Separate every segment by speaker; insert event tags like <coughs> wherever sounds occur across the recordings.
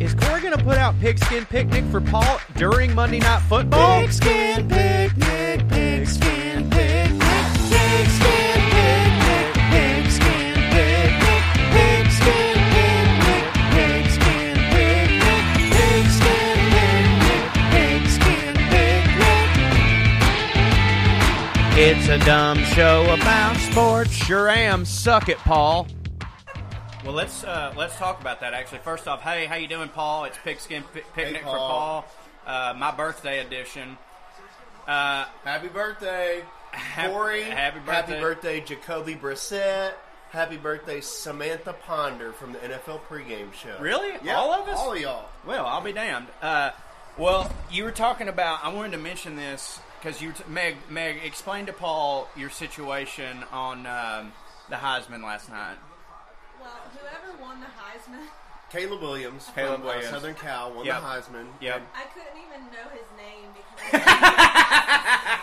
Speaker 1: Is Corey gonna put out Pigskin Picnic for Paul during Monday Night Football?
Speaker 2: Pigskin picnic, pigskin picnic, pigskin picnic, pigskin picnic, pigskin picnic, pigskin picnic, pigskin picnic, pigskin picnic.
Speaker 1: It's a dumb show about sports. Sure am. Suck it, Paul. Well, let's uh, let's talk about that. Actually, first off, hey, how you doing, Paul? It's Pigskin Pic- Picnic
Speaker 3: Paul.
Speaker 1: for Paul, uh, my birthday edition.
Speaker 3: Happy birthday,
Speaker 1: Hap-
Speaker 3: Corey.
Speaker 1: happy birthday.
Speaker 3: Jacoby Brissett. Happy birthday, Samantha Ponder from the NFL pregame show.
Speaker 1: Really?
Speaker 3: Yeah,
Speaker 1: All of us?
Speaker 3: All of y'all.
Speaker 1: Well, I'll be damned. Uh, well, you were talking about. I wanted to mention this because you, t- Meg, Meg, explain to Paul your situation on um, the Heisman last night.
Speaker 4: Well, whoever won the Heisman,
Speaker 3: Caleb Williams
Speaker 1: Caleb
Speaker 3: from uh,
Speaker 1: Williams.
Speaker 3: Southern Cal won
Speaker 1: Yep.
Speaker 3: the Heisman.
Speaker 1: Yep.
Speaker 4: I couldn't even know his name because I,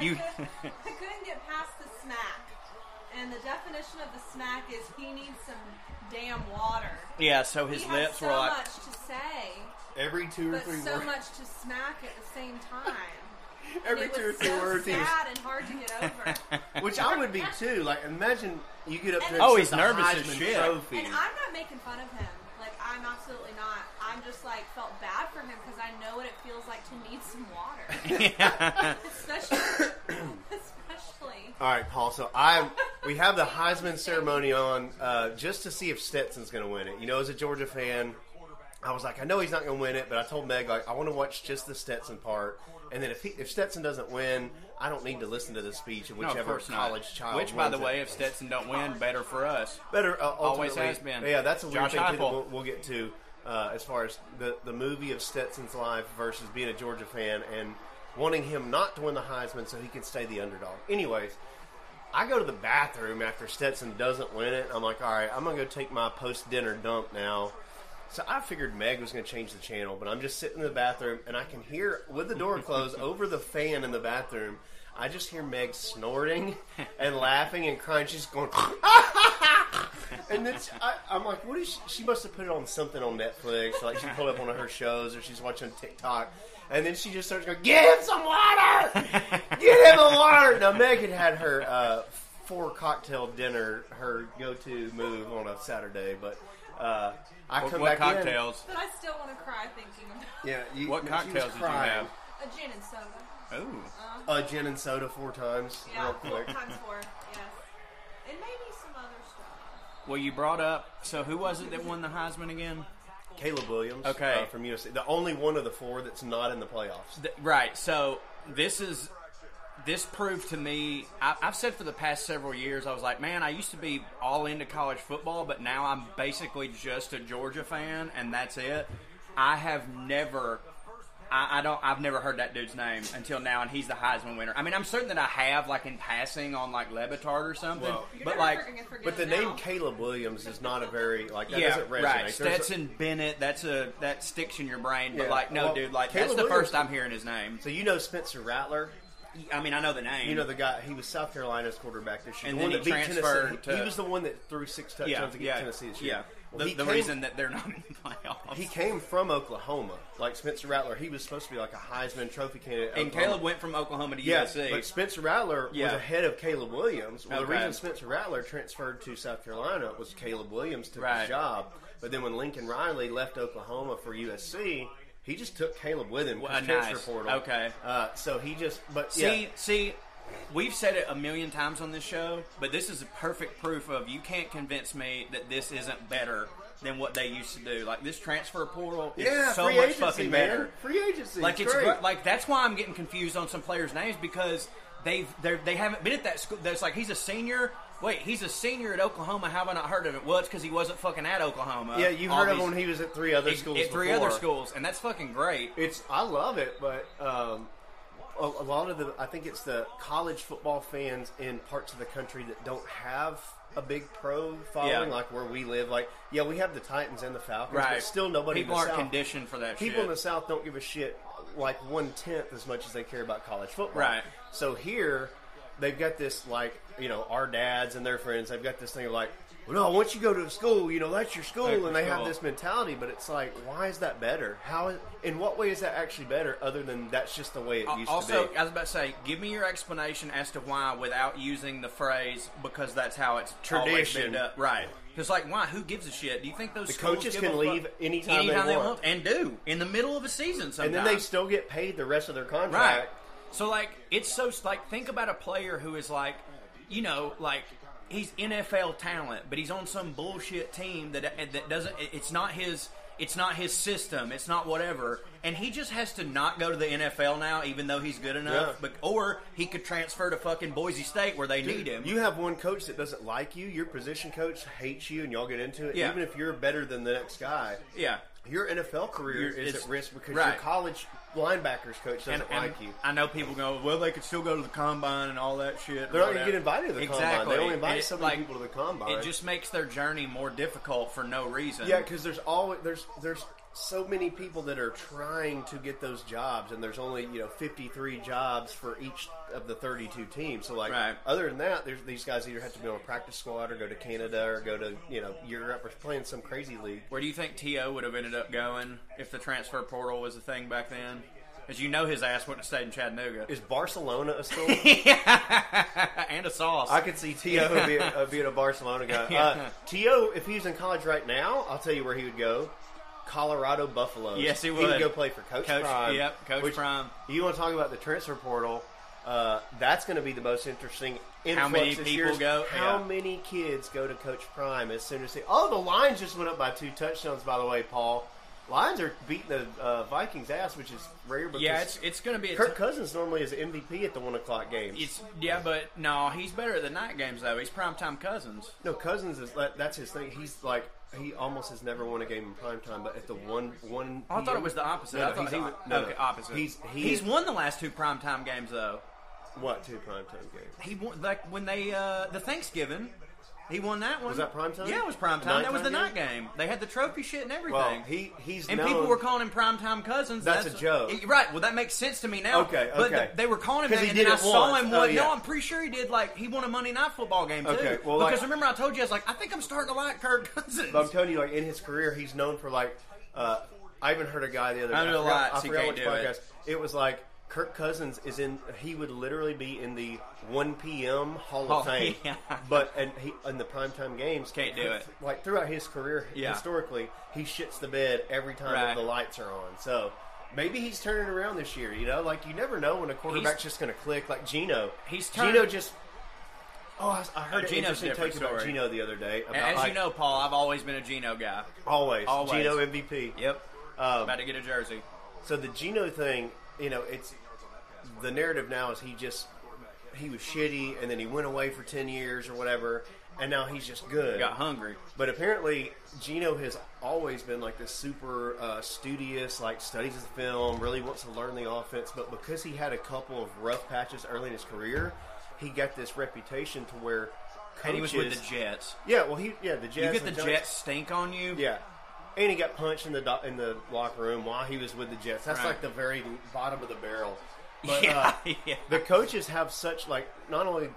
Speaker 1: You.
Speaker 4: couldn't, I couldn't get past the smack. And the definition of the smack is he needs some damn water.
Speaker 1: Yeah. So his
Speaker 4: he
Speaker 1: lips
Speaker 4: has so
Speaker 1: were like.
Speaker 4: much to say,
Speaker 3: Every two or
Speaker 4: but
Speaker 3: three
Speaker 4: so
Speaker 3: words.
Speaker 4: much to smack at the same time. And
Speaker 3: <laughs> every
Speaker 4: it was
Speaker 3: two or three
Speaker 4: so
Speaker 3: words. he was-
Speaker 4: sad and hard to get
Speaker 1: <laughs>
Speaker 4: over.
Speaker 3: Which I would be too. Like imagine you get up there. and
Speaker 1: Oh,
Speaker 3: see
Speaker 1: he's
Speaker 3: the
Speaker 1: nervous as
Speaker 3: Heisman
Speaker 1: shit.
Speaker 3: Trophy.
Speaker 4: and I'm not making fun of him. Like I'm absolutely not. I'm just like felt bad for him because I know what it feels like to need some water, <laughs> especially <coughs> especially.
Speaker 3: All right, Paul. So I we have the Heisman ceremony on uh, just to see if Stetson's going to win it. You know, as a Georgia fan, I was like, I know he's not going to win it, but I told Meg like I want to watch just the Stetson part, and then if he, if Stetson doesn't win, I don't need to listen to the speech of
Speaker 1: No, of
Speaker 3: whichever
Speaker 1: course not.
Speaker 3: college child.
Speaker 1: Which, by
Speaker 3: wins
Speaker 1: the
Speaker 3: it.
Speaker 1: way, if Stetson don't win, better for us.
Speaker 3: better uh,
Speaker 1: Always
Speaker 3: ultimately-
Speaker 1: has been.
Speaker 3: Yeah, that's a weird
Speaker 1: Josh
Speaker 3: thing too, that
Speaker 1: Heupel.
Speaker 3: we'll, we'll get to uh, as far as the the movie of Stetson's life versus being a Georgia fan and wanting him not to win the Heisman so he can stay the underdog. Anyways, I go to the bathroom after Stetson doesn't win it. I'm like, all right, I'm gonna go take my post dinner dump now. So I figured Meg was going to change the channel, but I'm just sitting in the bathroom and I can hear with the door
Speaker 1: <laughs>
Speaker 3: closed over the fan in the bathroom. I just hear Meg snorting and laughing and crying. She's going, and then she- I, I'm like, what is she? She must have put it on something on Netflix. Like she pulled up one of her shows or she's watching TikTok. And then she just starts going, get him some water! Get him a water! Now, Meg had had her uh, four cocktail dinner, her go to move on a Saturday, but uh, I
Speaker 1: What,
Speaker 3: come
Speaker 1: what
Speaker 3: back in-
Speaker 1: cocktails?
Speaker 4: But I still want to cry thinking about
Speaker 3: Yeah, you,
Speaker 1: What
Speaker 3: she
Speaker 1: cocktails
Speaker 3: was
Speaker 1: did you
Speaker 3: crying.
Speaker 1: have?
Speaker 4: a gin and soda.
Speaker 1: Oh,
Speaker 3: Uh, gin and soda four times,
Speaker 4: Yeah,
Speaker 3: real
Speaker 4: <laughs>
Speaker 3: quick.
Speaker 4: times four. Yes, and maybe some other stuff.
Speaker 1: well, you brought up. So who was it that won the Heisman again?
Speaker 3: Caleb Williams,
Speaker 1: Okay.
Speaker 3: uh, from USC, the only one of the four that's not in the playoffs.
Speaker 1: Th- right. So this is this proved to me. I, I've said for the past several years, I was like, man, I used to be all into college football, but now I'm basically just a Georgia fan, and that's it. I have never. I, I don't. I've never heard that dude's name until now, and he's the Heisman winner. I mean, I'm certain that I have, like in passing, on like Levitard or something.
Speaker 3: Well,
Speaker 4: You're
Speaker 1: but
Speaker 4: never
Speaker 1: like,
Speaker 4: freaking gonna forget
Speaker 3: But the
Speaker 4: it
Speaker 3: name
Speaker 4: now.
Speaker 3: Caleb Williams is not a very like that
Speaker 1: yeah,
Speaker 3: doesn't resonate.
Speaker 1: right.
Speaker 3: There's a-
Speaker 1: Stetson Bennett. That's a that sticks in your brain. But
Speaker 3: Yeah,
Speaker 1: like, no,
Speaker 3: well,
Speaker 1: dude. Like, that's
Speaker 3: Caleb
Speaker 1: the
Speaker 3: Williams-
Speaker 1: first I'm hearing his name.
Speaker 3: so you know Spencer Rattler,
Speaker 1: I mean, I know the name.
Speaker 3: you know the guy. He was South Carolina's quarterback this year,
Speaker 1: And
Speaker 3: the
Speaker 1: then
Speaker 3: one
Speaker 1: he
Speaker 3: that beat
Speaker 1: transferred
Speaker 3: Tennessee.
Speaker 1: to-
Speaker 3: he was the one that threw six touchdowns against Tennessee this year.
Speaker 1: Yeah,
Speaker 3: Well,
Speaker 1: the,
Speaker 3: he
Speaker 1: the
Speaker 3: came-
Speaker 1: reason that they're not <laughs> in the playoffs.
Speaker 3: he came from Oklahoma, like Spencer Rattler. He was supposed to be like a Heisman Trophy candidate. at
Speaker 1: and
Speaker 3: Oklahoma.
Speaker 1: Caleb went from Oklahoma to
Speaker 3: Yeah,
Speaker 1: USC.
Speaker 3: but Spencer Rattler was
Speaker 1: Yeah.
Speaker 3: ahead of Caleb Williams. Well, the
Speaker 1: Okay.
Speaker 3: reason Spencer Rattler transferred to South Carolina was Caleb Williams took
Speaker 1: Right.
Speaker 3: his job. But then when Lincoln Riley left Oklahoma for USC, he just took Caleb with him. 'cause
Speaker 1: Well,
Speaker 3: transfer
Speaker 1: uh, nice.
Speaker 3: portal.
Speaker 1: Okay.
Speaker 3: Uh, so he just, but
Speaker 1: see,
Speaker 3: yeah,
Speaker 1: see, we've said it a million times on this show, but this is a perfect proof of you can't convince me that this isn't better than what they used to do. Like this transfer portal is
Speaker 3: yeah,
Speaker 1: so
Speaker 3: free
Speaker 1: much
Speaker 3: agency,
Speaker 1: fucking
Speaker 3: man.
Speaker 1: better.
Speaker 3: Free agency,
Speaker 1: Like it's
Speaker 3: great.
Speaker 1: gr- like that's why I'm getting confused on some players' names because they've they're, they haven't been at that school. That's like he's a senior. Wait, he's a senior at Oklahoma. How have I not heard of it? Well, it's because he wasn't fucking at Oklahoma.
Speaker 3: yeah, you
Speaker 1: All
Speaker 3: heard of
Speaker 1: these-
Speaker 3: him when he was at three other
Speaker 1: at-
Speaker 3: schools.
Speaker 1: at three
Speaker 3: before.
Speaker 1: other schools, and that's fucking great.
Speaker 3: It's I love it, but um, a, a lot of the I think it's the college football fans in parts of the country that don't have a big pro following,
Speaker 1: Yeah.
Speaker 3: like where we live. Like, yeah, we have the Titans and the Falcons,
Speaker 1: Right.
Speaker 3: but still nobody.
Speaker 1: People
Speaker 3: in the
Speaker 1: aren't
Speaker 3: South,
Speaker 1: conditioned for that.
Speaker 3: People
Speaker 1: shit.
Speaker 3: in the South don't give a shit like one tenth as much as they care about college football.
Speaker 1: Right.
Speaker 3: So here, they've got this like you know our dads and their friends. They've got this thing of like. well, no, once you go to school, you know that's your school,
Speaker 1: That's your
Speaker 3: and they have
Speaker 1: school.
Speaker 3: this mentality. But it's like, why is that better? How? is- In what way is that actually better? Other than that's just the way it
Speaker 1: Al-
Speaker 3: used
Speaker 1: Uh, also,
Speaker 3: to be.
Speaker 1: I was about to say, give me your explanation as to why, without using the phrase because that's how it's always been
Speaker 3: Tradition.
Speaker 1: done. Right? Because like, why? Who gives a shit? Do you think those
Speaker 3: The
Speaker 1: schools
Speaker 3: coaches
Speaker 1: give
Speaker 3: can
Speaker 1: a fuck?
Speaker 3: leave anytime they want.
Speaker 1: and do in the middle of a season sometimes?
Speaker 3: and then they still get paid the rest of their contract.
Speaker 1: Right. So like it's so like think about a player who is like, you know, like he's NFL talent, but he's on some bullshit team that uh, that doesn't. it- It's not his. It's not his system. It's not whatever, and he just has to not go to the NFL now, even though he's good enough.
Speaker 3: Yeah.
Speaker 1: But or he could transfer to fucking Boise State where they need him.
Speaker 3: You have one coach that doesn't like you. Your position coach hates you, and y'all get into it.
Speaker 1: Yeah.
Speaker 3: Even if you're better than the next guy,
Speaker 1: yeah.
Speaker 3: your NFL career
Speaker 1: You're-
Speaker 3: is
Speaker 1: it's-
Speaker 3: at risk because your
Speaker 1: right.
Speaker 3: college linebackers coach doesn't
Speaker 1: And, and
Speaker 3: like you.
Speaker 1: I know people go, well, they could still go to the combine and all that shit.
Speaker 3: They're not going
Speaker 1: going
Speaker 3: to get invited to the
Speaker 1: exactly.
Speaker 3: combine. They only
Speaker 1: And
Speaker 3: invite
Speaker 1: it,
Speaker 3: so many
Speaker 1: like,
Speaker 3: people to the combine.
Speaker 1: It just makes their journey more difficult for no reason.
Speaker 3: yeah, because there's always there's there's so many people that are trying to get those jobs, and there's only you know 53 jobs for each of the 32 teams. So like,
Speaker 1: Right.
Speaker 3: other than that, there's these guys either have to be on a practice squad or go to Canada or go to you know Europe or play in some crazy league.
Speaker 1: Where do you think T.O. would have ended up going if the transfer portal was a thing back then? Because you know his ass wouldn't have stayed in Chattanooga. <laughs>
Speaker 3: Is Barcelona a school?
Speaker 1: and a sauce.
Speaker 3: I could see T.O. being, uh, being a Barcelona
Speaker 1: <laughs>
Speaker 3: guy. Uh, T.O., if he's in college right now, I'll tell you where he would go. Colorado Buffaloes.
Speaker 1: Yes, he
Speaker 3: He would
Speaker 1: would.
Speaker 3: go play for Coach,
Speaker 1: Coach-
Speaker 3: Prime.
Speaker 1: yep, Coach
Speaker 3: which-
Speaker 1: Prime.
Speaker 3: You want to talk about the transfer portal? Uh, that's going to be the most interesting. Influx
Speaker 1: How many
Speaker 3: this
Speaker 1: people
Speaker 3: year's-
Speaker 1: go?
Speaker 3: How
Speaker 1: Yeah.
Speaker 3: many kids go to Coach Prime as soon as they? Oh, the Lions just went up by two touchdowns. By the way, Paul, Lions are beating the uh, Vikings' ass, which is rare. Because
Speaker 1: yeah, it's it's going to be. A t-
Speaker 3: Kirk Cousins normally is MVP at the one o'clock games.
Speaker 1: it's yeah, but no, he's better at the night games though. He's primetime cousins.
Speaker 3: No, Cousins is that, that's his thing. He's like he almost has never won a game in prime time, but at the one one.
Speaker 1: Oh, I thought
Speaker 3: PM
Speaker 1: it was the opposite.
Speaker 3: No,
Speaker 1: I
Speaker 3: no,
Speaker 1: thought
Speaker 3: he's
Speaker 1: he
Speaker 3: the-
Speaker 1: was
Speaker 3: no, no.
Speaker 1: okay, opposite.
Speaker 3: He's he
Speaker 1: he's
Speaker 3: is-
Speaker 1: won the last two primetime games though.
Speaker 3: what two prime time games?
Speaker 1: He won like when they uh the Thanksgiving. He won that one.
Speaker 3: Was that primetime?
Speaker 1: Yeah, it was primetime. That was
Speaker 3: Nighttime
Speaker 1: the
Speaker 3: game?
Speaker 1: night game. They had the trophy shit and everything.
Speaker 3: Well, he he's
Speaker 1: And
Speaker 3: known-
Speaker 1: people were calling him primetime cousins.
Speaker 3: That's a joke.
Speaker 1: Eh, right. Well, that makes sense to me now.
Speaker 3: Okay,
Speaker 1: But
Speaker 3: okay.
Speaker 1: the- they were calling him
Speaker 3: 'Cause
Speaker 1: that,
Speaker 3: he
Speaker 1: and
Speaker 3: did
Speaker 1: then I
Speaker 3: it
Speaker 1: saw
Speaker 3: once.
Speaker 1: him
Speaker 3: Oh,
Speaker 1: one.
Speaker 3: yeah.
Speaker 1: No, I'm pretty sure he did. Like he won a Monday night football game too.
Speaker 3: Okay, well,
Speaker 1: because
Speaker 3: like-
Speaker 1: remember I told you I was like I think I'm starting to like Kirk Cousins.
Speaker 3: But I'm telling you, like in his career, he's known for like. Uh, I even heard a guy the other
Speaker 1: I
Speaker 3: day.
Speaker 1: know
Speaker 3: forgot,
Speaker 1: lots,
Speaker 3: I
Speaker 1: he
Speaker 3: forgot
Speaker 1: can't
Speaker 3: which
Speaker 1: do
Speaker 3: podcast.
Speaker 1: it.
Speaker 3: It was like Kirk Cousins is in. He would literally be in the 1 p.m. Hall of
Speaker 1: Oh, <laughs>
Speaker 3: Fame,
Speaker 1: yeah.
Speaker 3: but and he in the primetime games
Speaker 1: Can't do it.
Speaker 3: Like throughout his career,
Speaker 1: Yeah.
Speaker 3: historically, he shits the bed every time
Speaker 1: Right.
Speaker 3: the lights are on. So. Maybe he's turning around this year. You know, like you never know when a quarterback's just going to click. Like Gino,
Speaker 1: He's
Speaker 3: Gino
Speaker 1: turned-
Speaker 3: just. Oh, I, I heard an
Speaker 1: Gino's
Speaker 3: interesting
Speaker 1: different
Speaker 3: take about
Speaker 1: story.
Speaker 3: Gino the other day. About,
Speaker 1: And as
Speaker 3: like,
Speaker 1: you know, Paul, I've always been a Geno guy.
Speaker 3: Always.
Speaker 1: Always.
Speaker 3: Gino MVP.
Speaker 1: Yep.
Speaker 3: Um,
Speaker 1: About to get a jersey.
Speaker 3: so the Gino thing, you know, it's the narrative now is he just he was shitty and then he went away for ten years or whatever, and now he's just good.
Speaker 1: Got hungry.
Speaker 3: But apparently, Gino has always been like this super uh, studious, like studies the film, really wants to learn the offense. But because he had a couple of rough patches early in his career, he got this reputation to where coaches.
Speaker 1: And he was with the Jets.
Speaker 3: Yeah, well, he yeah the Jets.
Speaker 1: You get
Speaker 3: and
Speaker 1: the
Speaker 3: Giants-
Speaker 1: Jets stink on you.
Speaker 3: yeah. And he got punched in the do- in the locker room while he was with the Jets. That's
Speaker 1: Right.
Speaker 3: like the very bottom of the barrel. But,
Speaker 1: yeah,
Speaker 3: uh,
Speaker 1: <laughs> yeah.
Speaker 3: the coaches have such like not only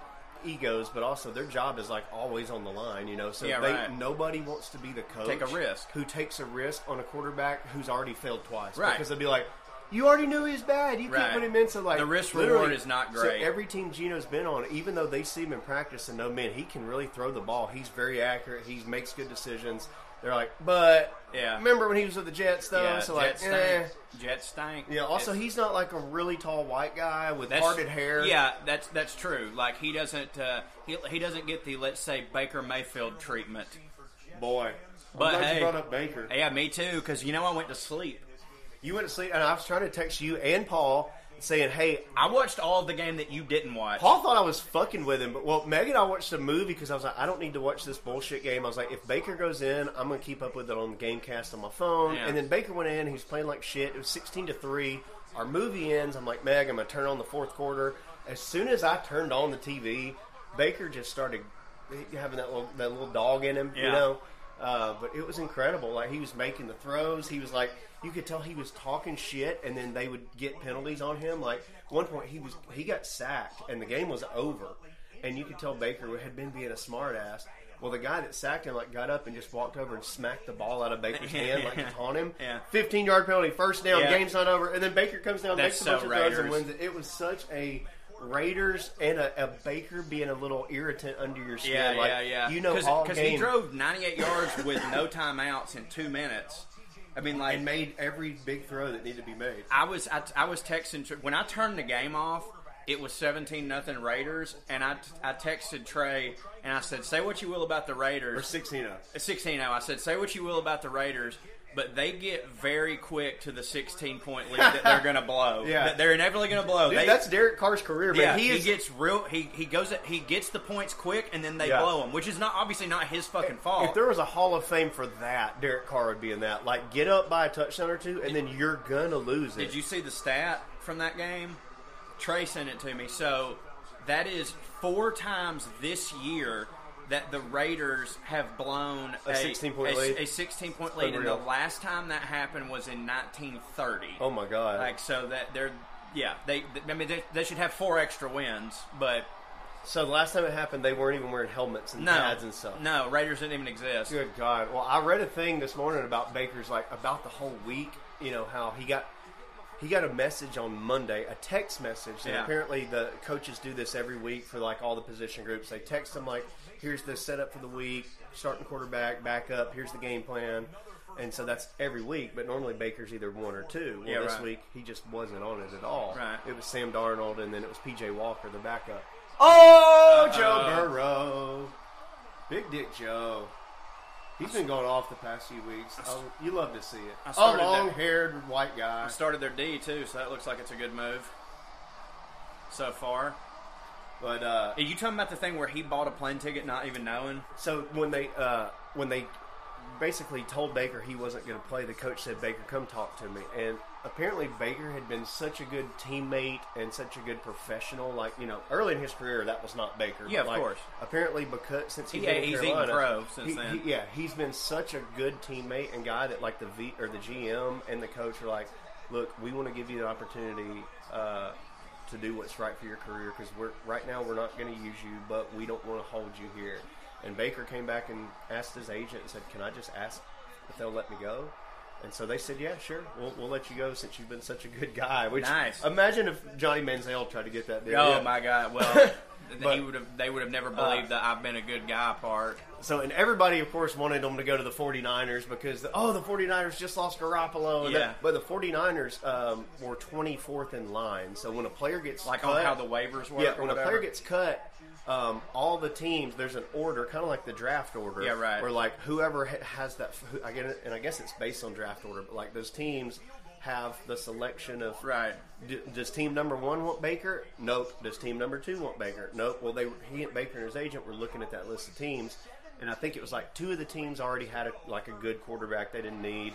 Speaker 3: egos but also their job is like always on the line. You know, so
Speaker 1: Yeah,
Speaker 3: they,
Speaker 1: right.
Speaker 3: nobody wants to be the coach
Speaker 1: Take a risk.
Speaker 3: who takes a risk on a quarterback who's already failed twice.
Speaker 1: Right.
Speaker 3: Because they'll be like. You already knew he was bad. You
Speaker 1: Right.
Speaker 3: can't put him in. So like
Speaker 1: The risk
Speaker 3: literally-
Speaker 1: reward is not
Speaker 3: so
Speaker 1: great.
Speaker 3: every team Gino's been on, even though they see him in practice and know, man, he can really throw the ball. He's very accurate. He makes good decisions. They're like, but
Speaker 1: Yeah.
Speaker 3: remember when he was with the Jets though?
Speaker 1: yeah,
Speaker 3: so like,
Speaker 1: Jets
Speaker 3: eh.
Speaker 1: stank. Jets stank.
Speaker 3: yeah. Also,
Speaker 1: It's-
Speaker 3: he's not like a really tall white guy with
Speaker 1: that's-
Speaker 3: parted hair.
Speaker 1: Yeah, that's that's true. Like he doesn't uh, he, he doesn't get the let's say Baker Mayfield treatment.
Speaker 3: boy.
Speaker 1: But
Speaker 3: I'm glad
Speaker 1: hey.
Speaker 3: you brought up Baker.
Speaker 1: Yeah, me too. Because you know I went to sleep.
Speaker 3: You went to sleep, and I was trying to text you and Paul saying, "Hey,
Speaker 1: I watched all of the game that you didn't watch.
Speaker 3: Paul thought I was fucking with him, but well, Meg and I watched a movie because I was like, I don't need to watch this bullshit game. I was like, if Baker goes in, I'm gonna keep up with it on the GameCast on my phone.
Speaker 1: Yeah.
Speaker 3: And then Baker went in, he was playing like shit. It was 16 to three. Our movie ends. I'm like, Meg, I'm gonna turn on the fourth quarter. As soon as I turned on the TV, Baker just started having that little that little dog in him, you
Speaker 1: Yeah.
Speaker 3: know. Uh, but it was incredible. Like he was making the throws. He was like, you could tell he was talking shit, and then they would get penalties on him. Like one point, he was he got sacked, and the game was over. And you could tell Baker had been being a smartass. Well, the guy that sacked him like got up and just walked over and smacked the ball out
Speaker 1: <laughs>
Speaker 3: of Baker's hand like
Speaker 1: Yeah.
Speaker 3: to taunt him.
Speaker 1: Yeah.
Speaker 3: Fifteen yard penalty, first down,
Speaker 1: Yeah.
Speaker 3: game's not over, and then Baker comes down,
Speaker 1: That's
Speaker 3: makes a bunch
Speaker 1: so
Speaker 3: of throws and
Speaker 1: Raiders.
Speaker 3: wins it. It was such a Raiders and a, a Baker being a little irritant under your skin.
Speaker 1: Yeah,
Speaker 3: like,
Speaker 1: yeah, yeah.
Speaker 3: You know all game
Speaker 1: he drove 98 yards with no timeouts in two minutes. I mean, like
Speaker 3: and made every big throw that needed to be made.
Speaker 1: I was I, I was texting Tr- when I turned the game off. It was seventeen nothing Raiders, and I, I texted Trey and I said, "Say what you will about the
Speaker 3: Or
Speaker 1: Raiders."
Speaker 3: 16 0.
Speaker 1: 16 I said, "Say what you will about the Raiders." But they get very quick to the 16 point lead that they're going
Speaker 3: <laughs>
Speaker 1: to blow.
Speaker 3: Yeah.
Speaker 1: That They're inevitably going to blow.
Speaker 3: Dude,
Speaker 1: They-
Speaker 3: that's Derek Carr's career, man.
Speaker 1: yeah,
Speaker 3: he
Speaker 1: he,
Speaker 3: is
Speaker 1: gets real. He he goes. He gets the points quick, and then they
Speaker 3: Yeah.
Speaker 1: blow him, which is not obviously not his fucking fault.
Speaker 3: If there was a Hall of Fame for that, Derek Carr would be in that. Like, get up by a touchdown or two, and then you're gonna lose it.
Speaker 1: Did you see the stat from that game? Trey sent it to me. So that is four times this year that the Raiders have blown
Speaker 3: A 16-point
Speaker 1: a-
Speaker 3: lead?
Speaker 1: A 16 point lead, and the
Speaker 3: Unreal.
Speaker 1: last time that happened was in 1930.
Speaker 3: Oh my god!
Speaker 1: Like so that they're yeah they I mean they, they should have four extra wins, but
Speaker 3: so the last time it happened, they weren't even wearing helmets and
Speaker 1: no
Speaker 3: pads and stuff.
Speaker 1: no Raiders didn't even exist.
Speaker 3: Good God! Well, I read a thing this morning about Baker's like about the whole week. You know how he got he got a message on Monday, a text message, and
Speaker 1: Yeah.
Speaker 3: apparently the coaches do this every week for like all the position groups. They text them like, "Here's the setup for the week, starting quarterback, backup. Here's the game plan." And so that's every week, but normally Baker's either one or two. Well,
Speaker 1: Yeah,
Speaker 3: this
Speaker 1: right.
Speaker 3: week he just wasn't on it at all.
Speaker 1: Right.
Speaker 3: It was Sam Darnold, and then it was PJ Walker, the backup.
Speaker 1: Oh,
Speaker 3: Joe Burrow. Big Dick Joe. He's been going off the past few weeks. Oh, you love to see it. A
Speaker 1: started that-
Speaker 3: long haired white guy.
Speaker 1: started their D too, so that looks like it's a good move so far.
Speaker 3: But uh,
Speaker 1: Are you talking about the thing where he bought a plane ticket not even knowing?
Speaker 3: so when they uh, when they basically told Baker he wasn't going to play, the coach said, "Baker, come talk to me." And apparently Baker had been such a good teammate and such a good professional. Like you know, early in his career, that was not Baker.
Speaker 1: Yeah,
Speaker 3: But,
Speaker 1: of
Speaker 3: like,
Speaker 1: course.
Speaker 3: Apparently, because since he's
Speaker 1: Yeah,
Speaker 3: been in
Speaker 1: he's eaten
Speaker 3: Carolina,
Speaker 1: crow since
Speaker 3: he-
Speaker 1: then.
Speaker 3: he- yeah, he's been such a good teammate and guy that like the V or the GM and the coach are like, look, we want to give you the opportunity uh, to do what's right for your career because we're right now we're not going to use you, but we don't want to hold you here. And Baker came back and asked his agent and said, can I just ask if they'll let me go? And so they said, "Yeah, sure, we'll, we'll let you go since you've been such a good guy." Which
Speaker 1: Nice.
Speaker 3: imagine if Johnny Manziel tried to get that deal.
Speaker 1: Oh
Speaker 3: Yeah.
Speaker 1: my god!
Speaker 3: <laughs>
Speaker 1: Well,
Speaker 3: But-
Speaker 1: he would have. They would have never believed that I've been a good guy part.
Speaker 3: So, and everybody, of course, wanted them to go to the 49ers because, oh, the 49ers just lost Garoppolo. And
Speaker 1: Yeah.
Speaker 3: that- but the 49ers um, were 24th in line. So when a player gets
Speaker 1: Like
Speaker 3: cut,
Speaker 1: on how the waivers work.
Speaker 3: yeah,
Speaker 1: or
Speaker 3: when a
Speaker 1: whatever.
Speaker 3: player gets cut, um, all the teams there's an order, kind of like the draft order.
Speaker 1: Yeah, right.
Speaker 3: Where like whoever ha- has that, who- I get it, and I guess it's based on draft order, but like those teams have the selection of
Speaker 1: Right.
Speaker 3: D- does team number one want Baker? Nope. Does team number two want Baker? Nope. Well, they he and Baker and his agent were looking at that list of teams, and I think it was like two of the teams already had a, like a good quarterback they didn't need,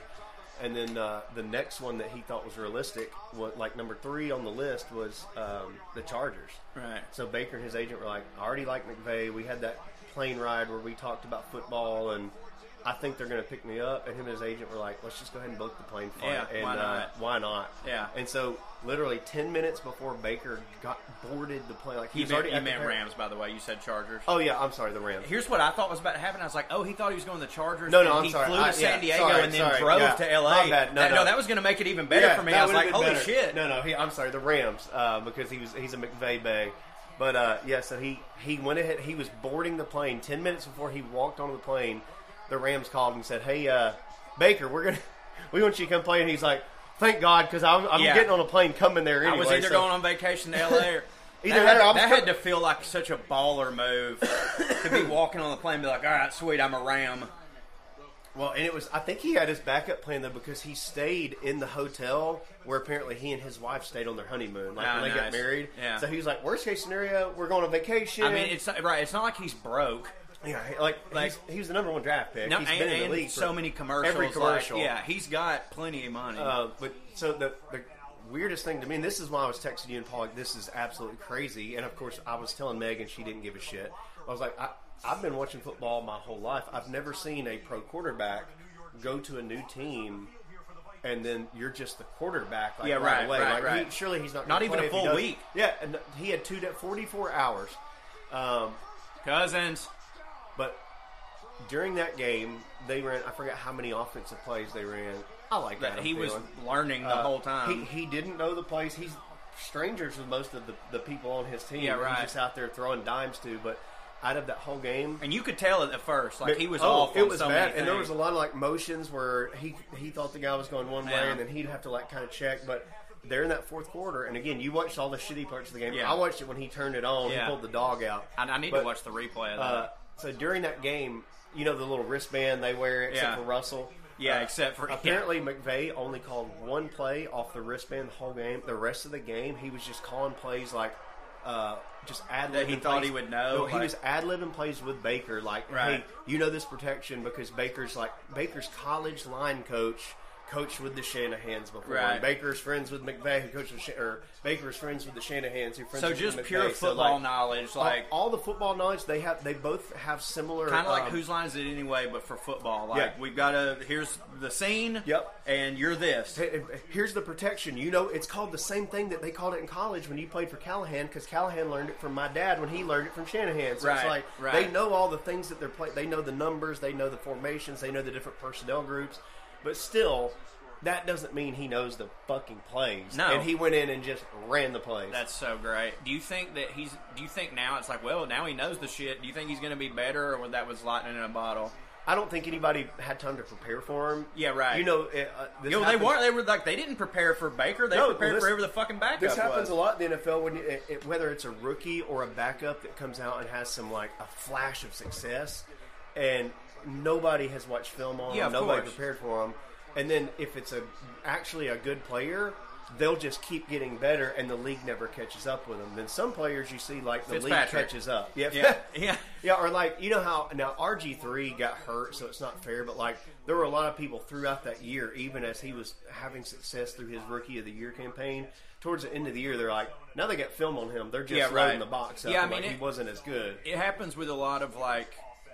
Speaker 3: and then uh, the next one that he thought was realistic, was, like number three on the list, was um, the Chargers.
Speaker 1: Right.
Speaker 3: So Baker and his agent were like, I already like McVay. We had that plane ride where we talked about football, and I think they're going to pick me up. And him and his agent were like, let's just go ahead and book the plane flight.
Speaker 1: Yeah,
Speaker 3: and,
Speaker 1: why
Speaker 3: Uh,
Speaker 1: not?
Speaker 3: why not?
Speaker 1: Yeah.
Speaker 3: And so, literally, 10 minutes before Baker got boarded the plane, like he
Speaker 1: You
Speaker 3: was
Speaker 1: meant,
Speaker 3: already
Speaker 1: you
Speaker 3: at the
Speaker 1: meant
Speaker 3: par-
Speaker 1: Rams, by the way. You said Chargers.
Speaker 3: Oh, yeah, I'm sorry, the Rams.
Speaker 1: Here's what I thought was about to happen. I was like, "Oh, he thought he was going to the Chargers.
Speaker 3: No, no,
Speaker 1: and
Speaker 3: I'm
Speaker 1: he
Speaker 3: sorry.
Speaker 1: flew
Speaker 3: I-
Speaker 1: to San
Speaker 3: yeah,
Speaker 1: Diego
Speaker 3: sorry,
Speaker 1: and then
Speaker 3: sorry.
Speaker 1: drove
Speaker 3: Yeah.
Speaker 1: to L.A.
Speaker 3: My bad. No,
Speaker 1: that,
Speaker 3: no.
Speaker 1: that was going to make it even better for me.
Speaker 3: that
Speaker 1: I was like,
Speaker 3: would've been
Speaker 1: "Holy
Speaker 3: better.
Speaker 1: shit!"
Speaker 3: No, no, he, I'm sorry, the Rams, uh, because he was he's a McVay bag. But uh, yeah, so he he went ahead. He was boarding the plane ten minutes before he walked onto the plane. The Rams called and said, "Hey, uh, Baker, we're gonna <laughs> we want you to come play." And he's like, "Thank God, because I'm, I'm
Speaker 1: Yeah.
Speaker 3: getting on a plane coming there anyway."
Speaker 1: I was either
Speaker 3: so-
Speaker 1: going on vacation to LA or
Speaker 3: <laughs> Either
Speaker 1: that,
Speaker 3: that or I
Speaker 1: had,
Speaker 3: was
Speaker 1: that had
Speaker 3: coming-
Speaker 1: to feel like such a baller move to be walking on the plane and be like, all right, sweet, I'm a ram.
Speaker 3: Well, and it was. I think he had his backup plan though because he stayed in the hotel where apparently he and his wife stayed on their honeymoon, like
Speaker 1: Ah,
Speaker 3: when they got
Speaker 1: nice.
Speaker 3: married.
Speaker 1: Yeah.
Speaker 3: So he was like, "Worst case scenario, we're going on vacation."
Speaker 1: I mean, it's not, right. It's not like he's broke.
Speaker 3: Yeah, like,
Speaker 1: Like-
Speaker 3: he's, he was the number one draft pick.
Speaker 1: No,
Speaker 3: he's
Speaker 1: and,
Speaker 3: been in the
Speaker 1: and
Speaker 3: league for
Speaker 1: so many commercials.
Speaker 3: Every
Speaker 1: like,
Speaker 3: commercial,
Speaker 1: yeah, he's got plenty of money.
Speaker 3: Uh, but so the, the weirdest thing to me, and this is why I was texting you and Paul, like, this is absolutely crazy. And of course, I was telling Meg, and she didn't give a shit. I was like, I, I've been watching football my whole life. I've never seen a pro quarterback go to a new team. And then you're just the quarterback, like,
Speaker 1: Yeah, right,
Speaker 3: away.
Speaker 1: right,
Speaker 3: like,
Speaker 1: right.
Speaker 3: He, surely he's not
Speaker 1: Not
Speaker 3: gonna
Speaker 1: even
Speaker 3: play
Speaker 1: a
Speaker 3: if he
Speaker 1: full
Speaker 3: doesn't.
Speaker 1: week.
Speaker 3: Yeah, and he had two to 44 hours. Um,
Speaker 1: Cousins.
Speaker 3: but during that game, they ran. I forgot how many offensive plays they ran. I like
Speaker 1: that
Speaker 3: that.
Speaker 1: he was learning the whole time.
Speaker 3: Uh, He, he didn't know the place. He's strangers with most of the, the people on his team.
Speaker 1: Yeah,
Speaker 3: that
Speaker 1: right.
Speaker 3: He's just out there throwing dimes to. But out of that whole game,
Speaker 1: and you could tell it at first, like he was
Speaker 3: oh,
Speaker 1: off.
Speaker 3: It
Speaker 1: on
Speaker 3: was
Speaker 1: so
Speaker 3: bad,
Speaker 1: many
Speaker 3: and there was
Speaker 1: things.
Speaker 3: a lot of like motions where he he thought the guy was going one way,
Speaker 1: Yeah.
Speaker 3: and then he'd have to like kind of check, but. They're in that fourth quarter, and again, you watched all the shitty parts of the game.
Speaker 1: Yeah.
Speaker 3: I watched it when he turned it on.
Speaker 1: Yeah.
Speaker 3: He pulled the dog out.
Speaker 1: I, I need
Speaker 3: But-
Speaker 1: to watch the replay of that.
Speaker 3: Uh, so during that game, you know the little wristband they wear, except
Speaker 1: Yeah.
Speaker 3: for Russell.
Speaker 1: Yeah,
Speaker 3: Uh,
Speaker 1: except for-
Speaker 3: apparently McVay only called one play off the wristband the whole game. The rest of the game, he was just calling plays like uh, just ad
Speaker 1: That he thought he would know,
Speaker 3: he
Speaker 1: like-
Speaker 3: was ad libbing plays with Baker, like,
Speaker 1: Right.
Speaker 3: hey, you know this protection because Baker's like Baker's college line coach. Coached with the Shanahan's before,
Speaker 1: Right.
Speaker 3: and Baker's friends with McVay, who coached with Shan- or Baker's friends with the Shanahan's, who friends
Speaker 1: so
Speaker 3: with
Speaker 1: just
Speaker 3: McVay.
Speaker 1: pure
Speaker 3: So,
Speaker 1: football
Speaker 3: like,
Speaker 1: knowledge,
Speaker 3: all-
Speaker 1: like
Speaker 3: all, the football knowledge they have, they both have similar.
Speaker 1: kind of like
Speaker 3: um,
Speaker 1: whose line is it anyway, but for football. Like
Speaker 3: Yeah.
Speaker 1: we've got to here's the scene.
Speaker 3: Yep.
Speaker 1: and you're this.
Speaker 3: Hey, Here's the protection. You know, it's called the same thing that they called it in college when you played for Callahan, because Callahan learned it from my dad when he learned it from Shanahan. So
Speaker 1: Right,
Speaker 3: it's like
Speaker 1: right.
Speaker 3: they know all the things that they're playing. They know the numbers, they know the formations, they know the different personnel groups. But still, that doesn't mean he knows the fucking plays.
Speaker 1: No.
Speaker 3: and he went in and just ran the plays.
Speaker 1: That's so great. Do you think that he's? Do you think now it's like, well, now he knows the shit. Do you think he's going to be better, or that was lightning in a bottle?
Speaker 3: I don't think anybody had time to prepare for him.
Speaker 1: Yeah, right.
Speaker 3: You know, it, uh, this
Speaker 1: Yo, they
Speaker 3: happens-
Speaker 1: weren't. They were like they didn't prepare for Baker. They
Speaker 3: No,
Speaker 1: prepared
Speaker 3: well,
Speaker 1: for
Speaker 3: this-
Speaker 1: whoever the fucking backup
Speaker 3: This happens
Speaker 1: was.
Speaker 3: a lot in the NFL when you, it, it, whether it's a rookie or a backup that comes out and has some like a flash of success, and nobody has watched film on
Speaker 1: Yeah,
Speaker 3: him,
Speaker 1: of
Speaker 3: nobody
Speaker 1: course.
Speaker 3: prepared for him, and then if it's a actually a good player. They'll just keep getting better, and the league never catches up with them. Then some players you see like the league
Speaker 1: Fitzpatrick.
Speaker 3: catches up.
Speaker 1: <laughs>
Speaker 3: Yeah, <laughs>
Speaker 1: Yeah, yeah.
Speaker 3: yeah, or like you know how now RG three got hurt, so it's not fair. But like there were a lot of people throughout that year, even as he was having success through his rookie of the year campaign. Towards the end of the year, they're like, now they got film on him. They're just
Speaker 1: Yeah,
Speaker 3: loading
Speaker 1: right.
Speaker 3: the box up.
Speaker 1: Yeah, I
Speaker 3: and,
Speaker 1: mean,
Speaker 3: like,
Speaker 1: it-
Speaker 3: he wasn't as good.
Speaker 1: It happens with a lot of like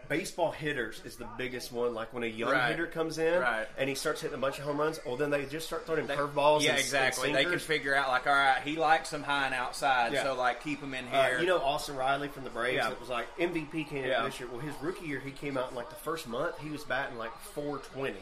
Speaker 3: Baseball hitters is the biggest one. Like when a young
Speaker 1: Right.
Speaker 3: hitter comes in
Speaker 1: Right.
Speaker 3: and he starts hitting a bunch of home runs, well, then they just start throwing him
Speaker 1: they-
Speaker 3: curveballs.
Speaker 1: Yeah,
Speaker 3: and,
Speaker 1: exactly.
Speaker 3: And
Speaker 1: they can
Speaker 3: sinkers.
Speaker 1: figure out like, all right, he likes them high and outside,
Speaker 3: Yeah.
Speaker 1: so like keep him in
Speaker 3: Uh,
Speaker 1: here.
Speaker 3: you know Austin Riley from the Braves
Speaker 1: Yeah.
Speaker 3: that was like MVP candidate
Speaker 1: Yeah.
Speaker 3: this year. Well, his rookie year, he came out in like the first month, he was batting like 420,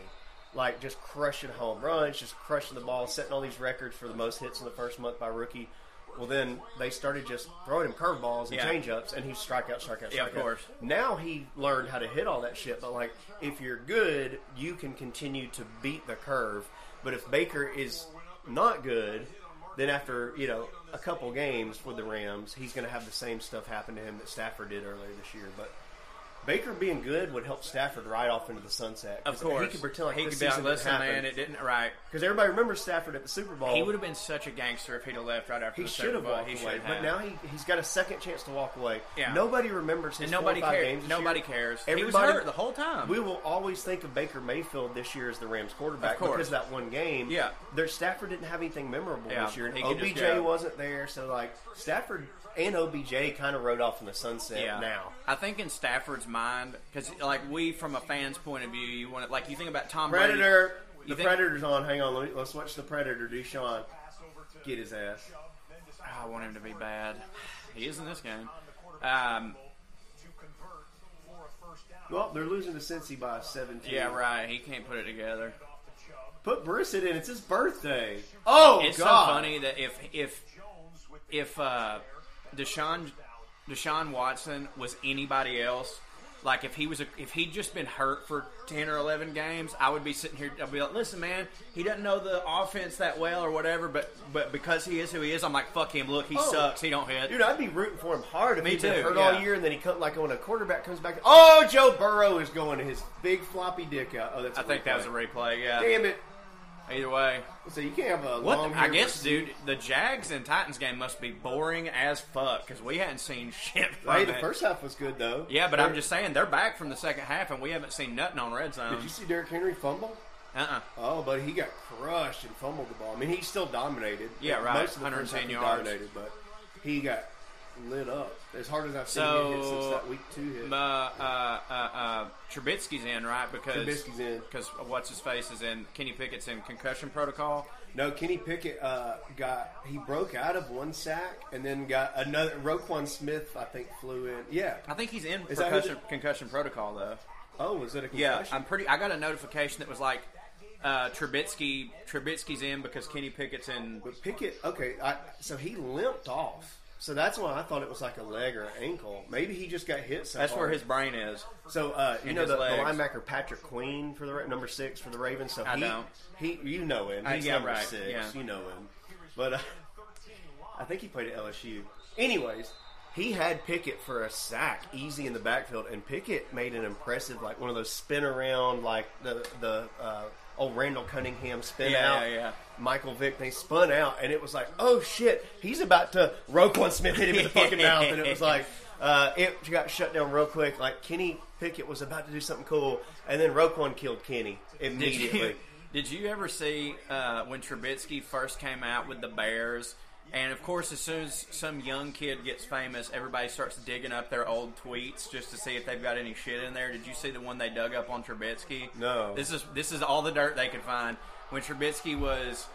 Speaker 3: like just crushing home runs, just crushing the ball, setting all these records for the most hits in the first month by rookie. Well, then they started just throwing him curveballs and
Speaker 1: Yeah.
Speaker 3: changeups, and he strikeout, strikeout, strikeout.
Speaker 1: Yeah, of course.
Speaker 3: Now he learned how to hit all that shit. But like, if you're good, you can continue to beat the curve. But if Baker is not good, then after you know a couple games with the Rams, he's going to have the same stuff happen to him that Stafford did earlier this year. But Baker being good would help Stafford right off into the sunset.
Speaker 1: of
Speaker 3: 'Cause
Speaker 1: course,
Speaker 3: he could pretend like
Speaker 1: he
Speaker 3: this
Speaker 1: could be like,
Speaker 3: season didn't
Speaker 1: listen, man,
Speaker 3: happen."
Speaker 1: it didn't. Right,
Speaker 3: because everybody remembers Stafford at the Super Bowl.
Speaker 1: he would have been such a gangster if he'd have left right after
Speaker 3: He
Speaker 1: the
Speaker 3: should
Speaker 1: Super
Speaker 3: have
Speaker 1: Bowl.
Speaker 3: walked
Speaker 1: he should
Speaker 3: away, but
Speaker 1: have.
Speaker 3: now he he's got a second chance to walk away.
Speaker 1: Yeah.
Speaker 3: Nobody remembers his
Speaker 1: And nobody
Speaker 3: four or five
Speaker 1: cares.
Speaker 3: games. this
Speaker 1: Nobody
Speaker 3: year.
Speaker 1: cares. He was
Speaker 3: Everybody
Speaker 1: hurt the whole time.
Speaker 3: We will always think of Baker Mayfield this year as the Rams quarterback
Speaker 1: Of course.
Speaker 3: because of that one game.
Speaker 1: Yeah.
Speaker 3: their Stafford didn't have anything memorable
Speaker 1: Yeah,
Speaker 3: this year, and
Speaker 1: he could just
Speaker 3: OBJ
Speaker 1: go.
Speaker 3: wasn't there. So like Stafford and OBJ kind of rode off in the sunset. Now
Speaker 1: I think in Stafford's mind, because like we from a fan's point of view, you want to like you think about Tom
Speaker 3: Predator,
Speaker 1: Brady.
Speaker 3: the
Speaker 1: you think-
Speaker 3: Predator's on. Hang on, let me, let's watch the Predator. Deshaun get his ass.
Speaker 1: Oh, I want him to be bad. He is in this game. Um,
Speaker 3: Well, they're losing to Cincy by seventeen.
Speaker 1: yeah, right. He can't put it together.
Speaker 3: Put Brissett in. It's his birthday. Oh
Speaker 1: it's
Speaker 3: God!
Speaker 1: so funny that if if if uh, Deshaun Deshaun Watson was anybody else, like if he was a, if he'd just been hurt for ten or eleven games, I would be sitting here. I'd be like, listen, man, he doesn't know the offense that well or whatever. But but because he is who he is, I'm like, fuck him. Look, he
Speaker 3: Oh.
Speaker 1: sucks. He don't hit.
Speaker 3: Dude, I'd be rooting for him hard if
Speaker 1: Me
Speaker 3: he'd been
Speaker 1: too,
Speaker 3: hurt
Speaker 1: yeah.
Speaker 3: all year, and then he come like when a quarterback comes back. Oh, Joe Burrow is going to his big floppy dick out. Oh, that's.
Speaker 1: I
Speaker 3: a
Speaker 1: think
Speaker 3: replay.
Speaker 1: that was a replay. Yeah.
Speaker 3: Damn it!
Speaker 1: Either way,
Speaker 3: So you can't have a
Speaker 1: what
Speaker 3: long.
Speaker 1: I
Speaker 3: hair
Speaker 1: guess,
Speaker 3: versus-
Speaker 1: dude, the Jags and Titans game must be boring as fuck because we hadn't seen <laughs> shit. From
Speaker 3: Hey, the
Speaker 1: it.
Speaker 3: first half was good though.
Speaker 1: Yeah, but I'm
Speaker 3: Derrick-
Speaker 1: just um, saying they're back from the second half, and we haven't seen nothing on red zone.
Speaker 3: Did you see Derrick Henry fumble?
Speaker 1: uh-uh.
Speaker 3: Oh, but he got crushed and fumbled the ball. I mean, he still dominated.
Speaker 1: Yeah, right.
Speaker 3: Most of the first
Speaker 1: 110
Speaker 3: half he
Speaker 1: yards.
Speaker 3: dominated, but he got lit up as hard as I've seen him hit since
Speaker 1: So,
Speaker 3: that week two hit.
Speaker 1: uh, uh, uh, uh, Trubisky's in, right? Because
Speaker 3: Trubisky's in.
Speaker 1: Because what's his face is in. Kenny Pickett's in concussion protocol.
Speaker 3: No, Kenny Pickett uh, got he broke out of one sack and then got another. Roquan Smith, I think, flew in. Yeah,
Speaker 1: I think he's in
Speaker 3: Is that who
Speaker 1: concussion, concussion protocol though.
Speaker 3: Oh, is it a
Speaker 1: Yeah,
Speaker 3: concussion?
Speaker 1: I'm pretty. I got a notification that was like uh, Trubisky. Trubisky's in because Kenny Pickett's in.
Speaker 3: But Pickett, okay, I, so he limped off. So that's why I thought it was like a leg or an ankle. Maybe he just got hit. So
Speaker 1: That's where
Speaker 3: hard.
Speaker 1: his brain is.
Speaker 3: So uh, you
Speaker 1: and
Speaker 3: know
Speaker 1: his
Speaker 3: the, the
Speaker 1: legs.
Speaker 3: linebacker Patrick Queen for the Ra- number six for the Ravens. So
Speaker 1: I
Speaker 3: he,
Speaker 1: don't.
Speaker 3: he you know him.
Speaker 1: I-
Speaker 3: He's
Speaker 1: yeah,
Speaker 3: number
Speaker 1: right,
Speaker 3: six.
Speaker 1: yeah.
Speaker 3: You know him. But uh, I think he played at LSU. Anyways, he had Pickett for a sack, easy in the backfield, and Pickett made an impressive like one of those spin around like the the uh, old Randall Cunningham spin
Speaker 1: Yeah,
Speaker 3: out.
Speaker 1: yeah, yeah.
Speaker 3: Michael Vick, they spun out, and it was like, oh shit, he's about to. Roquan Smith hit him in the fucking mouth, and it was like, uh, it got shut down real quick. Like Kenny Pickett was about to do something cool, and then Roquan killed Kenny
Speaker 1: Did
Speaker 3: immediately.
Speaker 1: you, <laughs> did you ever see uh, when Trubisky first came out with the Bears? And of course, as soon as some young kid gets famous, everybody starts digging up their old tweets just to see if they've got any shit in there. Did you see the one they dug up on Trubisky?
Speaker 3: No.
Speaker 1: This is this is all the dirt they could find. When Trubisky was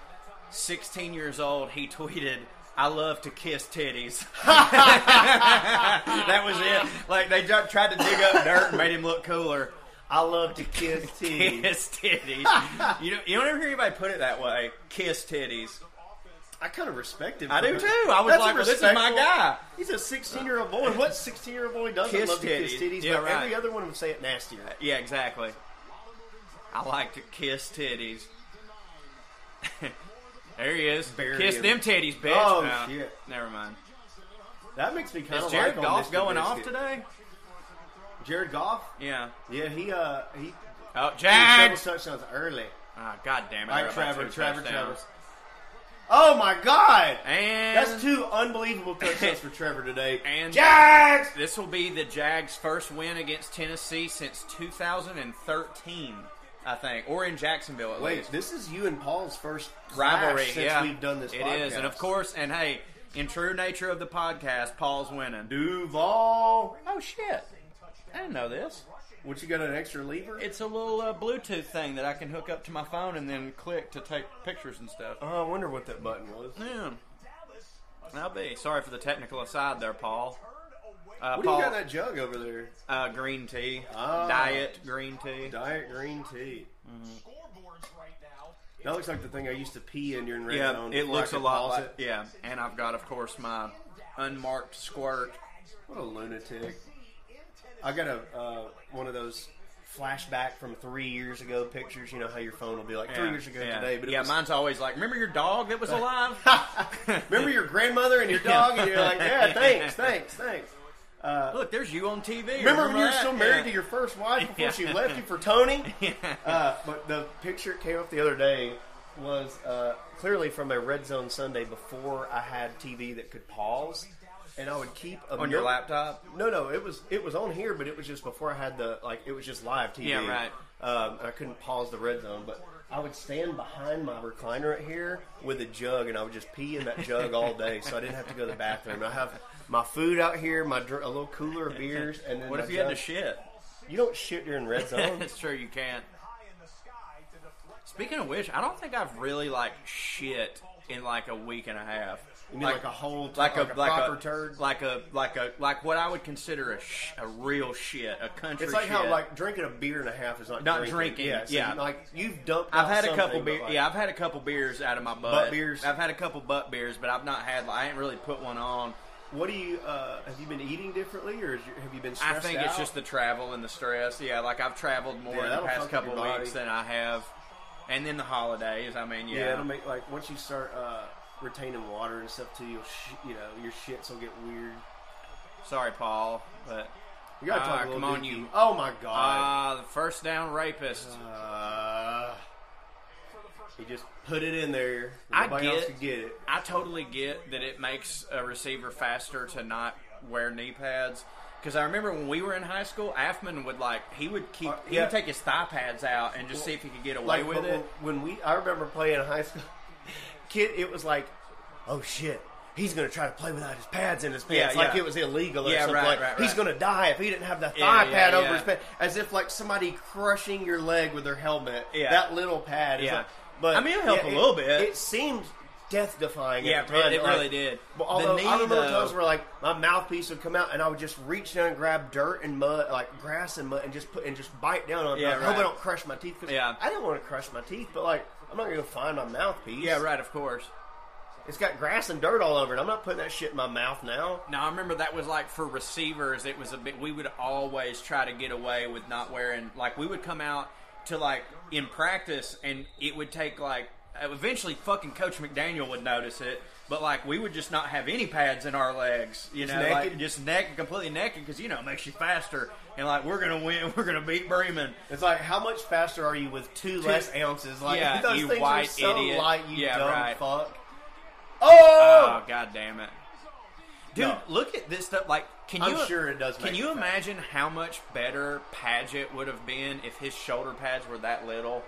Speaker 1: 16 years old, he <laughs> tweeted, "I love to kiss titties." <laughs> that was it. Like they ju- tried to dig up dirt and made him look cooler
Speaker 3: I love to <laughs> kiss team.
Speaker 1: kiss titties. you don't, you don't ever hear anybody put it that way. Kiss titties.
Speaker 3: I kind of respect him.
Speaker 1: I
Speaker 3: for
Speaker 1: do
Speaker 3: that.
Speaker 1: too. I was
Speaker 3: That's a
Speaker 1: like, well, this is my
Speaker 3: respectful-
Speaker 1: guy.
Speaker 3: He's a 16 year old boy. and What 16 year old boy doesn't
Speaker 1: Kiss
Speaker 3: love to kiss
Speaker 1: titties.
Speaker 3: titties?
Speaker 1: Yeah,
Speaker 3: but
Speaker 1: right.
Speaker 3: every other one would say it nastier.
Speaker 1: Yeah, exactly. I like to kiss titties. <laughs> there he is.
Speaker 3: Bury
Speaker 1: kiss
Speaker 3: him.
Speaker 1: them titties, bitch.
Speaker 3: Oh,
Speaker 1: No,
Speaker 3: shit.
Speaker 1: Never mind.
Speaker 3: That makes me kind
Speaker 1: Is
Speaker 3: of
Speaker 1: Jared
Speaker 3: like on
Speaker 1: Goff
Speaker 3: Mr.
Speaker 1: going off
Speaker 3: Biscuit.
Speaker 1: today?
Speaker 3: Jared Goff? Ah!
Speaker 1: Yeah.
Speaker 3: Yeah, he uh he
Speaker 1: Oh,
Speaker 3: double
Speaker 1: Jags.
Speaker 3: touchdowns early.
Speaker 1: Ah, God damn it.
Speaker 3: All
Speaker 1: they're
Speaker 3: right,
Speaker 1: up by
Speaker 3: Trevor,
Speaker 1: two
Speaker 3: Trevor, Trevor.
Speaker 1: touchdowns.
Speaker 3: Oh my God!
Speaker 1: And
Speaker 3: That's two unbelievable <laughs> touchdowns for Trevor today.
Speaker 1: And-
Speaker 3: Jags.
Speaker 1: This will be the Jags' first win against Tennessee since 2013, I think, or in Jacksonville at
Speaker 3: Wait,
Speaker 1: least.
Speaker 3: this is you and Paul's first
Speaker 1: rivalry.
Speaker 3: clash since
Speaker 1: yeah,
Speaker 3: we've done this.
Speaker 1: It is,
Speaker 3: podcast.
Speaker 1: and of course, and hey, in true nature of the podcast, Paul's winning.
Speaker 3: Duval.
Speaker 1: Oh shit! I didn't know this.
Speaker 3: What you got? An extra lever?
Speaker 1: It's a little uh, Bluetooth thing that I can hook up to my phone and then click to take pictures and stuff.
Speaker 3: oh, I wonder what that button was.
Speaker 1: Yeah. I'll be sorry for the technical aside there, Paul. Uh,
Speaker 3: What do
Speaker 1: Paul,
Speaker 3: you got in that jug over there?
Speaker 1: uh, green tea,
Speaker 3: Ah.
Speaker 1: diet green tea.
Speaker 3: Diet green tea.
Speaker 5: scoreboards right now.
Speaker 3: That looks like the thing I used to pee in during red
Speaker 1: Yeah,
Speaker 3: zone.
Speaker 1: it
Speaker 3: before I
Speaker 1: looks a
Speaker 3: could
Speaker 1: lot
Speaker 3: pause
Speaker 1: like
Speaker 3: it.
Speaker 1: yeah. And I've got, of course, my unmarked squirt.
Speaker 3: What a lunatic! I got a uh, one of those flashback from three years ago pictures. You know how your phone will be like three
Speaker 1: Yeah,
Speaker 3: years ago
Speaker 1: yeah.
Speaker 3: today, but it
Speaker 1: yeah,
Speaker 3: was
Speaker 1: mine's always like, remember your dog
Speaker 3: <laughs>
Speaker 1: that was alive?
Speaker 3: Remember your grandmother and your dog, and you're
Speaker 1: <laughs>
Speaker 3: like, yeah, thanks, thanks, thanks.
Speaker 1: Look, there's you on TV.
Speaker 3: Remember when you were
Speaker 1: that?
Speaker 3: still married
Speaker 1: Yeah.
Speaker 3: to your first wife before
Speaker 1: Yeah.
Speaker 3: she left you
Speaker 1: <laughs>
Speaker 3: for Tony? Uh, but the picture that came up the other day was uh, clearly from a Red Zone Sunday before I had TV that could pause, and I would keep a
Speaker 1: on your
Speaker 3: mil-
Speaker 1: laptop?
Speaker 3: No, no, it was it was on here, but it was just before I had the like it was just live TV.
Speaker 1: Yeah, right.
Speaker 3: Um, and I couldn't pause the red zone, but I would stand behind my recliner right here with a jug, and I would just pee in that jug all day, so I didn't have to go to the bathroom. I have my food out here, my dr- a little cooler of beers, and then
Speaker 1: What
Speaker 3: my
Speaker 1: if you had to
Speaker 3: jug.
Speaker 1: shit?
Speaker 3: You don't shit
Speaker 1: <laughs>
Speaker 3: during red zone.
Speaker 1: That's true. You can't.
Speaker 5: High in the sky to deflect
Speaker 1: Speaking of which, I don't think I've really like shit in like a week and a half.
Speaker 3: You mean like, a whole,
Speaker 1: like, a, like
Speaker 3: proper
Speaker 1: a
Speaker 3: turd.
Speaker 1: like a like a like what I would consider a sh- a real shit, a country.
Speaker 3: It's like
Speaker 1: shit.
Speaker 3: how like drinking a beer and a half is not
Speaker 1: Not
Speaker 3: drinking.
Speaker 1: drinking,
Speaker 3: Yeah, so
Speaker 1: yeah.
Speaker 3: you- like you've dumped.
Speaker 1: I've
Speaker 3: out
Speaker 1: had a
Speaker 3: something,
Speaker 1: couple
Speaker 3: but,
Speaker 1: beers.
Speaker 3: like,
Speaker 1: yeah, I've had a couple beers out of my butt.
Speaker 3: beers?
Speaker 1: I've had a couple butt beers, but I've not had. I ain't really put one on.
Speaker 3: What do you? Uh, have you been eating differently, or is you, have you been?
Speaker 1: I
Speaker 3: Stressed
Speaker 1: think it's
Speaker 3: out?
Speaker 1: just the travel and the stress. Yeah, like I've traveled more
Speaker 3: Yeah,
Speaker 1: in the
Speaker 3: that'll
Speaker 1: past
Speaker 3: fuck up your
Speaker 1: couple
Speaker 3: body.
Speaker 1: weeks than I have, and then the holidays. I mean, yeah,
Speaker 3: Yeah, it'll make like once you start uh, retaining water and stuff too, you'll sh- you know your shits will get weird.
Speaker 1: Sorry, Paul, but
Speaker 3: You gotta
Speaker 1: Ah,
Speaker 3: talk a little
Speaker 1: come on,
Speaker 3: dookie.
Speaker 1: you-
Speaker 3: Oh my god!
Speaker 1: ah, the first down rapist.
Speaker 3: Uh, you just put it in there.
Speaker 1: I
Speaker 3: Nobody else
Speaker 1: get-
Speaker 3: could get it.
Speaker 1: I totally get that it makes a receiver faster to not wear knee pads. Because I remember when we were in high school, Afman would like he would keep
Speaker 3: Uh,
Speaker 1: he
Speaker 3: yeah.
Speaker 1: would take his thigh pads out and just see if he could get away
Speaker 3: Like
Speaker 1: with
Speaker 3: when,
Speaker 1: it.
Speaker 3: when we, I remember playing in high school. <laughs> Kid, it was like, oh shit. He's gonna try to play without his pads in his
Speaker 1: Yeah,
Speaker 3: pants, like
Speaker 1: yeah.
Speaker 3: it was illegal or
Speaker 1: Yeah,
Speaker 3: something.
Speaker 1: right,
Speaker 3: like,
Speaker 1: right,
Speaker 3: He's
Speaker 1: right.
Speaker 3: gonna die if he didn't have the
Speaker 1: Yeah,
Speaker 3: thigh
Speaker 1: yeah,
Speaker 3: pad over
Speaker 1: yeah.
Speaker 3: his pants, as if like somebody crushing your leg with their helmet.
Speaker 1: Yeah.
Speaker 3: that little pad. Is
Speaker 1: Yeah.
Speaker 3: like, but
Speaker 1: I mean, it'll help
Speaker 3: yeah,
Speaker 1: a
Speaker 3: it-
Speaker 1: little bit.
Speaker 3: It seemed death defying.
Speaker 1: Yeah,
Speaker 3: at the time.
Speaker 1: it
Speaker 3: Like,
Speaker 1: really did.
Speaker 3: But
Speaker 1: The
Speaker 3: although
Speaker 1: knee,
Speaker 3: I remember
Speaker 1: though-
Speaker 3: times where like my mouthpiece would come out and I would just reach down and grab dirt and mud, like grass and mud, and just put and just bite down on. it.
Speaker 1: Yeah,
Speaker 3: I hope
Speaker 1: right.
Speaker 3: I don't crush my teeth. 'cause
Speaker 1: Yeah.
Speaker 3: I didn't want to crush my teeth, but like I'm not gonna go find my mouthpiece.
Speaker 1: Yeah, right. Of course.
Speaker 3: It's got grass and dirt all over it. I'm not putting that shit in my mouth now.
Speaker 1: Now I remember that was like for receivers. It was a bit. We would always try to get away with not wearing. Like we would come out to like in practice, and it would take like. Eventually, fucking Coach McDaniel would notice it, but like we would just not have any pads in our legs, you know,
Speaker 3: Naked?
Speaker 1: like just naked, completely naked, because you know it makes you faster. And like we're gonna win, <laughs> we're gonna beat Bremen.
Speaker 3: It's like how much faster are you with two, less ounces? Like
Speaker 1: Yeah,
Speaker 3: those
Speaker 1: you
Speaker 3: things are
Speaker 1: white
Speaker 3: so
Speaker 1: idiot.
Speaker 3: light, you
Speaker 1: Yeah,
Speaker 3: dumb
Speaker 1: right.
Speaker 3: fuck.
Speaker 1: Oh,
Speaker 3: Oh,
Speaker 1: god damn it. Dude,
Speaker 3: No.
Speaker 1: look at this stuff. Like, can
Speaker 3: I'm
Speaker 1: you?
Speaker 3: sure it does
Speaker 1: Can
Speaker 3: make
Speaker 1: you
Speaker 3: it better.
Speaker 1: imagine how much better Paget would have been if his shoulder pads were that little?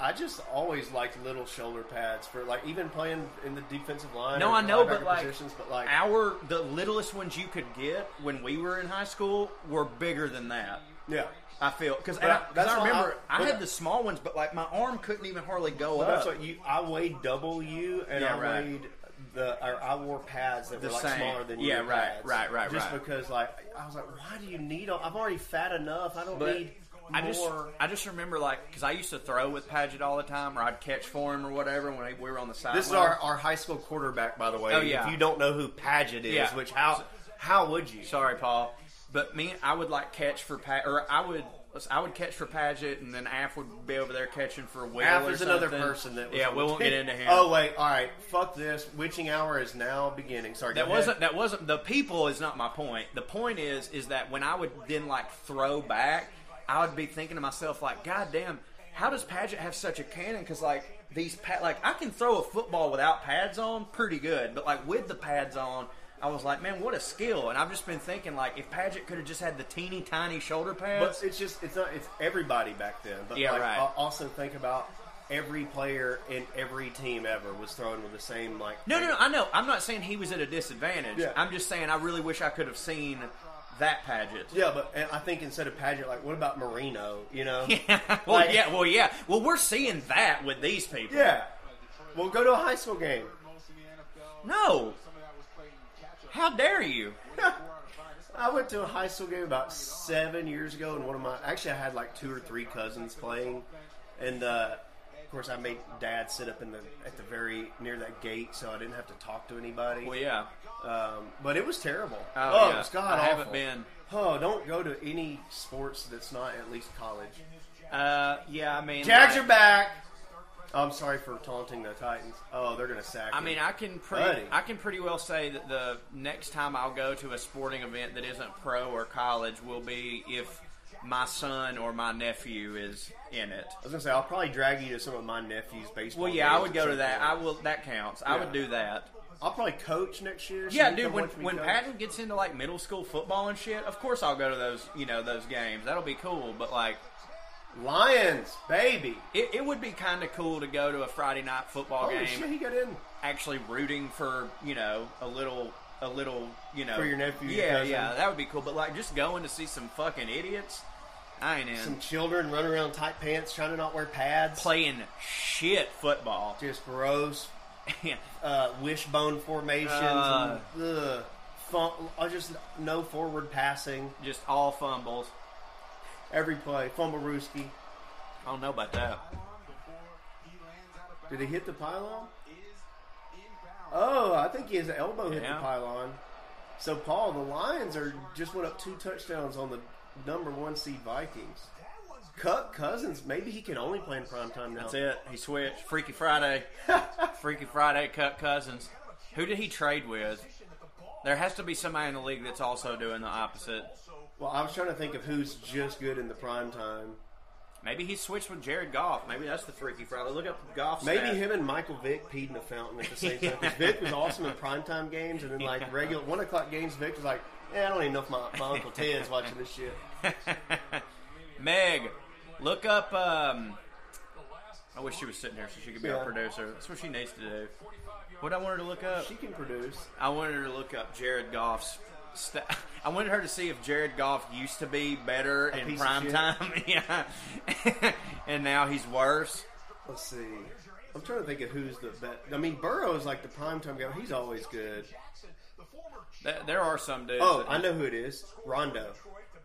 Speaker 3: I just always liked little shoulder pads for like even playing in the defensive line.
Speaker 1: No,
Speaker 3: or
Speaker 1: I know, but
Speaker 3: linebacker
Speaker 1: like,
Speaker 3: positions, but like
Speaker 1: our the littlest ones you could get when we were in high school were bigger than that.
Speaker 3: yeah.
Speaker 1: I feel because
Speaker 3: But I-
Speaker 1: I, 'cause
Speaker 3: that's
Speaker 1: I
Speaker 3: why
Speaker 1: remember
Speaker 3: I-
Speaker 1: I,
Speaker 3: but
Speaker 1: had
Speaker 3: I-
Speaker 1: the small ones, but like my arm couldn't even hardly go
Speaker 3: Well,
Speaker 1: up.
Speaker 3: that's what you. I weighed double you, and
Speaker 1: Yeah,
Speaker 3: I
Speaker 1: right.
Speaker 3: weighed the. Or I wore pads that
Speaker 1: The
Speaker 3: were like
Speaker 1: same.
Speaker 3: smaller than
Speaker 1: Yeah,
Speaker 3: your
Speaker 1: right,
Speaker 3: pads,
Speaker 1: right, right,
Speaker 3: Just
Speaker 1: right.
Speaker 3: because like I was like, why do you need? All, I'm already fat enough. I don't
Speaker 1: But
Speaker 3: need.
Speaker 1: I just
Speaker 3: more.
Speaker 1: I just remember like because I used to throw with Paget all the time, or I'd catch for him or whatever when we were on the sideline.
Speaker 3: This is our, our high school quarterback, by the way.
Speaker 1: Oh, yeah.
Speaker 3: If you don't know who Paget is,
Speaker 1: Yeah.
Speaker 3: which how how would you?
Speaker 1: Sorry, Paul. But me, I would like catch for Pat, or I would, I would catch for Paget, and then Af would be over there catching for Will.
Speaker 3: Af
Speaker 1: or
Speaker 3: is another
Speaker 1: something.
Speaker 3: person that was
Speaker 1: yeah,
Speaker 3: on
Speaker 1: we
Speaker 3: the
Speaker 1: won't
Speaker 3: <laughs> team.
Speaker 1: get into him.
Speaker 3: Oh wait, all right, fuck this. Witching hour is now beginning. Sorry,
Speaker 1: that
Speaker 3: go ahead.
Speaker 1: wasn't that wasn't the people is not my point. The point is is that when I would then like throw back, I would be thinking to myself like, God damn, how does Paget have such a cannon? Because like these pa- like I can throw a football without pads on pretty good, but like with the pads on. I was like, man, what a skill! And I've just been thinking, like, if Paget could have just had the teeny tiny shoulder pads,
Speaker 3: But it's just it's not it's everybody back then. But
Speaker 1: Yeah,
Speaker 3: like,
Speaker 1: right.
Speaker 3: al- Also think about every player in every team ever was thrown with the same like.
Speaker 1: No, no, no, I know. I'm not saying he was at a disadvantage.
Speaker 3: Yeah.
Speaker 1: I'm just saying I really wish I could have seen that pageant.
Speaker 3: Yeah, but and I think instead of Paget, like what about Marino? You know.
Speaker 1: well, <laughs>
Speaker 3: Like-
Speaker 1: yeah, well, yeah. Well, we're seeing that with these people.
Speaker 3: Yeah. Well, go to a high school game. <laughs>
Speaker 1: No. How dare you?
Speaker 3: I went to a high school game about seven years ago, and one of my actually I had like two or three cousins playing, and uh, of course I made dad sit up in the at the very near that gate, so I didn't have to talk to anybody.
Speaker 1: Well, yeah.
Speaker 3: Um, but it was terrible.
Speaker 1: Oh,
Speaker 3: Oh,
Speaker 1: yeah.
Speaker 3: it was god
Speaker 1: I
Speaker 3: awful.
Speaker 1: haven't been.
Speaker 3: Oh, don't go to any sports that's not at least college.
Speaker 1: Uh, yeah. I mean,
Speaker 3: Jags
Speaker 1: like,
Speaker 3: are back. I'm sorry for taunting the Titans. Oh, they're gonna sack.
Speaker 1: I
Speaker 3: you.
Speaker 1: mean, I can pretty,
Speaker 3: Buddy.
Speaker 1: I can pretty well say that the next time I'll go to a sporting event that isn't pro or college will be if my son or my nephew is in it.
Speaker 3: I was gonna say I'll probably drag you to some of my nephew's baseball.
Speaker 1: Well, yeah, I
Speaker 3: games
Speaker 1: would
Speaker 3: or
Speaker 1: go to
Speaker 3: something.
Speaker 1: that. I will. That counts. I
Speaker 3: Yeah.
Speaker 1: would do that.
Speaker 3: I'll probably coach next year. so
Speaker 1: Yeah,
Speaker 3: you
Speaker 1: dude.
Speaker 3: come
Speaker 1: When
Speaker 3: watch me
Speaker 1: when
Speaker 3: coach.
Speaker 1: Patton gets into like middle school football and shit, of course I'll go to those you know those games. That'll be cool. But like,
Speaker 3: Lions, baby.
Speaker 1: it, it would be kind of cool to go to a Friday night football
Speaker 3: Holy
Speaker 1: game,
Speaker 3: Oh, shit, he got in.
Speaker 1: actually rooting for you know a little a little you know
Speaker 3: For your nephew, your
Speaker 1: Yeah,
Speaker 3: cousin.
Speaker 1: yeah, that would be cool. But like, just going to see some fucking idiots, I ain't in
Speaker 3: Some children running around in tight pants, trying to not wear pads.
Speaker 1: playing shit football. <laughs>
Speaker 3: Just gross.
Speaker 1: Yeah.
Speaker 3: uh, wishbone formations,
Speaker 1: Uh.
Speaker 3: and, ugh, fun, uh, just no forward passing
Speaker 1: just all fumbles.
Speaker 3: every play. Fumble Rooski.
Speaker 1: I don't know about that.
Speaker 3: Did he hit the pylon? Oh, I think his elbow hit
Speaker 1: Yeah.
Speaker 3: the pylon. So Paul, the Lions are just went up two touchdowns on the number one seed Vikings. Cup Cousins, maybe he can only play in prime time now.
Speaker 1: That's it. He switched. Freaky
Speaker 3: <laughs>
Speaker 1: Friday. Freaky Friday cut Cousins. Who did he trade with? There has to be somebody in the league that's also doing the opposite.
Speaker 3: Well, I was trying to think of who's just good in the prime time.
Speaker 1: Maybe he switched with Jared Goff. Maybe that's the Freaky Friday. Look up Goff's
Speaker 3: Maybe
Speaker 1: stats.
Speaker 3: him and Michael Vick peed in a fountain at the same <laughs> time. 'Cause Vick was awesome in primetime games, and then like regular one o'clock games, Vick was like, "Yeah, I don't even know if my, my uncle Ted's watching this shit."
Speaker 1: Meg, look up. Um, I wish she was sitting here so she could be
Speaker 3: Yeah.
Speaker 1: our producer. That's what she needs to do. What I wanted to look up.
Speaker 3: She can produce.
Speaker 1: I wanted her to look up Jared Goff's. St- <laughs> I wanted her to see if Jared Goff used to be better in
Speaker 3: piece
Speaker 1: <laughs>
Speaker 3: of
Speaker 1: prime
Speaker 3: shit.
Speaker 1: time, yeah, and now he's worse.
Speaker 3: Let's see. I'm trying to think of who's the best. I mean, Burrow is like the primetime guy. He's always good.
Speaker 1: Th- there are some dudes.
Speaker 3: Oh,
Speaker 1: that-
Speaker 3: I know who it is. Rondo.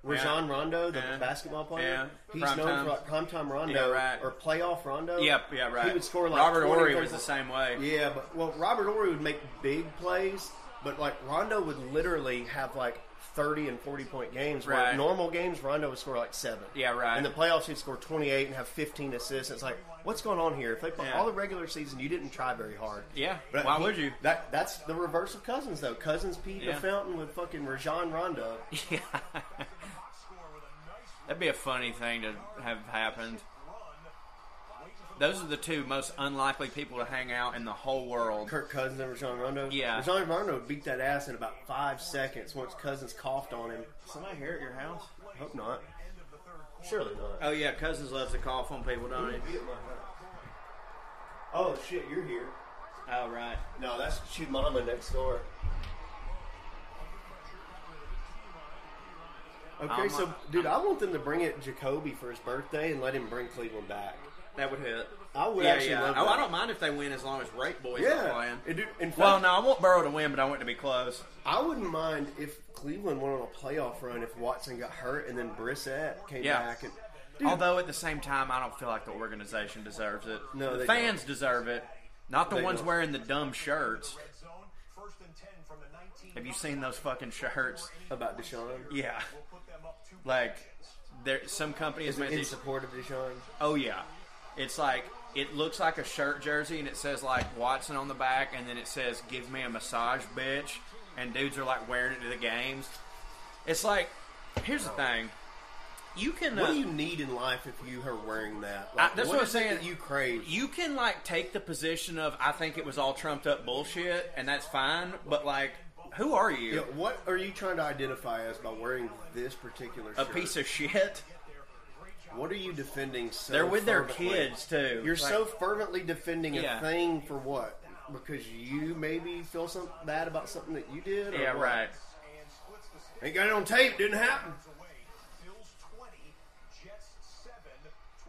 Speaker 3: Rajon Rondo, the
Speaker 1: Yeah.
Speaker 3: basketball player.
Speaker 1: Yeah.
Speaker 3: He's
Speaker 1: Prime
Speaker 3: known
Speaker 1: time.
Speaker 3: for like primetime Rondo
Speaker 1: Yeah, right.
Speaker 3: or playoff Rondo.
Speaker 1: Yep, yeah, right.
Speaker 3: He would score like
Speaker 1: Robert
Speaker 3: 20,
Speaker 1: Ory was
Speaker 3: 30
Speaker 1: the same way.
Speaker 3: Yeah, but well, Robert Ory would make big plays, but like Rondo would literally have like thirty and forty point games. Where
Speaker 1: Right.
Speaker 3: normal games, Rondo would score like seven.
Speaker 1: Yeah, right.
Speaker 3: In the playoffs, he'd score twenty eight and have fifteen assists. It's like, what's going on here? If they play
Speaker 1: Yeah.
Speaker 3: all the regular season, you didn't try very hard.
Speaker 1: Yeah, why would you?
Speaker 3: That that's the reverse of Cousins though. Cousins peed in
Speaker 1: Yeah.
Speaker 3: a fountain with fucking Rajon Rondo.
Speaker 1: <laughs> That'd be a funny thing to have happened. Those are the two most unlikely people to hang out in the whole world.
Speaker 3: Kirk Cousins and Rajon Rondo.
Speaker 1: Yeah.
Speaker 3: Rajon Rondo beat that ass in about five seconds once Cousins coughed on him.
Speaker 1: Somebody here at your house?
Speaker 3: I hope not. Surely not.
Speaker 1: Oh yeah, cousins loves to cough on people, don't he?
Speaker 3: Oh shit, you're here.
Speaker 1: Oh right.
Speaker 3: No, that's shoot mama next door. Okay,
Speaker 1: I'm-
Speaker 3: so dude, I want them to bring it Jacoby for his birthday and let him bring Cleveland back.
Speaker 1: That would hit.
Speaker 3: I would
Speaker 1: yeah,
Speaker 3: actually
Speaker 1: yeah.
Speaker 3: love
Speaker 1: Oh,
Speaker 3: that.
Speaker 1: I don't mind if they win as long as Rape Boys are
Speaker 3: Yeah,
Speaker 1: playing.
Speaker 3: and dude, in fact,
Speaker 1: Well, no, I want Burrow to win, but I want it to be close.
Speaker 3: I wouldn't mind if Cleveland went on a playoff run if Watson got hurt and then Brissett came
Speaker 1: Yeah.
Speaker 3: back. And, dude,
Speaker 1: Although at the same time, I don't feel like the organization deserves it.
Speaker 3: No,
Speaker 1: the
Speaker 3: they
Speaker 1: fans deserve it, not the
Speaker 3: They
Speaker 1: ones
Speaker 3: don't.
Speaker 1: wearing the dumb shirts.
Speaker 5: Zone, first and 10 from the 19.
Speaker 1: Have you seen those fucking shirts?
Speaker 3: about Deshaun,
Speaker 1: Yeah,
Speaker 5: Put them up two
Speaker 1: like there. Some company has
Speaker 3: is
Speaker 1: made
Speaker 3: it in
Speaker 1: these.
Speaker 3: support of Deshaun?
Speaker 1: Oh yeah, it's like it looks like a shirt jersey, and it says like Watson on the back, and then it says "Give me a massage, bitch." And dudes are like wearing it to the games. It's like, here's the thing. You can.
Speaker 3: What
Speaker 1: uh,
Speaker 3: do you need in life if you are wearing that?
Speaker 1: I- that's what I'm
Speaker 3: is it
Speaker 1: saying.
Speaker 3: that You crave.
Speaker 1: you can like take the position of I think it was all trumped up bullshit, and that's fine. But like, who are you?
Speaker 3: Yeah, what are you trying to identify as by wearing this particular
Speaker 1: a
Speaker 3: shirt?
Speaker 1: piece of shit.
Speaker 3: What are you defending so
Speaker 1: They're with their
Speaker 3: fervently?
Speaker 1: kids too.
Speaker 3: You're
Speaker 1: Like,
Speaker 3: so fervently defending
Speaker 1: Yeah.
Speaker 3: a thing for what? Because you maybe feel some bad about something that you did? Or
Speaker 1: yeah,
Speaker 3: what?
Speaker 1: right.
Speaker 3: Ain't got it on tape. Didn't happen.
Speaker 5: away. Bills 20, Jets 7,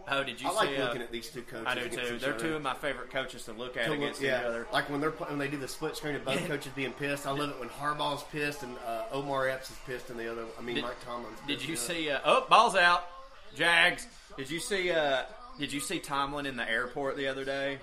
Speaker 5: 12.
Speaker 1: Oh, did you
Speaker 3: I like
Speaker 1: see? uh,
Speaker 3: looking at these two coaches.
Speaker 1: I do
Speaker 3: against
Speaker 1: too.
Speaker 3: each
Speaker 1: They're
Speaker 3: other.
Speaker 1: two of my favorite coaches to look at
Speaker 3: To look-
Speaker 1: against
Speaker 3: yeah,
Speaker 1: each other.
Speaker 3: like when they're pl- when they do the split screen
Speaker 1: <laughs>
Speaker 3: of both coaches being pissed. I love it when Harbaugh's pissed and uh, Omar Epps is pissed, and the other. I mean,
Speaker 1: Did-
Speaker 3: Mike Tomlin's.
Speaker 1: Did
Speaker 3: pissed
Speaker 1: you
Speaker 3: too.
Speaker 1: see? Uh, oh, balls out, Jags. Did you see? Uh, did you see Tomlin in the airport the other day?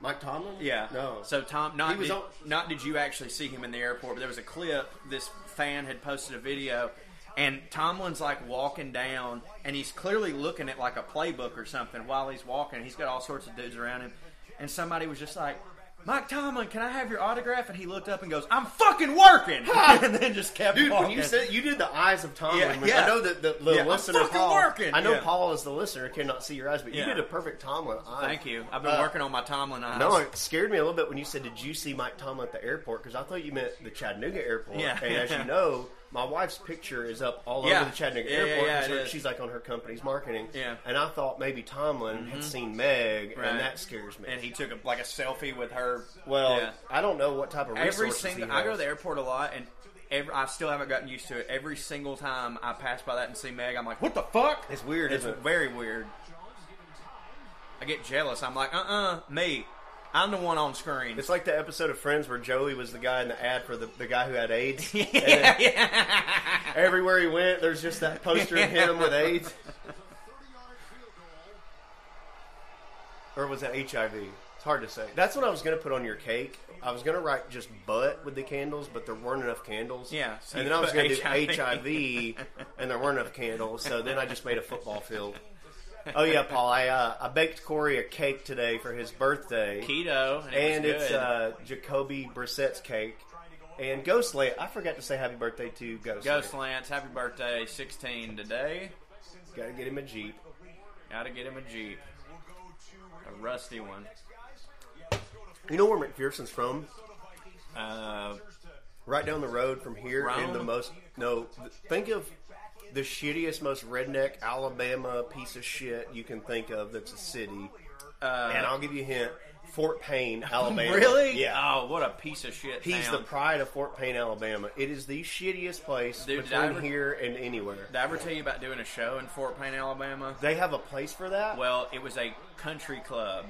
Speaker 3: Mike Tomlin?
Speaker 1: Yeah.
Speaker 3: No.
Speaker 1: So Tom, not
Speaker 3: He was
Speaker 1: did,
Speaker 3: on-
Speaker 1: not did you actually see him in the airport, but there was a clip. This fan had posted a video, and Tomlin's like walking down, and he's clearly looking at like a playbook or something while he's walking. He's got all sorts of dudes around him, and somebody was just like. Mike Tomlin, can I have your autograph? And he looked up and goes, "I'm fucking
Speaker 3: <laughs>
Speaker 1: working," <laughs> and then just kept
Speaker 3: Dude,
Speaker 1: walking.
Speaker 3: when you said you did the eyes of Tomlin,
Speaker 1: Yeah,
Speaker 3: which
Speaker 1: yeah.
Speaker 3: I know that the, the
Speaker 1: Yeah, I'm
Speaker 3: listener
Speaker 1: fucking
Speaker 3: Paul,
Speaker 1: working,
Speaker 3: I know
Speaker 1: yeah.
Speaker 3: Paul is the listener cannot see your eyes, but
Speaker 1: Yeah.
Speaker 3: you did a perfect Tomlin eye.
Speaker 1: Thank you. I've been
Speaker 3: Uh,
Speaker 1: working on my Tomlin eyes.
Speaker 3: No, it scared me a little bit when you said, "Did you see Mike Tomlin at the airport?" Because I thought you meant the Chattanooga airport.
Speaker 1: Yeah. <laughs>
Speaker 3: And as you know, my wife's picture is up all
Speaker 1: Yeah.
Speaker 3: over the Chattanooga
Speaker 1: Yeah, yeah,
Speaker 3: airport.
Speaker 1: yeah,
Speaker 3: and
Speaker 1: it
Speaker 3: so
Speaker 1: is.
Speaker 3: she's like on her company's marketing.
Speaker 1: Yeah. Mm-hmm.
Speaker 3: And I thought maybe Tomlin had seen Meg,
Speaker 1: Right.
Speaker 3: and that scares me.
Speaker 1: and he took a, like a selfie with her.
Speaker 3: well,
Speaker 1: Yeah.
Speaker 3: I don't know what type of
Speaker 1: every
Speaker 3: resources he
Speaker 1: single I go to
Speaker 3: has.
Speaker 1: the airport a lot, and every, I still haven't gotten used to it. Every single time I pass by that and see Meg, I'm like, "What the fuck?"
Speaker 3: It's weird,
Speaker 1: It's
Speaker 3: isn't it?
Speaker 1: very weird. I get jealous. I'm like, "Uh, uh me, I'm the one on screen." <laughs>
Speaker 3: It's like the episode of Friends where Joey was the guy in the ad for the, the guy who had AIDS. And
Speaker 1: <laughs> yeah,
Speaker 3: then everywhere he went, there's just that poster of him with AIDS. Or was that HIV? It's hard to say. That's what I was going to put on your cake. I was going to write just butt with the candles, but there weren't enough candles.
Speaker 1: Yeah, so
Speaker 3: and
Speaker 1: you
Speaker 3: then I was
Speaker 1: put <laughs>
Speaker 3: going to do
Speaker 1: HIV.
Speaker 3: HIV, and there weren't enough candles. So then I just made a football field. Oh, yeah, Paul. I, uh, I baked Corey a cake today for his birthday
Speaker 1: keto, and, it
Speaker 3: and
Speaker 1: was
Speaker 3: it's
Speaker 1: good.
Speaker 3: uh, Jacoby Brissett's cake. And Ghost Lance, I forgot to say happy birthday to Ghost.
Speaker 1: Ghost Lance, happy birthday, 16 today.
Speaker 3: got to get him a jeep.
Speaker 1: Gotta get him a Jeep, a rusty one.
Speaker 3: You know where McPherson's from?
Speaker 1: Uh,
Speaker 3: Right down the road from here,
Speaker 1: Rome?
Speaker 3: and the most no. th- Think of the shittiest, most redneck Alabama piece of shit you can think of. That's a city, and
Speaker 1: uh,
Speaker 3: I'll give you a hint: Fort
Speaker 1: <laughs>
Speaker 3: Payne, Alabama.
Speaker 1: really?
Speaker 3: Yeah.
Speaker 1: Oh, what a piece of shit.
Speaker 3: He's
Speaker 1: town.
Speaker 3: the pride of Fort Payne, Alabama. It is the shittiest place
Speaker 1: Dude, did I
Speaker 3: between
Speaker 1: ever-
Speaker 3: here and anywhere.
Speaker 1: Did I ever tell you about doing a show in Fort Payne, Alabama?
Speaker 3: They have a place for that.
Speaker 1: Well, it was a country club,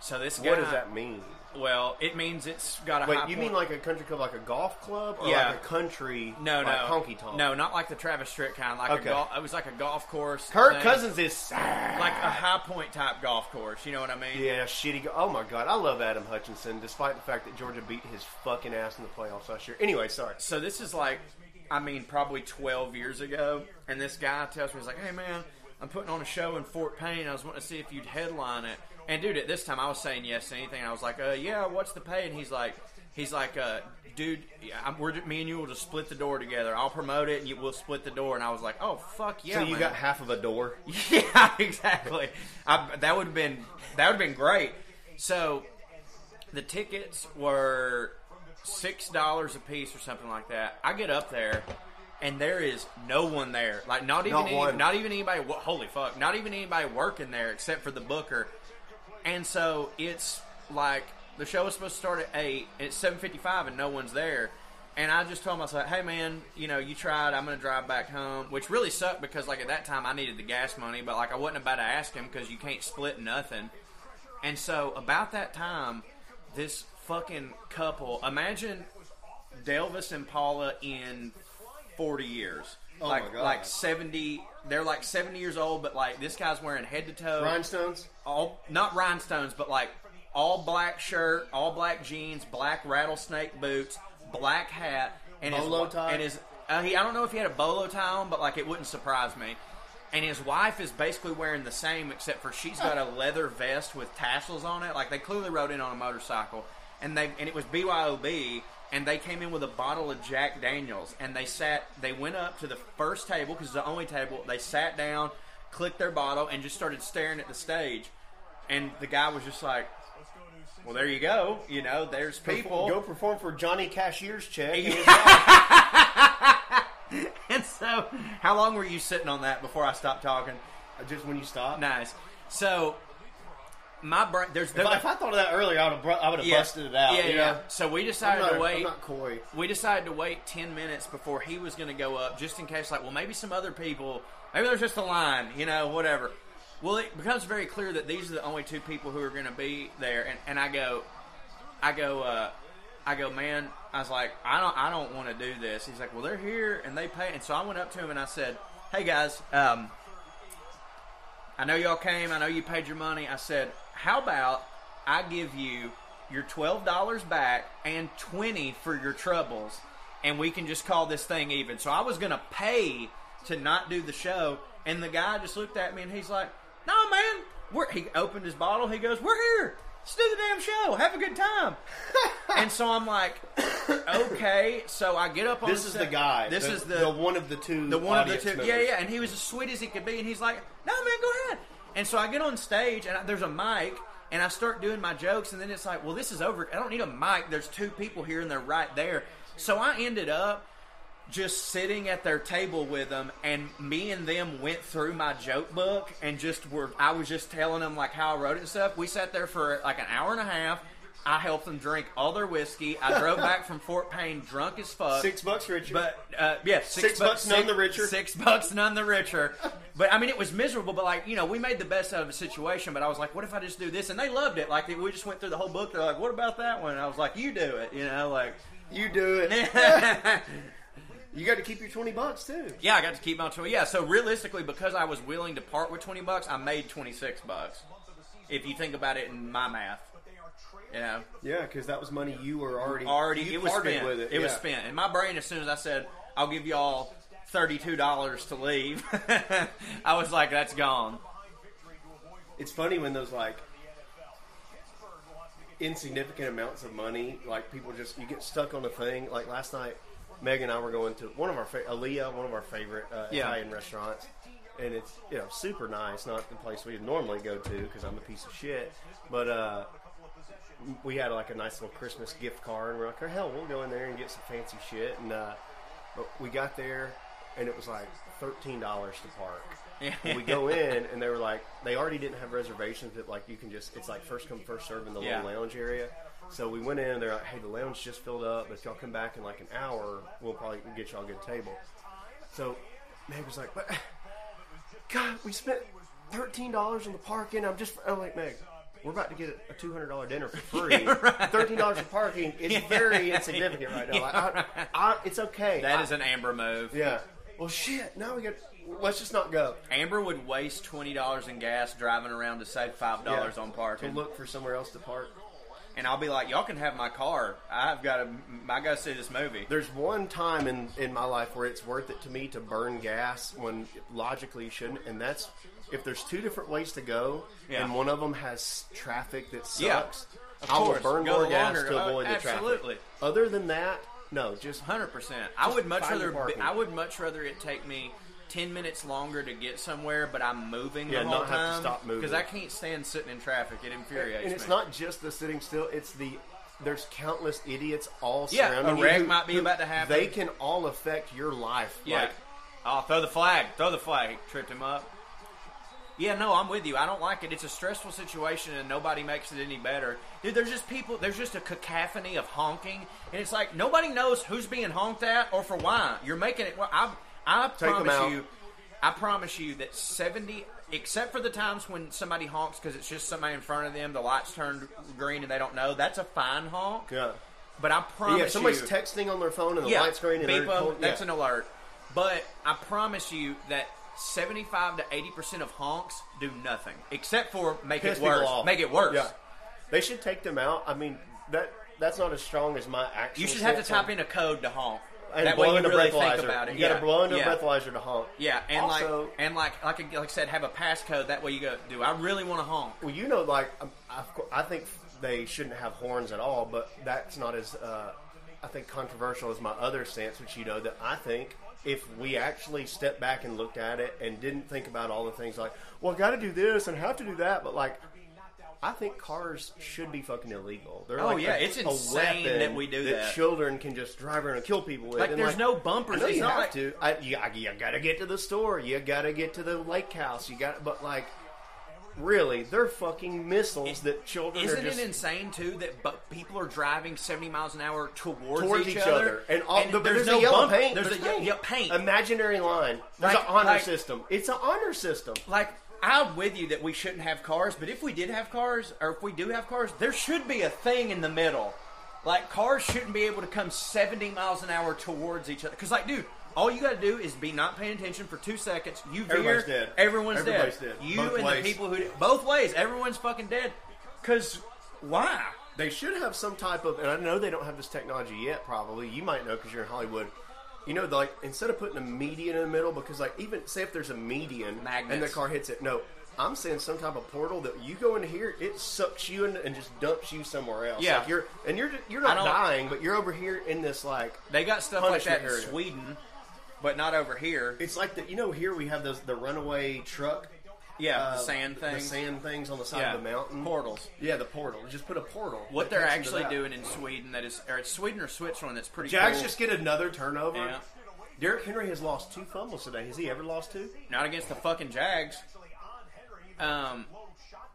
Speaker 1: So this guy.
Speaker 3: What does that mean?
Speaker 1: Well, it means it's got a.
Speaker 3: Wait,
Speaker 1: high
Speaker 3: you
Speaker 1: point.
Speaker 3: mean like a country club, like a golf club, or
Speaker 1: Yeah.
Speaker 3: like a country
Speaker 1: no,
Speaker 3: like
Speaker 1: no
Speaker 3: honky tonk?
Speaker 1: No, not like the Travis Strick kind. Like
Speaker 3: Okay.
Speaker 1: a golf. It was like a golf course.
Speaker 3: Kirk
Speaker 1: thing.
Speaker 3: Cousins is sad.
Speaker 1: like a high point type golf course. You know what I mean?
Speaker 3: Yeah, shitty. Go- oh my god, I love Adam Hutchinson, despite the fact that Georgia beat his fucking ass in the playoffs last year. Anyway, sorry.
Speaker 1: So this is like, I mean, probably 12 years ago, and this guy tells me, he's like, hey man, I'm putting on a show in Fort Payne. I was wanting to see if you'd headline it. And dude, at this time, I was saying yes to anything. I was like, uh, yeah, what's the pay? And he's like, he's like, uh, dude, yeah, I'm, we're me and you will just split the door together. I'll promote it, and you, we'll split the door. And I was like, oh fuck yeah!
Speaker 3: so you
Speaker 1: man. <laughs>
Speaker 3: got half of a door.
Speaker 1: Yeah, <laughs> exactly. I, that would have been that would have been great. So the tickets were six dollars a piece or something like that. I get up there and there is no one there. Like not even
Speaker 3: Not
Speaker 1: any,
Speaker 3: one.
Speaker 1: not even anybody. wo- Holy fuck! Not even anybody working there except for the booker. And so it's like the show was supposed to start at eight. And it's seven fifty-five, and no one's there. And I just told myself, "Hey, man, you know, you tried. I'm gonna drive back home," which really sucked because, like, at that time I needed the gas money, but like I wasn't about to ask him because you can't split nothing. And so, about that time, this fucking couple. Imagine Delvis and Paula in 40 years.
Speaker 3: Oh
Speaker 1: like,
Speaker 3: my God.
Speaker 1: like 70. They're like 70 years old, but like this guy's wearing head to toe
Speaker 3: Rhinestones.
Speaker 1: all not rhinestones, but like all black shirt, all black jeans, black rattlesnake boots, black hat, and
Speaker 3: Bolo
Speaker 1: his,
Speaker 3: tie?
Speaker 1: And his uh, he, I don't know if he had a bolo tie on, but like it wouldn't surprise me. And his wife is basically wearing the same, except for she's got a leather vest with tassels on it. Like they clearly rode in on a motorcycle, and they and it was BYOB. And they came in with a bottle of Jack Daniels, and they sat. They went up to the first table because it's the only table. They sat down, clicked their bottle, and just started staring at the stage. And the guy was just like, "Well, there you go. You know, there's people."
Speaker 3: Go perform for Johnny Cashier's check.
Speaker 1: <laughs> And so, how long were you sitting on that before I stopped talking?
Speaker 3: Just when you stop.
Speaker 1: Nice. So, my brain. There's
Speaker 3: If, I, if I thought of that earlier, I would have bru- I would have
Speaker 1: Yeah.
Speaker 3: busted it out.
Speaker 1: Yeah,
Speaker 3: you
Speaker 1: yeah.
Speaker 3: know?
Speaker 1: So we
Speaker 3: I'm
Speaker 1: decided
Speaker 3: not,
Speaker 1: to wait.
Speaker 3: I'm not coy.
Speaker 1: we decided to wait 10 minutes before he was going to go up just in case like well maybe some other people maybe there's just a line you know whatever well it becomes very clear that these are the only two people who are going to be there and, and i go i go uh i go man i was like i don't i don't want to do this he's like well they're here and they pay and so i went up to him and i said hey guys um I know y'all came. I know you paid your money. I said, how about I give you your twelve dollars back and twenty for your troubles, and we can just call this thing even. So I was gonna pay to not do the show, and the guy just looked at me and he's like, "No, man." We're, he opened his bottle. He goes, "We're here. Let's do the damn show. Have a good
Speaker 3: <laughs>
Speaker 1: time." and so I'm like, <coughs> "Okay." So I get up on
Speaker 3: This
Speaker 1: the
Speaker 3: is
Speaker 1: set.
Speaker 3: the guy.
Speaker 1: This
Speaker 3: the,
Speaker 1: is
Speaker 3: the one of the two.
Speaker 1: the one of the
Speaker 3: audience
Speaker 1: two.
Speaker 3: members.
Speaker 1: Yeah, yeah. And he was as sweet as he could be, and he's like, "No, man, go ahead." And so I get on stage, and I, there's a mic, and I start doing my jokes, and then it's like, "Well, this is over. I don't need a mic. There's two people here, and they're right there." So I ended up just sitting at their table with them and me and them went through my joke book and just were I was just telling them like how I wrote it and stuff. We sat there for like an hour and a half. I helped them drink all their whiskey. I
Speaker 3: <laughs>
Speaker 1: drove back from Fort Payne drunk as fuck.
Speaker 3: Six bucks, Richard.
Speaker 1: But uh, yeah, six,
Speaker 3: Six bucks, none the richer.
Speaker 1: Six bucks, none the richer. But I mean, it was miserable. But like, you know, we made the best out of the situation. But I was like, what if I just do this? And they loved it. Like, we just went through the whole book. They're like, what about that one? And I was like, you do it. You know, like, <laughs>
Speaker 3: you do it. you got to keep your twenty bucks too.
Speaker 1: yeah, I got to keep my twenty. Yeah, so realistically, because I was willing to part with twenty bucks, I made twenty six bucks. If you think about it in my math, you know.
Speaker 3: Yeah, because that was money you were already
Speaker 1: already
Speaker 3: you
Speaker 1: it was
Speaker 3: parted
Speaker 1: spent.
Speaker 3: with it.
Speaker 1: it was
Speaker 3: yeah.
Speaker 1: spent. And my brain, as soon as I said, "I'll give y'all thirty-two dollars to leave," <laughs> I was like, "That's gone."
Speaker 3: It's funny when those like insignificant amounts of money, like people just you get stuck on a thing. Like last night, Meg and I were going to one of our fa- Aaliyah, one of our favorite uh,
Speaker 1: Yeah.
Speaker 3: Italian restaurants, and it's you know super nice, not the place we normally go to because I'm a piece of shit, but. uh we had like a nice little Christmas gift card, and we're like, oh, hell, we'll go in there and get some fancy shit. And uh, but we got there, and it was like thirteen dollars to park. And we go in, and they were like, they already didn't have reservations, but like you can just, it's like first come first serve in the
Speaker 1: Yeah.
Speaker 3: little lounge area. So we went in, and they're like, hey, the lounge just filled up, but if y'all come back in like an hour, we'll probably get y'all a good table. So Meg was like, but God, we spent thirteen dollars on the parking. I'm just I'm like Meg. we're about to get a two hundred
Speaker 1: <laughs>
Speaker 3: dollar dinner for free. Thirteen dollars for parking is very insignificant right now. Like, I, I, it's okay.
Speaker 1: That
Speaker 3: I-
Speaker 1: is an Amber move.
Speaker 3: yeah. Well, shit. Now we get. Let's just not go.
Speaker 1: Amber would waste twenty dollars in gas driving around to save five dollars
Speaker 3: Yeah.
Speaker 1: on
Speaker 3: To
Speaker 1: parking.
Speaker 3: look for somewhere else to park.
Speaker 1: and I'll be like, y'all can have my car. I've got to. I got to see this movie.
Speaker 3: There's one time in, in my life where it's worth it to me to burn gas when logically you shouldn't, and that's if there's two different ways to go,
Speaker 1: Yeah.
Speaker 3: and one of them has traffic that
Speaker 1: Yeah.
Speaker 3: sucks.
Speaker 1: Of
Speaker 3: I will
Speaker 1: course.
Speaker 3: burn
Speaker 1: Go
Speaker 3: more
Speaker 1: the
Speaker 3: gas
Speaker 1: longer-
Speaker 3: to
Speaker 1: oh,
Speaker 3: avoid the
Speaker 1: absolutely.
Speaker 3: traffic. Other than that, no, just
Speaker 1: Hundred percent. I would much
Speaker 3: find the
Speaker 1: rather. be-
Speaker 3: parking.
Speaker 1: I would much rather it take me ten minutes longer to get somewhere, but I'm moving
Speaker 3: Yeah,
Speaker 1: the whole
Speaker 3: not have to
Speaker 1: time
Speaker 3: stop moving.
Speaker 1: because I can't stand sitting in traffic. It infuriates
Speaker 3: and it's
Speaker 1: me.
Speaker 3: not just the sitting still; it's the there's countless idiots all
Speaker 1: Yeah,
Speaker 3: surrounding
Speaker 1: a
Speaker 3: you
Speaker 1: wreck
Speaker 3: who-
Speaker 1: might be
Speaker 3: who-
Speaker 1: about to happen.
Speaker 3: They can all affect your life.
Speaker 1: Yeah.
Speaker 3: Like,
Speaker 1: oh, throw the flag. Throw the flag. Tripped him up. Yeah, no, I'm with you. I don't like it. It's a stressful situation, and nobody makes it any better. Dude, there's just people. There's just a cacophony of honking, and it's like nobody knows who's being honked at or for why. You're making it. Well, I, I
Speaker 3: them out.
Speaker 1: promise you, I promise you that seventy, except for the times when somebody honks because it's just somebody in front of them, the lights turned green and they don't know. That's a fine honk.
Speaker 3: yeah.
Speaker 1: But I promise
Speaker 3: yeah, if somebody's
Speaker 1: you,
Speaker 3: texting on their phone and the light screen and
Speaker 1: beep
Speaker 3: they're
Speaker 1: 'em,
Speaker 3: cold-
Speaker 1: That's
Speaker 3: yeah.
Speaker 1: an alert. But I promise you that seventy-five to eighty percent of honks do nothing except for make
Speaker 3: piss
Speaker 1: it
Speaker 3: people
Speaker 1: worse.
Speaker 3: off.
Speaker 1: Make it worse.
Speaker 3: Yeah. They should take them out. I mean, that that's not as strong as my actual.
Speaker 1: You should have to
Speaker 3: sense on-
Speaker 1: type in a code to honk.
Speaker 3: and
Speaker 1: that
Speaker 3: blow
Speaker 1: way you
Speaker 3: in a
Speaker 1: really
Speaker 3: breathalyzer.
Speaker 1: think about it.
Speaker 3: You
Speaker 1: yeah.
Speaker 3: got to blow into
Speaker 1: yeah.
Speaker 3: a breathalyzer to honk.
Speaker 1: Yeah, and
Speaker 3: Also-
Speaker 1: like and like like I- like I said, have a passcode. That way you go, do I really want to honk?
Speaker 3: Well, you know, like um, I, of cour- I think they shouldn't have horns at all, but that's not as uh, I think controversial as my other stance, which you know that I think if we actually stepped back and looked at it and didn't think about all the things like, well, got to do this and have to do that, but like. I think cars should be fucking illegal. They're
Speaker 1: Oh,
Speaker 3: like
Speaker 1: yeah,
Speaker 3: a,
Speaker 1: it's
Speaker 3: a
Speaker 1: insane
Speaker 3: weapon
Speaker 1: that we do that.
Speaker 3: Children can just drive around and kill people with.
Speaker 1: Like,
Speaker 3: and,
Speaker 1: there's no bumpers.
Speaker 3: I know
Speaker 1: It's
Speaker 3: you
Speaker 1: not
Speaker 3: have
Speaker 1: like-
Speaker 3: to. I, you, I- you gotta get to the store. You gotta get to the lake house. You got, but like, Really, they're fucking missiles that children
Speaker 1: Isn't
Speaker 3: are just
Speaker 1: it insane too that but people are driving seventy miles an hour towards,
Speaker 3: towards each, other. And, all, the, there's,
Speaker 1: no
Speaker 3: a yellow
Speaker 1: bump-
Speaker 3: paint.
Speaker 1: There's, a ye- yeah, paint.
Speaker 3: Imaginary line. There's
Speaker 1: Like-
Speaker 3: an honor
Speaker 1: like-
Speaker 3: system. It's an honor system.
Speaker 1: like I'm with you that we shouldn't have cars, but if we did have cars, or if we do have cars, there should be a thing in the middle. Like cars shouldn't be able to come 70 miles an hour towards each other. Because like, dude, all you got to do is be not paying attention for two seconds. You veer,
Speaker 3: Everybody's dead.
Speaker 1: Everyone's,
Speaker 3: Everybody's
Speaker 1: dead.
Speaker 3: dead.
Speaker 1: You
Speaker 3: Both
Speaker 1: and
Speaker 3: ways.
Speaker 1: the people who did- both ways. Everyone's fucking dead. Because why?
Speaker 3: They should have some type of, and I know they don't have this technology yet. Probably you might know because you're in Hollywood. You know, like instead of putting a median in the middle, because like even say if there's a median and the
Speaker 1: Magnets.
Speaker 3: car hits it, no. I'm saying some type of portal that you go into here, it sucks you in and just dumps you somewhere else.
Speaker 1: Yeah.
Speaker 3: like you're and you're you're
Speaker 1: I
Speaker 3: not
Speaker 1: don't-
Speaker 3: dying, but you're over here in this like
Speaker 1: They got stuff like that
Speaker 3: Punishment
Speaker 1: in
Speaker 3: area.
Speaker 1: Sweden, but not over here.
Speaker 3: It's like the you know here we have those the runaway truck.
Speaker 1: Yeah,
Speaker 3: uh,
Speaker 1: the sand thing.
Speaker 3: The sand things on the side
Speaker 1: yeah,
Speaker 3: of the mountain.
Speaker 1: portals.
Speaker 3: Yeah, the portal. Just put a portal.
Speaker 1: What
Speaker 3: that
Speaker 1: they're
Speaker 3: takes you to
Speaker 1: actually
Speaker 3: that.
Speaker 1: doing in Sweden that is, or it's Sweden or Switzerland that's pretty.
Speaker 3: Jags
Speaker 1: cool.
Speaker 3: just get another turnover.
Speaker 1: Yeah.
Speaker 3: Derrick Henry has lost two fumbles today. Has he ever lost two?
Speaker 1: not against the fucking Jags. Um,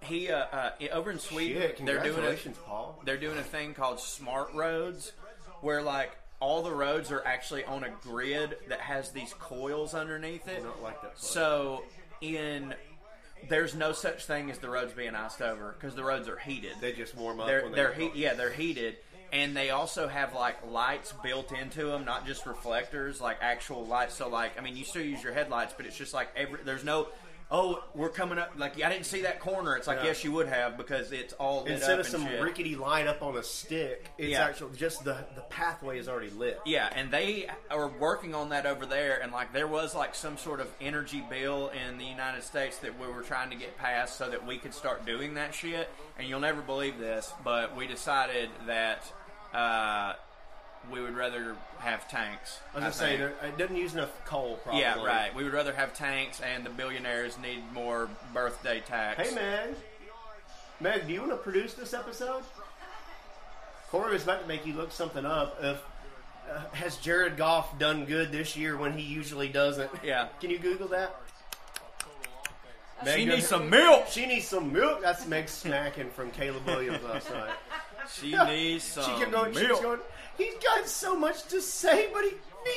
Speaker 1: he uh, uh, over in Sweden,
Speaker 3: Shit,
Speaker 1: they're doing a,
Speaker 3: congratulations, Paul.
Speaker 1: they're doing a thing called smart roads, where like all the roads are actually on a grid that has these coils underneath it.
Speaker 3: Not like that.
Speaker 1: So in there's no such thing as the roads being iced over because the roads are heated.
Speaker 3: They just warm up
Speaker 1: They're
Speaker 3: when they
Speaker 1: they're
Speaker 3: get
Speaker 1: heat.
Speaker 3: going.
Speaker 1: Yeah, they're heated, and they also have like lights built into them, not just reflectors, like actual lights. So like, I mean, you still use your headlights, but it's just like every there's no. Oh, we're coming up. Like I didn't see that corner. It's like
Speaker 3: Yeah.
Speaker 1: yes, you would have because it's all lit up
Speaker 3: Instead of
Speaker 1: and
Speaker 3: some
Speaker 1: shit.
Speaker 3: rickety light up on a stick, it's
Speaker 1: Yeah.
Speaker 3: actual just the the pathway is already lit.
Speaker 1: Yeah, and they are working on that over there, and like there was like some sort of energy bill in the United States that we were trying to get passed so that we could start doing that shit. And you'll never believe this, but we decided that uh, we would rather have tanks.
Speaker 3: I was gonna say
Speaker 1: think.
Speaker 3: there, it doesn't use enough coal. Probably.
Speaker 1: yeah, right. We would rather have tanks, and the billionaires need more birthday tax.
Speaker 3: Hey, Meg. Meg, do you want to produce this episode? Corey was about to make you look something up. If, uh, has Jared Goff done good this year when he usually doesn't?
Speaker 1: <laughs> Yeah.
Speaker 3: Can you Google that?
Speaker 1: she
Speaker 3: Meg,
Speaker 1: needs some milk.
Speaker 3: She needs some milk. That's Meg snacking from Caleb Williams last
Speaker 1: <laughs>
Speaker 3: night.
Speaker 1: She
Speaker 3: <laughs>
Speaker 1: needs some
Speaker 3: she kept going. She was
Speaker 1: milk.
Speaker 3: going. He's got so much to say, but he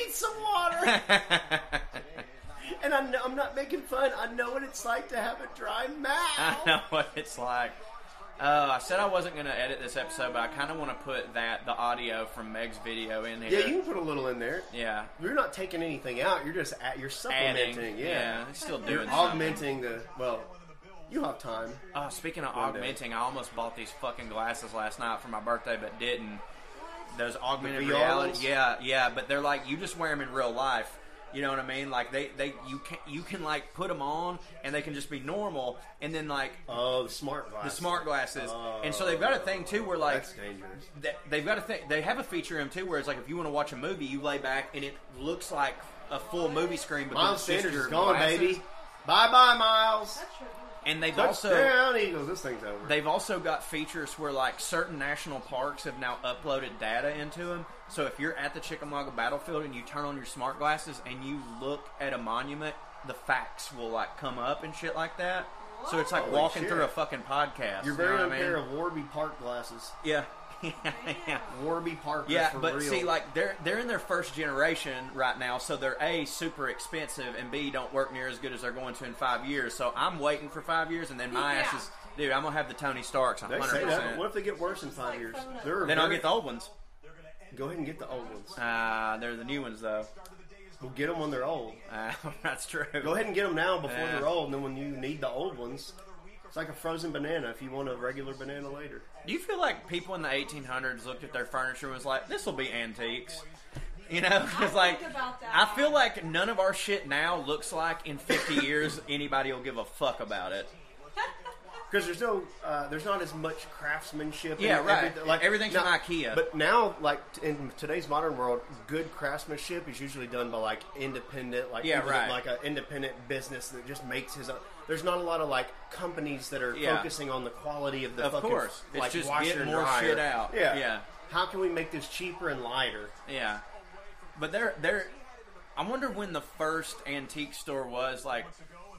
Speaker 3: needs some
Speaker 1: <laughs>
Speaker 3: water. and
Speaker 1: <laughs>
Speaker 3: I know, I'm not making fun. I know what it's like to have a dry mouth.
Speaker 1: I know what it's like. Uh, I said I wasn't going to edit this episode, but I kind of want to put that the audio from Meg's video in here.
Speaker 3: Yeah, you can put a little in there.
Speaker 1: Yeah.
Speaker 3: You're not taking anything out. You're just at, you're supplementing.
Speaker 1: Adding.
Speaker 3: yeah.
Speaker 1: Yeah, it's still
Speaker 3: You're
Speaker 1: doing something.
Speaker 3: augmenting the well. You have time.
Speaker 1: Uh, speaking of
Speaker 3: One day.
Speaker 1: augmenting, I almost bought these fucking glasses last night for my birthday, but didn't. Those augmented
Speaker 3: The VR ones?
Speaker 1: reality, yeah, yeah, but they're like you just wear them in real life. You know what I mean? Like they, they, you can, you can like put them on, and they can just be normal, and then like
Speaker 3: Oh, the smart
Speaker 1: the
Speaker 3: glasses.
Speaker 1: smart glasses, and so they've got a thing too where like
Speaker 3: That's dangerous.
Speaker 1: they- they've got a thing, they have a feature in them too where it's like if you want to watch a movie, you lay back and it looks like a full movie screen. because
Speaker 3: Miles
Speaker 1: it's just
Speaker 3: Sanders is
Speaker 1: your
Speaker 3: gone,
Speaker 1: glasses.
Speaker 3: baby. Bye, bye, Miles.
Speaker 4: That's true.
Speaker 1: And they've also
Speaker 3: Touchdown, Eagles. This thing's over.
Speaker 1: They've also got features where like certain national parks have now uploaded data into them. So if you're at the Chickamauga battlefield and you turn on your smart glasses and you look at a monument, the facts will like come up and shit like that. So it's like
Speaker 3: Holy
Speaker 1: walking
Speaker 3: shit.
Speaker 1: through a fucking podcast.
Speaker 3: You're
Speaker 1: you know
Speaker 3: very
Speaker 1: what
Speaker 3: own
Speaker 1: I mean?
Speaker 3: pair of Warby Park glasses.
Speaker 1: Yeah. <laughs> yeah.
Speaker 3: Warby Park.
Speaker 1: Yeah,
Speaker 3: for
Speaker 1: but
Speaker 3: real.
Speaker 1: see, like they're they're in their first generation right now, so they're a super expensive and b don't work near as good as they're going to in five years. So I'm waiting for five years, and then my
Speaker 4: Yeah.
Speaker 1: ass is, dude, I'm gonna have the Tony Starks.
Speaker 3: they
Speaker 1: 100.
Speaker 3: say that. but
Speaker 1: percent
Speaker 3: What if they get worse in five
Speaker 4: like
Speaker 3: years?
Speaker 4: phone up.
Speaker 3: They're
Speaker 1: Then I'll
Speaker 3: very-
Speaker 1: get the old ones.
Speaker 3: Go ahead and get the old ones.
Speaker 1: Uh, they're the new ones though.
Speaker 3: We'll get them when they're old.
Speaker 1: Uh, <laughs> that's true.
Speaker 3: Go ahead and get them now before
Speaker 1: Yeah.
Speaker 3: they're old, and then when you need the old ones, it's like a frozen banana if you want a regular banana later.
Speaker 1: Do you feel like people in the 1800s looked at their furniture and was like, "This will be antiques"? <laughs> You know,
Speaker 4: I
Speaker 1: because
Speaker 4: think
Speaker 1: like
Speaker 4: about that.
Speaker 1: I feel like none of our shit now looks like in 50 years anybody will give a fuck about it.
Speaker 3: Because there's no, uh, there's not as much craftsmanship.
Speaker 1: Yeah,
Speaker 3: and
Speaker 1: right.
Speaker 3: everything-
Speaker 1: Everything's
Speaker 3: now-
Speaker 1: from IKEA.
Speaker 3: But now, like t- in today's modern world, good craftsmanship is usually done by like independent, like
Speaker 1: Yeah,
Speaker 3: people that-
Speaker 1: right.
Speaker 3: like an independent business that just makes his own. There's not a lot of like companies that are
Speaker 1: Yeah.
Speaker 3: focusing on the quality of the
Speaker 1: Of
Speaker 3: fucking
Speaker 1: course. It's
Speaker 3: like
Speaker 1: just
Speaker 3: washer
Speaker 1: get
Speaker 3: and
Speaker 1: more
Speaker 3: dryer.
Speaker 1: shit out.
Speaker 3: Yeah,
Speaker 1: Yeah.
Speaker 3: How can we make this cheaper and lighter?
Speaker 1: Yeah, but there, there. I wonder when the first antique store was. Like,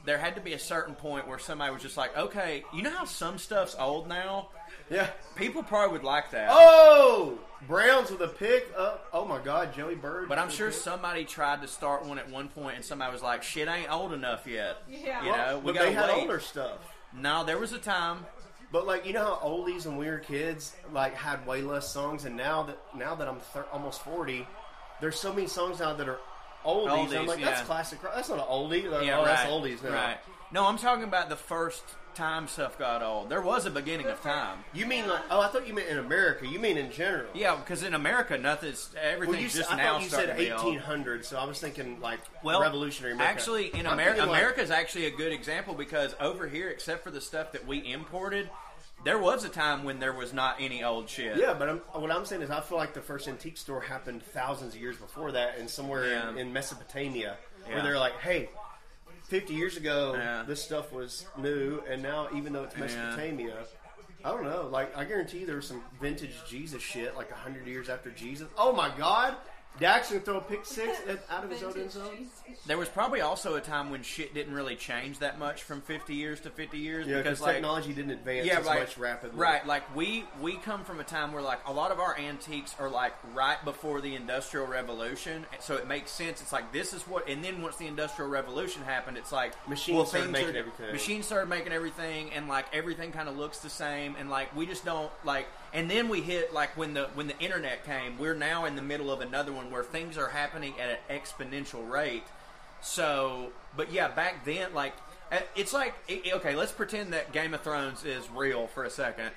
Speaker 1: there had to be a certain point where somebody was just like, "Okay, you know how some stuff's old now."
Speaker 3: Yeah.
Speaker 1: People probably would like that.
Speaker 3: Oh, Browns with a pick up. Oh my God, Joey Bird.
Speaker 1: But I'm
Speaker 3: with a
Speaker 1: sure
Speaker 3: pick.
Speaker 1: somebody tried to start one at one point, and somebody was like, "Shit ain't old enough yet."
Speaker 4: Yeah.
Speaker 1: You know, we
Speaker 3: but they
Speaker 1: gotta
Speaker 3: had
Speaker 1: wait.
Speaker 3: older stuff.
Speaker 1: No, there was a time.
Speaker 3: But like you know how oldies and weird kids like had way less songs, and now that now that I'm thir- almost forty, there's so many songs now that are oldies. I'm
Speaker 1: Oldies,
Speaker 3: like
Speaker 1: yeah.
Speaker 3: that's classic rock. That's not an oldie. Like,
Speaker 1: Yeah,
Speaker 3: oh,
Speaker 1: right.
Speaker 3: that's oldies now.
Speaker 1: Right. No, I'm talking about the first time stuff got old. There was a beginning of time.
Speaker 3: You mean like? Oh, I thought you meant in America. You mean in general?
Speaker 1: Yeah, because in America, nothing's everything's
Speaker 3: Well, you, said-
Speaker 1: just
Speaker 3: I
Speaker 1: now
Speaker 3: thought you
Speaker 1: starting
Speaker 3: said
Speaker 1: to be old.
Speaker 3: 1800, so I was thinking like
Speaker 1: well,
Speaker 3: revolutionary. America.
Speaker 1: Actually, in
Speaker 3: I'm
Speaker 1: America,
Speaker 3: thinking, like,
Speaker 1: America is actually a good example because over here, except for the stuff that we imported, there was a time when there was not any old shit.
Speaker 3: Yeah, but I'm, what I'm saying is, I feel like the first antique store happened thousands of years before that, and somewhere in,
Speaker 1: Yeah.
Speaker 3: in Mesopotamia,
Speaker 1: Yeah.
Speaker 3: where they're like, "Hey, 50 years ago,
Speaker 1: Yeah.
Speaker 3: this stuff was new, and now even though it's
Speaker 1: Yeah.
Speaker 3: Mesopotamia, I don't know. Like, I guarantee you there was some vintage Jesus shit, like 100 years after Jesus. Oh my God, Dax can throw a pick six out of his own end
Speaker 4: Vintage
Speaker 3: zone.
Speaker 4: Jesus.
Speaker 1: There was probably also a time when shit didn't really change that much from 50 years to 50 years
Speaker 3: Yeah,
Speaker 1: because
Speaker 3: because
Speaker 1: like
Speaker 3: technology didn't advance
Speaker 1: yeah,
Speaker 3: as
Speaker 1: like,
Speaker 3: much rapidly.
Speaker 1: Right, like we we come from a time where like a lot of our antiques are like right before the industrial revolution, so it makes sense. It's like this is what, and then once the industrial revolution happened, it's like
Speaker 3: Machines
Speaker 1: well,
Speaker 3: started
Speaker 1: things
Speaker 3: making
Speaker 1: are-
Speaker 3: everything.
Speaker 1: Machines started making everything, and like everything kind of looks the same, and like we just don't like. And then we hit like when the when the internet came, we're now in the middle of another one where things are happening at an exponential rate. So, but yeah, back then, like, uh, it's like, i- okay, let's pretend that Game of Thrones is real for a second.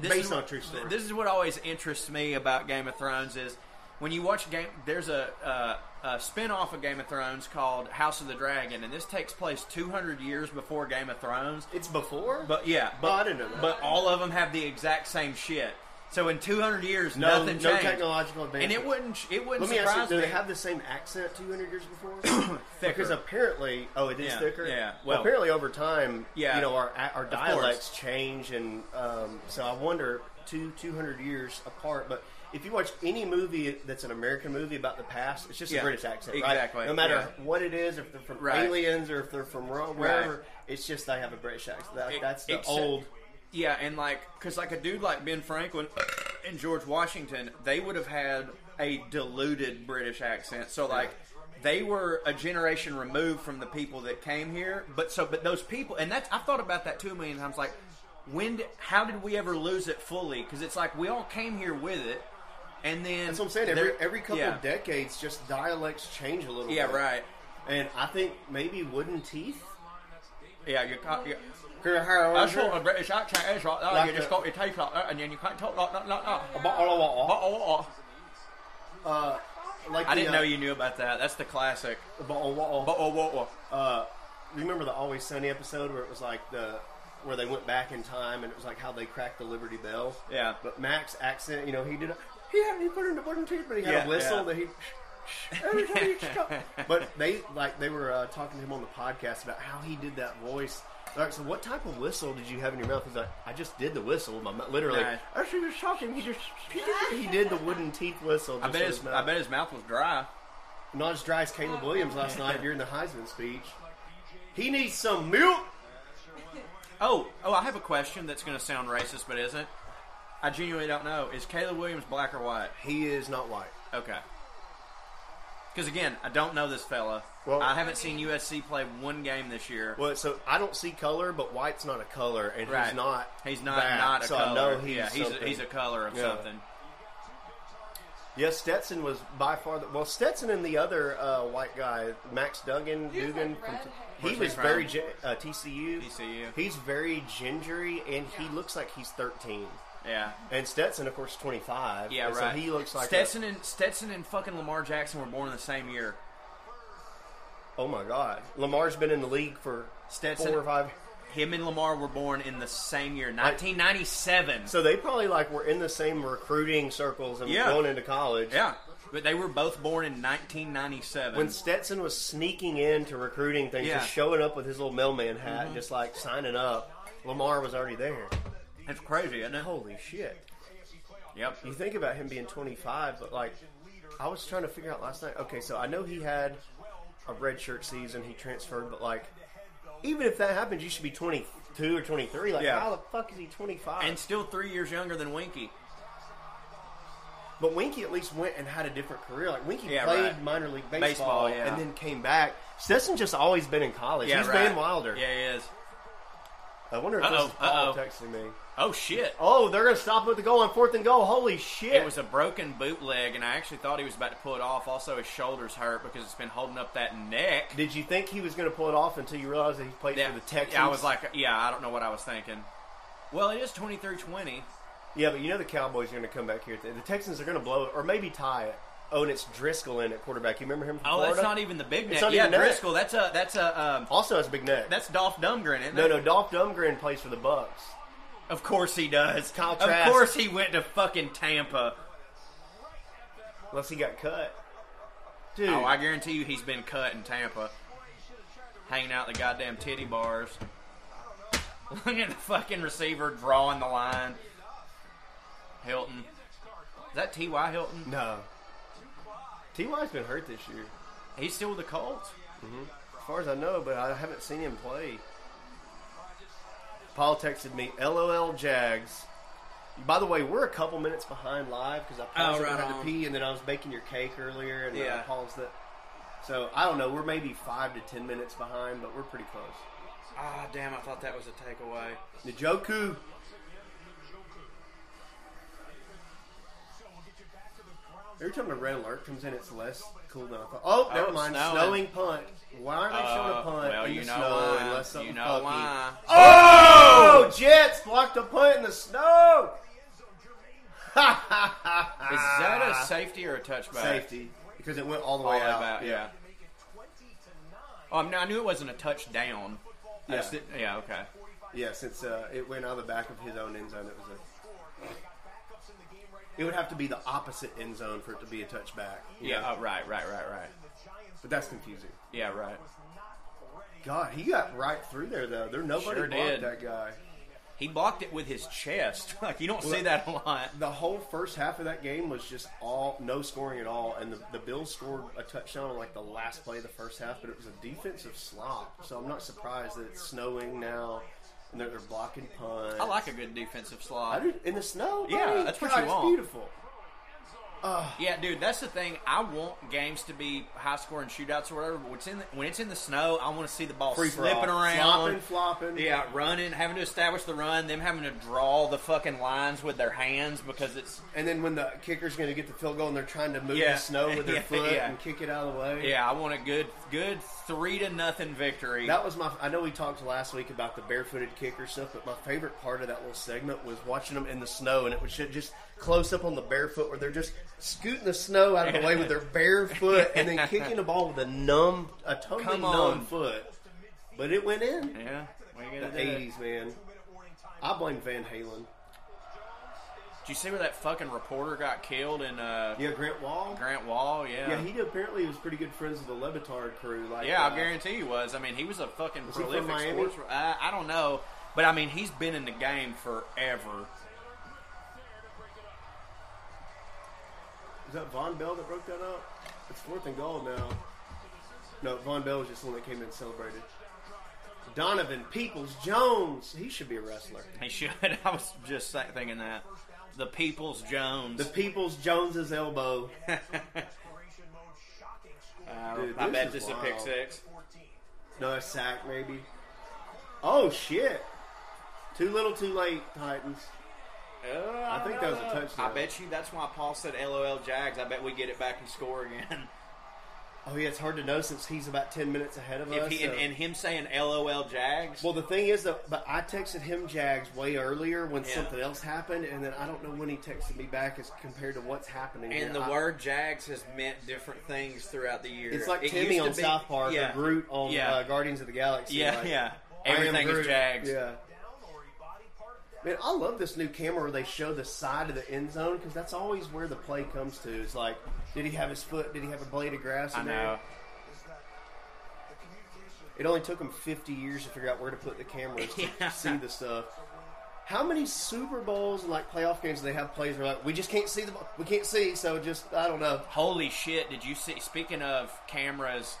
Speaker 1: This
Speaker 3: Based
Speaker 1: is,
Speaker 3: on a true story.
Speaker 1: This is what always interests me about Game of Thrones is when you watch game. There's a, uh, a spin-off of Game of Thrones called House of the Dragon, and this takes place 200 years before Game of Thrones.
Speaker 3: It's before,
Speaker 1: But yeah,
Speaker 3: Oh, I
Speaker 1: but
Speaker 3: didn't know that.
Speaker 1: but all of them have the exact same shit. So in 200 years,
Speaker 3: no,
Speaker 1: nothing
Speaker 3: no
Speaker 1: changed.
Speaker 3: technological advance.
Speaker 1: and it wouldn't it wouldn't
Speaker 3: Let me ask
Speaker 1: surprise
Speaker 3: you, do
Speaker 1: me.
Speaker 3: they have the same accent 200 years
Speaker 1: <coughs>
Speaker 3: before?
Speaker 1: Thicker.
Speaker 3: Because apparently, oh, it is
Speaker 1: Yeah,
Speaker 3: thicker.
Speaker 1: yeah, well-
Speaker 3: apparently over time,
Speaker 1: Yeah,
Speaker 3: you know, our our
Speaker 1: course.
Speaker 3: dialects change, and um, so I wonder two 200 years apart. But if you watch any movie that's an American movie about the past, it's just
Speaker 1: Yeah,
Speaker 3: a British accent,
Speaker 1: exactly,
Speaker 3: right? No matter
Speaker 1: yeah.
Speaker 3: what it is, if they're from
Speaker 1: Right.
Speaker 3: aliens or if they're from ro- wherever, it's just they have a British accent. That,
Speaker 1: It-
Speaker 3: that's the
Speaker 1: except-
Speaker 3: old.
Speaker 1: Yeah, and like, because like a dude like Ben Franklin and George Washington, they would have had a diluted British accent. So like, they were a generation removed from the people that came here. But so, but those people, and that's I've thought about that too a million times. Like, when? Did, how did we ever lose it fully? Because it's like we all came here with it, and then
Speaker 3: That's what I'm saying. Every,
Speaker 1: there-
Speaker 3: every couple
Speaker 1: yeah.
Speaker 3: of decades, just dialects change a little
Speaker 1: Yeah,
Speaker 3: bit.
Speaker 1: right.
Speaker 3: And I think maybe wooden teeth.
Speaker 1: Yeah, you can't. You, I saw a
Speaker 3: That's
Speaker 1: British accent. It's like that.
Speaker 3: Like
Speaker 1: you just
Speaker 3: the-
Speaker 1: got your teeth like that, and then you can't talk like that. Like that.
Speaker 3: what-
Speaker 1: Ba-oh-oh.
Speaker 3: uh, like
Speaker 1: I didn't
Speaker 3: the,
Speaker 1: know you knew about that. That's the classic.
Speaker 3: Uh,
Speaker 1: Ba-oh-oh-oh.
Speaker 3: uh, remember the Always Sunny episode where it was like the where they went back in time and it was like how they cracked the Liberty Bell.
Speaker 1: Yeah.
Speaker 3: But Max accent, you know, he did. A, he had he put in a wooden teeth, but he had
Speaker 1: Yeah,
Speaker 3: a whistle
Speaker 1: yeah.
Speaker 3: that he. Every time he talked. But they like they were uh, talking to him on the podcast about how he did that voice. All right, so what type of whistle did you have in your mouth? He's like, I just did the whistle. with My mou- literally,
Speaker 1: Nice.
Speaker 3: as he was talking, he just he did, he did the wooden teeth whistle.
Speaker 1: I
Speaker 3: just
Speaker 1: bet
Speaker 3: with
Speaker 1: his
Speaker 3: mouth.
Speaker 1: I bet his mouth was dry.
Speaker 3: Not as dry as Caleb Williams last night during the Heisman speech. He needs some milk.
Speaker 1: Oh, oh, I have a question that's going to sound racist, but isn't. I genuinely don't know. Is Caleb Williams black or white?
Speaker 3: He is not white.
Speaker 1: Okay. Because again, I don't know this fella.
Speaker 3: Well-
Speaker 1: I haven't seen USC play one game this year.
Speaker 3: Well, so I don't see color, but white's not a color, and
Speaker 1: right.
Speaker 3: he's not.
Speaker 1: He's not.
Speaker 3: that,
Speaker 1: Not a
Speaker 3: so
Speaker 1: color.
Speaker 3: I know he's
Speaker 1: yeah, he's a,
Speaker 3: something.
Speaker 1: he's a color of
Speaker 3: Yeah.
Speaker 1: something.
Speaker 3: Yes, Stetson was by far the well. Stetson and the other uh, white guy, Max Duggan,
Speaker 4: He was,
Speaker 3: Dugan.
Speaker 4: like, red-haired.
Speaker 3: he
Speaker 1: Where's he
Speaker 3: was
Speaker 1: from?
Speaker 3: very gi- uh, TCU.
Speaker 1: TCU.
Speaker 3: He's very gingery, and he
Speaker 4: Yeah.
Speaker 3: looks like he's thirteen.
Speaker 1: Yeah.
Speaker 3: And Stetson, of course, twenty five.
Speaker 1: Yeah.
Speaker 3: and
Speaker 1: right.
Speaker 3: So he looks like a-
Speaker 1: Stetson and Stetson and fucking Lamar Jackson were born the same year.
Speaker 3: oh my God, Lamar's been in the league for
Speaker 1: Stetson-
Speaker 3: four or five.
Speaker 1: Him and Lamar were born in the same year, 1997.
Speaker 3: So they probably like were in the same recruiting circles and
Speaker 1: Yeah.
Speaker 3: going into college.
Speaker 1: yeah, but they were both born in 1997.
Speaker 3: When Stetson was sneaking into recruiting things,
Speaker 1: Yeah. Mm-hmm.
Speaker 3: just showing up with his little mailman hat, just like signing up, Lamar was already there.
Speaker 1: That's crazy, isn't it?
Speaker 3: Holy shit!
Speaker 1: Yep.
Speaker 3: You think about him being 25, but like, I was trying to figure out last night. Okay, so I know he had a red shirt season, he transferred, but like, even if that happens, you should be 22 or 23. Like,
Speaker 1: Yeah.
Speaker 3: how the fuck is he 25?
Speaker 1: And still three years younger than Winky.
Speaker 3: But Winky at least went and had a different career. Like Winky
Speaker 1: Yeah,
Speaker 3: played
Speaker 1: right.
Speaker 3: minor league baseball,
Speaker 1: Baseball, yeah.
Speaker 3: and then came back. Stetson just always been in college. He's
Speaker 1: right.
Speaker 3: Van Wilder.
Speaker 1: Yeah, he is.
Speaker 3: I wonder if
Speaker 1: Uh-oh,
Speaker 3: this is Paul
Speaker 1: uh-oh.
Speaker 3: texting me.
Speaker 1: Oh shit!
Speaker 3: Oh, they're gonna stop with the goal on fourth and goal. Holy shit!
Speaker 1: It was a broken bootleg, and I actually thought he was about to pull it off. Also, his shoulders hurt because it's been holding up that neck.
Speaker 3: Did you think he was gonna pull it off until you realized that he played
Speaker 1: Yeah,
Speaker 3: for the Texans?
Speaker 1: yeah, I was like, uh, yeah, I don't know what I was thinking. Well, it is 23-20.
Speaker 3: yeah, but you know the Cowboys are gonna come back here. The Texans are gonna blow it, or maybe tie it. Oh, and it's Driscoll in at quarterback. You remember him? From
Speaker 1: Oh,
Speaker 3: Florida?
Speaker 1: that's not even the big neck.
Speaker 3: not
Speaker 1: Yeah,
Speaker 3: even neck.
Speaker 1: Driscoll. That's a that's a um,
Speaker 3: Also has a big neck.
Speaker 1: that's Dolph Dumgren. Isn't
Speaker 3: no,
Speaker 1: it?
Speaker 3: no. Dolph Dumgren plays for the Bucks.
Speaker 1: Of course he does.
Speaker 3: Kyle
Speaker 1: of
Speaker 3: Trask.
Speaker 1: course he went to fucking Tampa.
Speaker 3: Unless he got cut. Dude,
Speaker 1: Oh, I guarantee you he's been cut in Tampa. Hanging out at the goddamn titty bars. <laughs> Look at the fucking receiver drawing the line. Hilton. Is that T.Y. Hilton?
Speaker 3: No. Ty's been hurt this year,
Speaker 1: He's still with the Colts?
Speaker 3: as far as I know, but I haven't seen him play. Paul texted me, "LOL Jags." By the way, we're a couple minutes behind live because I paused
Speaker 1: Oh,
Speaker 3: it when I
Speaker 1: right
Speaker 3: had to
Speaker 1: on.
Speaker 3: pee, and then I was baking your cake earlier, and then I
Speaker 1: Yeah.
Speaker 3: paused it. So I don't know. We're maybe five to ten minutes behind, but we're pretty close.
Speaker 1: Ah, damn, I thought that was a takeaway.
Speaker 3: Njoku, every time the red alert comes in, it's less cool than I thought. Oh, never
Speaker 1: it's
Speaker 3: mind.
Speaker 1: snowing.
Speaker 3: Snowing punt. Why are they showing
Speaker 1: Uh,
Speaker 3: a punt
Speaker 1: well,
Speaker 3: in
Speaker 1: you
Speaker 3: the
Speaker 1: know
Speaker 3: snow
Speaker 1: why.
Speaker 3: unless something
Speaker 1: you know
Speaker 3: funky?
Speaker 1: why.
Speaker 3: Oh, Jets blocked a punt in the snow.
Speaker 1: Is that a Ah. safety or a touchback?
Speaker 3: Safety, because it went all the
Speaker 1: All
Speaker 3: way out.
Speaker 1: about, yeah. Oh, I, mean, I knew it wasn't a touchdown. I
Speaker 3: Yeah.
Speaker 1: just didn't- yeah, okay.
Speaker 3: Yeah, since uh, it went out of the back of his own end zone, it was a. It would have to be the opposite end zone for it to be a touchback. you know?
Speaker 1: Yeah, oh, right, right, right, right.
Speaker 3: but that's confusing.
Speaker 1: Yeah, right.
Speaker 3: God, he got right through there though. There nobody
Speaker 1: Sure
Speaker 3: blocked
Speaker 1: did.
Speaker 3: that guy.
Speaker 1: He blocked it with his chest. <laughs> Like you don't see
Speaker 3: Well-
Speaker 1: that a lot.
Speaker 3: The whole first half of that game was just all no scoring at all, and the, the Bills scored a touchdown on like the last play of the first half, but it was a defensive slop. So I'm not surprised that it's snowing now and that they're blocking punts.
Speaker 1: I like a good defensive
Speaker 3: I
Speaker 1: slot.
Speaker 3: do- in the snow.
Speaker 1: Yeah,
Speaker 3: buddy?
Speaker 1: that's what
Speaker 3: God,
Speaker 1: you
Speaker 3: it's
Speaker 1: want.
Speaker 3: Beautiful.
Speaker 1: Yeah, dude, that's the thing. I want games to be high scoring shootouts or whatever. But when it's in the, when it's in the snow, I want to see the ball
Speaker 3: Free for all.
Speaker 1: slipping around,
Speaker 3: Flopping, flopping.
Speaker 1: Yeah, running, having to establish the run, them having to draw the fucking lines with their hands because it's
Speaker 3: And then when the kicker's going to get the field goal and they're trying to move
Speaker 1: Yeah.
Speaker 3: the snow with
Speaker 1: <laughs>
Speaker 3: their
Speaker 1: Yeah,
Speaker 3: foot
Speaker 1: yeah.
Speaker 3: and kick it out of the way.
Speaker 1: yeah. I want a good good three to nothing victory.
Speaker 3: That was my. I know we talked last week about the barefooted kicker stuff, but my favorite part of that little segment was watching them in the snow, and it was ju- just close up on the barefoot where they're just scooting the snow out of the way with their bare foot and then kicking the ball with a numb, a totally
Speaker 1: Come
Speaker 3: numb
Speaker 1: on.
Speaker 3: foot. But it went in.
Speaker 1: yeah, what are you
Speaker 3: The
Speaker 1: gonna do?
Speaker 3: '80s, man. I blame Van Halen.
Speaker 1: Did you see where that fucking reporter got killed in uh,
Speaker 3: Yeah, Grant Wall.
Speaker 1: Grant Wall?
Speaker 3: Yeah, he apparently was pretty good friends with the Levitard crew. Like,
Speaker 1: Yeah,
Speaker 3: uh,
Speaker 1: I guarantee he was. I mean, he was a fucking
Speaker 3: Was he from
Speaker 1: prolific
Speaker 3: Miami?
Speaker 1: sports. Uh, I don't know, but I mean, he's been in the game forever. <laughs>
Speaker 3: Is that Von Bell that broke that up? It's fourth and goal now. No, Von Bell was just the one that came in and celebrated. Donovan Peoples Jones. He should be a wrestler.
Speaker 1: He should. I was just sa- thinking that the People's Jones.
Speaker 3: The Peoples Jones's elbow.
Speaker 1: <laughs>
Speaker 5: Desperation mode, shocking score.
Speaker 1: Uh,
Speaker 3: Dude,
Speaker 1: I
Speaker 3: this
Speaker 1: bet
Speaker 3: is
Speaker 1: this is a
Speaker 3: wild.
Speaker 1: pick six.
Speaker 5: 14.
Speaker 3: No, a sack maybe. Oh shit! Too little, too late, Titans.
Speaker 1: Uh,
Speaker 3: I think that was a touchdown.
Speaker 1: I bet you that's why Paul said LOL Jags. I bet we get it back and score again. <laughs>
Speaker 3: Oh yeah, it's hard to know since he's about ten minutes ahead of
Speaker 1: if
Speaker 3: us.
Speaker 1: he, and,
Speaker 3: so-
Speaker 1: and him saying LOL Jags.
Speaker 3: Well, the thing is, though, but I texted him Jags way earlier when
Speaker 1: Yeah.
Speaker 3: something else happened, and then I don't know when he texted me back as compared to what's happening.
Speaker 1: and the
Speaker 3: I-
Speaker 1: word Jags has meant different things throughout the year.
Speaker 3: It's like
Speaker 1: It
Speaker 3: Timmy
Speaker 1: used to
Speaker 3: on
Speaker 1: be-
Speaker 3: South Park
Speaker 1: yeah,
Speaker 3: or Groot on
Speaker 1: yeah,
Speaker 3: uh, Guardians of the Galaxy.
Speaker 1: yeah,
Speaker 3: like,
Speaker 1: yeah.
Speaker 3: I am
Speaker 1: Everything
Speaker 3: Groot.
Speaker 1: is Jags.
Speaker 3: Yeah.
Speaker 5: Down or he body part down.
Speaker 3: Man, I love this new camera where they show the side of the end zone because that's always where the play comes to. It's like, did he have his foot? Did he have a blade of grass? In
Speaker 1: I
Speaker 3: There?
Speaker 1: know.
Speaker 5: Is that the communication
Speaker 3: It only took them 50 years to figure out where to put the cameras to
Speaker 1: <laughs> Yeah.
Speaker 3: see the stuff. How many Super Bowls and like playoff games do they have plays where like we just can't see the ball- we can't see so just I don't know
Speaker 1: Holy shit! Did you see? Speaking of cameras,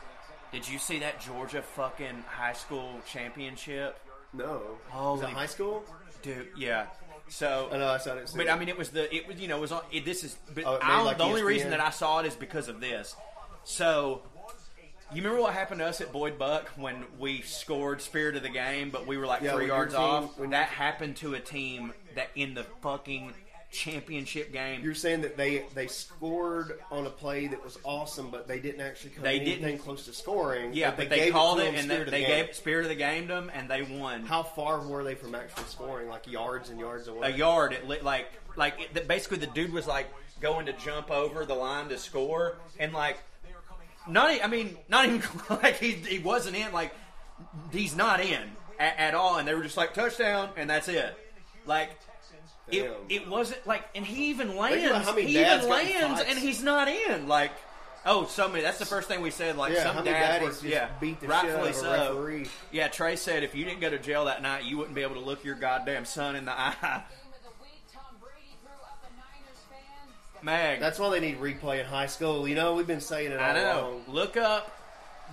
Speaker 1: did you see that Georgia fucking high school championship?
Speaker 3: no
Speaker 1: Holy-
Speaker 3: is it high school
Speaker 1: Dude, yeah. So
Speaker 3: oh no I saw it
Speaker 1: But I mean, it was the it was you know it was on it, this is but
Speaker 3: Oh, it made,
Speaker 1: I,
Speaker 3: like,
Speaker 1: the only
Speaker 3: ESPN.
Speaker 1: reason that I saw it is because of this. So you remember what happened to us at Boyd Buck when we scored spirit of the game, but we were like
Speaker 3: Yeah,
Speaker 1: three
Speaker 3: when your
Speaker 1: yards
Speaker 3: team-
Speaker 1: off.
Speaker 3: when
Speaker 1: That happened to a team that in the fucking championship game.
Speaker 3: You're saying that they they scored on a play that was awesome, but they didn't actually come
Speaker 1: They
Speaker 3: anything
Speaker 1: didn't-
Speaker 3: close to scoring.
Speaker 1: Yeah,
Speaker 3: but
Speaker 1: but they,
Speaker 3: gave
Speaker 1: called
Speaker 3: to
Speaker 1: it,
Speaker 3: them
Speaker 1: and
Speaker 3: spirit
Speaker 1: they,
Speaker 3: of the
Speaker 1: they
Speaker 3: game.
Speaker 1: gave spirit of the game to them, and they won.
Speaker 3: How far were they from actually scoring? Like yards and yards away.
Speaker 1: a yard. It lit like like it, that basically the dude was like going to jump over the line to score, and like not e- I mean not even <laughs> like he he wasn't in like he's not in at, at all, and they were just like touchdown, and that's it. Like it,
Speaker 3: Damn.
Speaker 1: it wasn't like, and he even
Speaker 3: about
Speaker 1: lands.
Speaker 3: how many
Speaker 1: He
Speaker 3: dads
Speaker 1: even
Speaker 3: got in
Speaker 1: lands,
Speaker 3: fights.
Speaker 1: and he's not in. Like. Oh, somebody. That's the first thing we said. Like
Speaker 3: Yeah, how
Speaker 1: some
Speaker 3: many
Speaker 1: dads
Speaker 3: daddies
Speaker 1: were-
Speaker 3: just
Speaker 1: yeah,
Speaker 3: beat the shit out
Speaker 1: rightfully
Speaker 3: of a
Speaker 1: so.
Speaker 3: referee?
Speaker 1: Yeah, Trey said if you didn't go to jail that night, you wouldn't be able to look your goddamn son in the eye. <laughs>
Speaker 6: Game of the week, Tom Brady threw up a Niners fan.
Speaker 1: Mag,
Speaker 3: That's why they need replay in high school. You know, we've been saying it all
Speaker 1: I know.
Speaker 3: along.
Speaker 1: Look up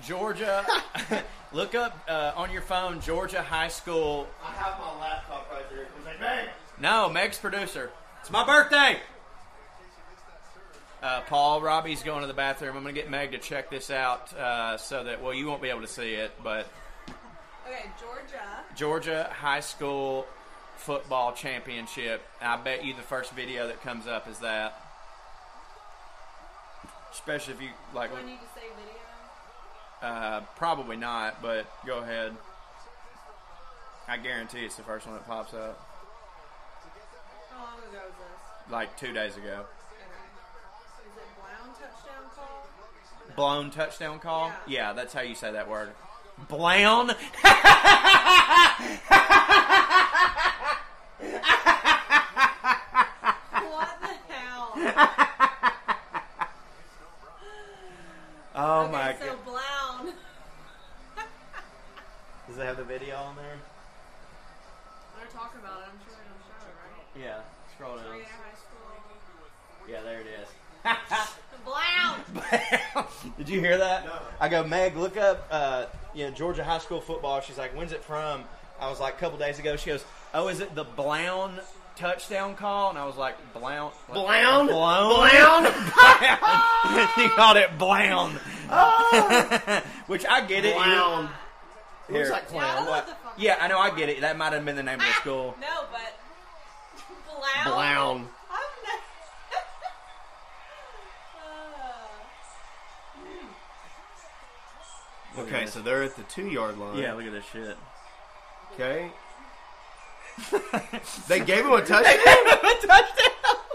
Speaker 1: Georgia. <laughs> look up uh, on your phone Georgia high school.
Speaker 3: I have my laptop right there. It's like, man,
Speaker 1: No, Meg's producer. It's my birthday. Uh, Paul, Robbie's going to the bathroom. I'm going to get Meg to check this out uh, so that well, you won't be able to see it, but
Speaker 4: Okay, Georgia.
Speaker 1: Georgia high school football championship. I bet you the first video that comes up is that. Especially if you like.
Speaker 4: Do I need to say video?
Speaker 1: Uh, probably not, but go ahead. I guarantee it's the first one that pops up.
Speaker 4: How long ago was this?
Speaker 1: Like two days ago.
Speaker 4: Okay. Is it Brown touchdown
Speaker 1: <laughs>
Speaker 4: call?
Speaker 1: Blown touchdown call?
Speaker 4: Yeah.
Speaker 1: Yeah, that's how you say that word. Blown?
Speaker 4: What the hell?
Speaker 1: Oh
Speaker 4: okay,
Speaker 1: my
Speaker 4: so
Speaker 1: god.
Speaker 4: Brown.
Speaker 1: Does it have the video on there?
Speaker 4: They're talking about it. I'm sure they don't show it, right?
Speaker 1: Yeah. Scroll down.
Speaker 4: Korea High School.
Speaker 1: Yeah, there it is.
Speaker 4: Brown.
Speaker 1: <laughs> Did you hear that? I go, Meg, look up, uh, you know, Georgia high school football. She's like, when's it from? I was like, a couple days ago. She goes, oh, is it the Blown touchdown call? And I was like, Blown. what?
Speaker 3: Blown?
Speaker 1: <laughs> Blown?
Speaker 3: Blown?
Speaker 1: <laughs> he called it Blown. Oh. <laughs> Which I get it.
Speaker 3: Blown. It
Speaker 1: Here.
Speaker 3: looks like
Speaker 4: Yeah, I don't
Speaker 3: clown.
Speaker 4: know what the fuck.
Speaker 1: Yeah, I know, I get it. That might have been the name of the school.
Speaker 4: No, but Blown.
Speaker 3: Blown.
Speaker 4: I'm <laughs> not. Uh,
Speaker 3: Okay, so they're at the two yard line.
Speaker 1: Yeah, look at this <laughs> shit. <laughs>
Speaker 3: Okay. they gave him a touchdown,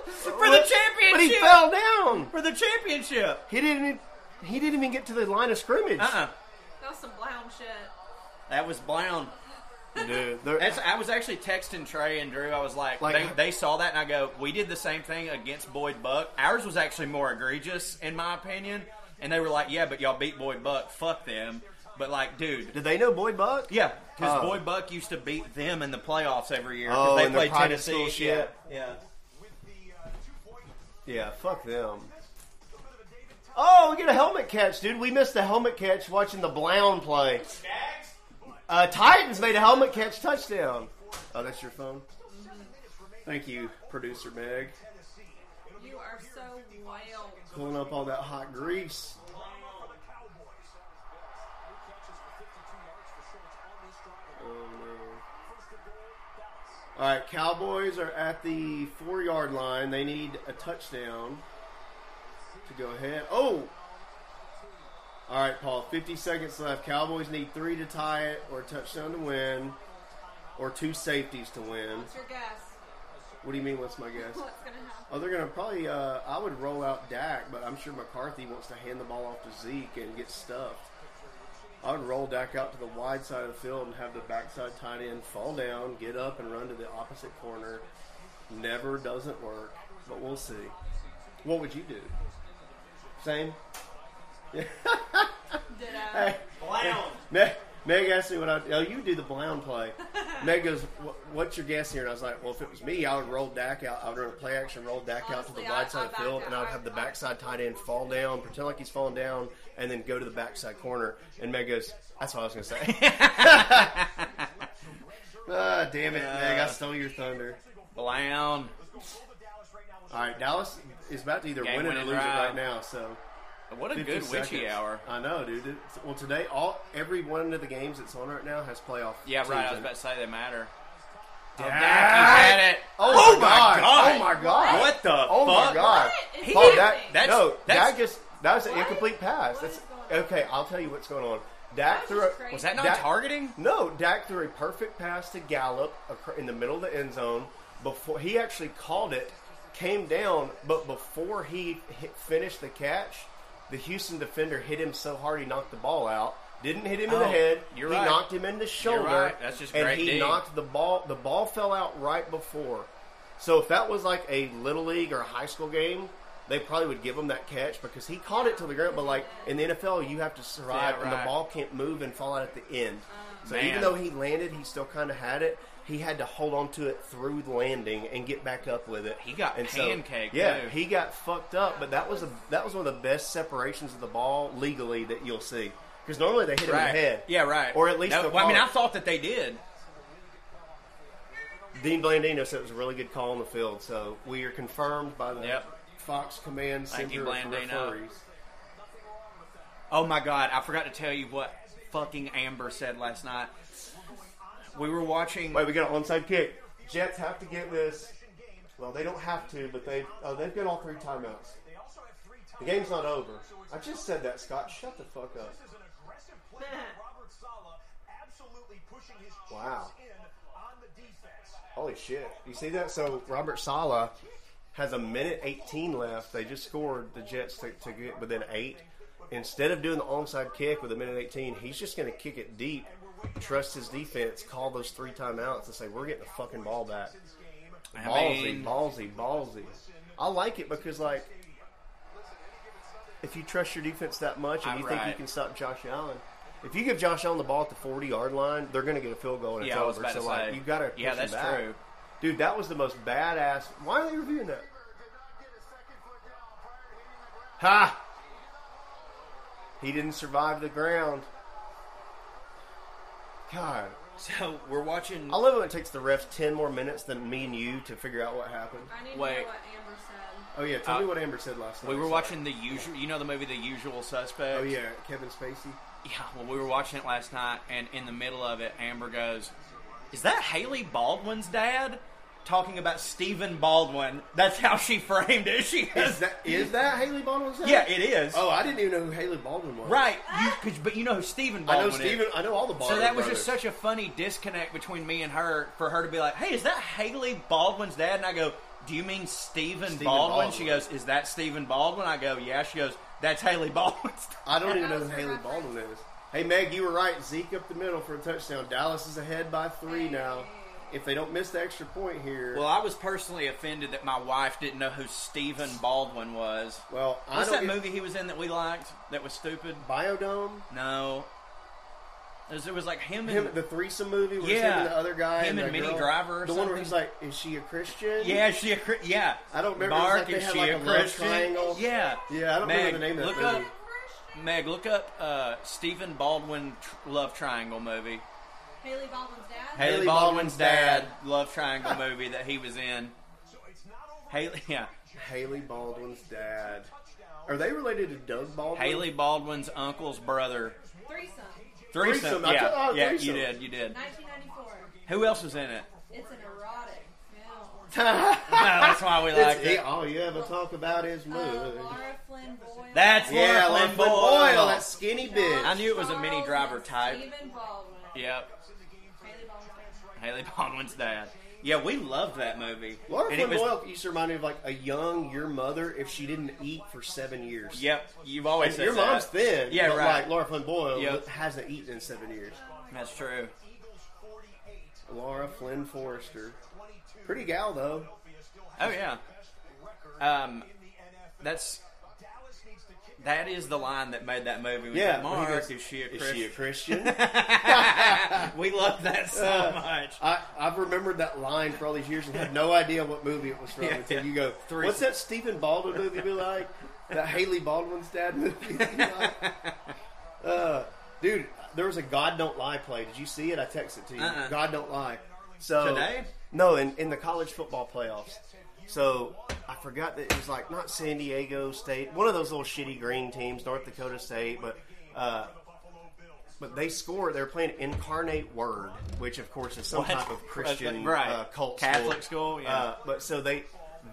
Speaker 1: For the championship!
Speaker 3: but he fell down.
Speaker 1: For the championship!
Speaker 3: He didn't. even- He didn't even get to the line of scrimmage.
Speaker 1: Uh uh
Speaker 4: that was some Blown shit.
Speaker 1: That was Blown.
Speaker 3: Dude, they're-
Speaker 1: That's, I was actually texting Trey and Drew. I was like, they,
Speaker 3: Like-
Speaker 1: they saw that, and I go, we did the same thing against Boyd Buck. Ours was actually more egregious, in my opinion. And they were like, yeah, but y'all beat Boyd Buck. Fuck them. But like, dude,
Speaker 3: did they know Boyd Buck?
Speaker 1: yeah, because
Speaker 3: Oh.
Speaker 1: Boyd Buck used to beat them in the playoffs every year. 'cause
Speaker 3: Oh,
Speaker 1: they
Speaker 3: and their
Speaker 1: played
Speaker 3: private
Speaker 1: Tennessee.
Speaker 3: school shit.
Speaker 1: Yeah, yeah.
Speaker 3: Yeah, fuck them. Oh, we get a helmet catch, dude. We missed the helmet catch watching the Blown play. Uh, Titans made a helmet catch touchdown. Oh, that's your phone? Thank you, producer Meg.
Speaker 4: You are so wild.
Speaker 3: Pulling up all that hot grease. Oh, no. All right, Cowboys are at the four yard line. They need a touchdown to go ahead. Oh! All right, Paul, 50 seconds left. Cowboys need three to tie it, or a touchdown to win, or two safeties to win.
Speaker 4: What's your guess?
Speaker 3: What do you mean, what's my guess?
Speaker 4: What's gonna happen?
Speaker 3: Oh, they're gonna probably. Uh, I would roll out Dak, but I'm sure McCarthy wants to hand the ball off to Zeke and get stuffed. I would roll Dak out to the wide side of the field and have the backside tight end fall down, get up, and run to the opposite corner. Never doesn't work, but we'll see. What would you do? Same.
Speaker 4: Did I?
Speaker 3: Hey, Meg, Meg asked me what I. Oh, you do the Blown play. Meg goes, "Wh- "What's your guess here?" And I was like, "Well, if it was me, I would roll Dak out. I would run a play action, roll Dak out to the
Speaker 4: Honestly, I-
Speaker 3: wide side of the
Speaker 4: I
Speaker 3: field,
Speaker 4: back
Speaker 3: and I would
Speaker 4: out.
Speaker 3: have the backside tight end fall down, pretend like he's falling down, and then go to the backside corner." And Meg goes, "That's what I was gonna say." <laughs> Ah, damn it,
Speaker 1: Uh.
Speaker 3: Meg! I stole your thunder.
Speaker 1: Blown.
Speaker 3: All right, Dallas is about to either
Speaker 1: Game
Speaker 3: win it or
Speaker 1: winning
Speaker 3: lose it
Speaker 1: drive.
Speaker 3: right now. So
Speaker 1: What a
Speaker 3: 50
Speaker 1: good witchy
Speaker 3: seconds. Uh,
Speaker 1: hour.
Speaker 3: I know, dude. It's- well, today, all every one of the games that's on right now has playoff.
Speaker 1: Yeah,
Speaker 3: teams
Speaker 1: right. I
Speaker 3: in
Speaker 1: was
Speaker 3: it.
Speaker 1: about to say they matter. Oh,
Speaker 3: Dak.
Speaker 1: Dak, you had it.
Speaker 3: Oh, my, god.
Speaker 1: God.
Speaker 3: Oh my god!
Speaker 1: What the
Speaker 3: Oh
Speaker 1: fuck?
Speaker 3: my god!
Speaker 4: What is
Speaker 3: Paul, that,
Speaker 4: happening?
Speaker 1: That's-
Speaker 3: no,
Speaker 1: that's-
Speaker 3: that just that was an
Speaker 4: What?
Speaker 3: incomplete pass.
Speaker 4: What
Speaker 3: That's
Speaker 4: is going on?
Speaker 3: okay. I'll tell you what's going on.
Speaker 4: That
Speaker 3: Dak
Speaker 4: was
Speaker 3: threw a,
Speaker 4: just crazy.
Speaker 1: Was that not
Speaker 3: Dak-
Speaker 1: targeting?
Speaker 3: no. Dak threw a perfect pass to Gallup acro- in the middle of the end zone before he actually called it, came down, but before he hit, finished the catch, the Houston defender hit him so hard he knocked the ball out. Didn't hit him in the
Speaker 1: Oh,
Speaker 3: head.
Speaker 1: you're
Speaker 3: he
Speaker 1: right.
Speaker 3: knocked him in the shoulder.
Speaker 1: right. That's just
Speaker 3: and
Speaker 1: great
Speaker 3: he
Speaker 1: D.
Speaker 3: knocked the ball. The ball fell out right before. So if that was like a little league or high school game, they probably would give him that catch because he caught it to the ground. But like in the NFL, you have to survive,
Speaker 1: Yeah,
Speaker 3: and the
Speaker 1: right.
Speaker 3: ball can't move and fall out at the end. So even
Speaker 1: Oh, Man.
Speaker 3: though he landed, he still kind of had it. He had to hold on to it through the landing and get back up with it.
Speaker 1: He got
Speaker 3: and
Speaker 1: pancaked,
Speaker 3: yeah,
Speaker 1: too.
Speaker 3: he got fucked up. But that was a that was one of the best separations of the ball legally that you'll see because normally they hit him in the head.
Speaker 1: Yeah, right.
Speaker 3: Or at least
Speaker 1: No,
Speaker 3: they'll
Speaker 1: well, I mean,
Speaker 3: call
Speaker 1: I
Speaker 3: it.
Speaker 1: thought that they did.
Speaker 3: Dean Blandino said it was a really good call on the field, so we are confirmed by the
Speaker 1: Yep.
Speaker 3: Fox Command
Speaker 1: Thank
Speaker 3: Center
Speaker 1: you,
Speaker 3: of
Speaker 1: Blandino.
Speaker 3: Referees.
Speaker 1: Oh my god, I forgot to tell you what fucking Amber said last night. We were watching.
Speaker 3: Wait, we got an onside kick. Jets have to get this. Well, they don't have to, but they oh, they've got all three timeouts. The game's not over. I just said that, Scott. Shut the fuck up.
Speaker 5: This is an aggressive play by Robert Sala, absolutely pushing his chips
Speaker 3: Wow.
Speaker 5: in on the defense.
Speaker 3: Holy shit! You see that? So Robert Sala has a minute 18 left. They just scored the Jets to, to get within eight. Instead of doing the onside kick with a minute 18, he's just going to kick it deep, trust his defense, call those three timeouts, and say we're getting the fucking ball back.
Speaker 1: I
Speaker 3: Ballsy,
Speaker 1: mean,
Speaker 3: ballsy, ballsy. I like it because like. If you trust your defense that much and you think you
Speaker 1: Alright.
Speaker 3: can stop Josh Allen, if you give Josh Allen the ball at the forty yard line, they're going to get a field goal and
Speaker 1: yeah,
Speaker 3: it's
Speaker 1: I
Speaker 3: over.
Speaker 1: was about
Speaker 3: so
Speaker 1: to
Speaker 3: like
Speaker 1: say.
Speaker 3: you got to
Speaker 1: Yeah, that's true.
Speaker 3: Dude, that was the most badass. Why are they reviewing that? Ha! He didn't survive the ground. God,
Speaker 1: <laughs> So we're watching.
Speaker 3: I love it when it takes the refs ten more minutes than me and you to figure out what happened.
Speaker 4: I need
Speaker 1: Wait.
Speaker 4: to know what Amber said.
Speaker 3: Oh yeah, tell me
Speaker 1: Uh,
Speaker 3: what Amber said last night.
Speaker 1: We were
Speaker 3: Sorry.
Speaker 1: watching the usual. You know the movie The Usual Suspect.
Speaker 3: Oh yeah, Kevin Spacey.
Speaker 1: Yeah, well, we were watching it last night, and in the middle of it, Amber goes, Is that Haley Baldwin's dad? Talking about Stephen Baldwin. That's how she framed it. <laughs> She
Speaker 3: Is
Speaker 1: has,
Speaker 3: that is that Haley Baldwin's dad?
Speaker 1: Yeah, it is.
Speaker 3: Oh, I didn't even know who Haley Baldwin was.
Speaker 1: Right. You, 'cause- but you know who Stephen
Speaker 3: I know
Speaker 1: Baldwin
Speaker 3: Steven.
Speaker 1: is.
Speaker 3: I know all the Baldwin.
Speaker 1: So that was just
Speaker 3: brothers.
Speaker 1: such a funny disconnect between me and her for her to be like, Hey, is that Haley Baldwin's dad? And I go, Do you mean Stephen,
Speaker 3: Stephen
Speaker 1: Baldwin?
Speaker 3: Baldwin.
Speaker 1: She goes, Is that Stephen Baldwin? I go, Yeah. She goes, That's Haley Baldwin's dad.
Speaker 3: I don't even
Speaker 4: That
Speaker 3: know
Speaker 4: was
Speaker 3: who
Speaker 4: her
Speaker 3: Haley
Speaker 4: reference.
Speaker 3: Baldwin is. Hey Meg, you were right. Zeke up the middle for a touchdown. Dallas is ahead by three now. If they don't miss the extra point here,
Speaker 1: Well, I was personally offended that my wife didn't know who Stephen Baldwin was.
Speaker 3: well, I
Speaker 1: What's
Speaker 3: don't
Speaker 1: that
Speaker 3: get-
Speaker 1: movie he was in that we liked that was stupid?
Speaker 3: Biodome.
Speaker 1: No. It was, it was like him and.
Speaker 3: Him, the threesome movie with him
Speaker 1: Yeah.
Speaker 3: and the other guy,
Speaker 1: Him and
Speaker 3: that
Speaker 1: Minnie
Speaker 3: girl.
Speaker 1: Driver or
Speaker 3: the one where
Speaker 1: something.
Speaker 3: he's like, "Is she a Christian?"
Speaker 1: yeah, she a Chri- yeah.
Speaker 3: I don't remember.
Speaker 1: Mark
Speaker 3: It was
Speaker 1: and
Speaker 3: like
Speaker 1: she
Speaker 3: they had
Speaker 1: a
Speaker 3: like a love
Speaker 1: Christian.
Speaker 3: triangle.
Speaker 1: Yeah,
Speaker 3: Yeah, I don't
Speaker 1: Meg,
Speaker 3: remember the name of that
Speaker 1: look
Speaker 3: movie.
Speaker 1: up Meg. Look up uh, Stephen Baldwin tr- love triangle movie.
Speaker 4: Haley Baldwin's dad.
Speaker 1: Haley,
Speaker 3: Haley Baldwin's
Speaker 1: Baldwin's dad,
Speaker 3: dad.
Speaker 1: love triangle movie that he was in.
Speaker 5: So it's not over.
Speaker 1: Haley, yeah,
Speaker 3: Haley Baldwin's dad. Are they related to Doug Baldwin?
Speaker 1: Haley Baldwin's uncle's brother.
Speaker 4: Threesome.
Speaker 1: Threesome.
Speaker 3: Threesome. I
Speaker 1: Yeah,
Speaker 3: thought- oh,
Speaker 1: yeah,
Speaker 3: threesome.
Speaker 1: you did, you did.
Speaker 4: 1994.
Speaker 1: Who else was in it? <laughs>
Speaker 4: It's an erotic film.
Speaker 1: No, that's why we like
Speaker 3: It's-
Speaker 1: it.
Speaker 3: all you ever talk about is
Speaker 4: Uh,
Speaker 3: money.
Speaker 4: Laura Flynn Boyle.
Speaker 1: That's Laura
Speaker 3: yeah,
Speaker 1: Flynn
Speaker 3: Lynn
Speaker 1: Boyle.
Speaker 3: Boyle, that skinny bitch.
Speaker 1: I knew it was a
Speaker 4: Charles
Speaker 1: mini driver
Speaker 4: and
Speaker 1: type.
Speaker 4: Stephen Baldwin.
Speaker 1: Yep,
Speaker 4: Haley Baldwin's dad.
Speaker 1: Haley Baldwin's dad. Yeah, we loved that movie.
Speaker 3: Laura
Speaker 1: And it
Speaker 3: Flynn
Speaker 1: was-
Speaker 3: Boyle used to remind me of like a young your mother if she didn't eat for seven years.
Speaker 1: Yep, you've always
Speaker 3: And
Speaker 1: said
Speaker 3: your
Speaker 1: that.
Speaker 3: mom's thin.
Speaker 1: Yeah,
Speaker 3: but
Speaker 1: right.
Speaker 3: Like Laura Flynn Boyle
Speaker 1: Yep.
Speaker 3: hasn't eaten in seven years.
Speaker 1: That's true.
Speaker 3: Laura Flynn Forrester, pretty gal though.
Speaker 1: Oh yeah. Um, that's that is the line that made that movie. Was
Speaker 3: Yeah,
Speaker 1: that
Speaker 3: when he
Speaker 1: Mark,
Speaker 3: goes,
Speaker 1: is she a
Speaker 3: Is she a
Speaker 1: Christian?
Speaker 3: Christian?
Speaker 1: <laughs> we love that so
Speaker 3: Uh,
Speaker 1: much.
Speaker 3: I, I've remembered that line for all these years and had no idea what movie it was
Speaker 1: <laughs>
Speaker 3: from
Speaker 1: Yeah,
Speaker 3: until
Speaker 1: yeah.
Speaker 3: you go,
Speaker 1: Three-
Speaker 3: what's that Stephen Baldwin movie be like? That Haley Baldwin's dad movie be
Speaker 1: <laughs>
Speaker 3: like? Uh, dude, there was a God Don't Lie play. Did you see it? I texted it to you.
Speaker 1: Uh-uh.
Speaker 3: God Don't Lie. So
Speaker 1: Today?
Speaker 3: No, in, in the college football playoffs. So I forgot that it was like not San Diego State, one of those little shitty green teams, North Dakota State, but uh, but they scored. They were playing Incarnate Word, which of course is some
Speaker 1: What?
Speaker 3: type of Christian
Speaker 1: Right.
Speaker 3: uh, cult,
Speaker 1: Catholic school, yeah.
Speaker 3: Uh, but so they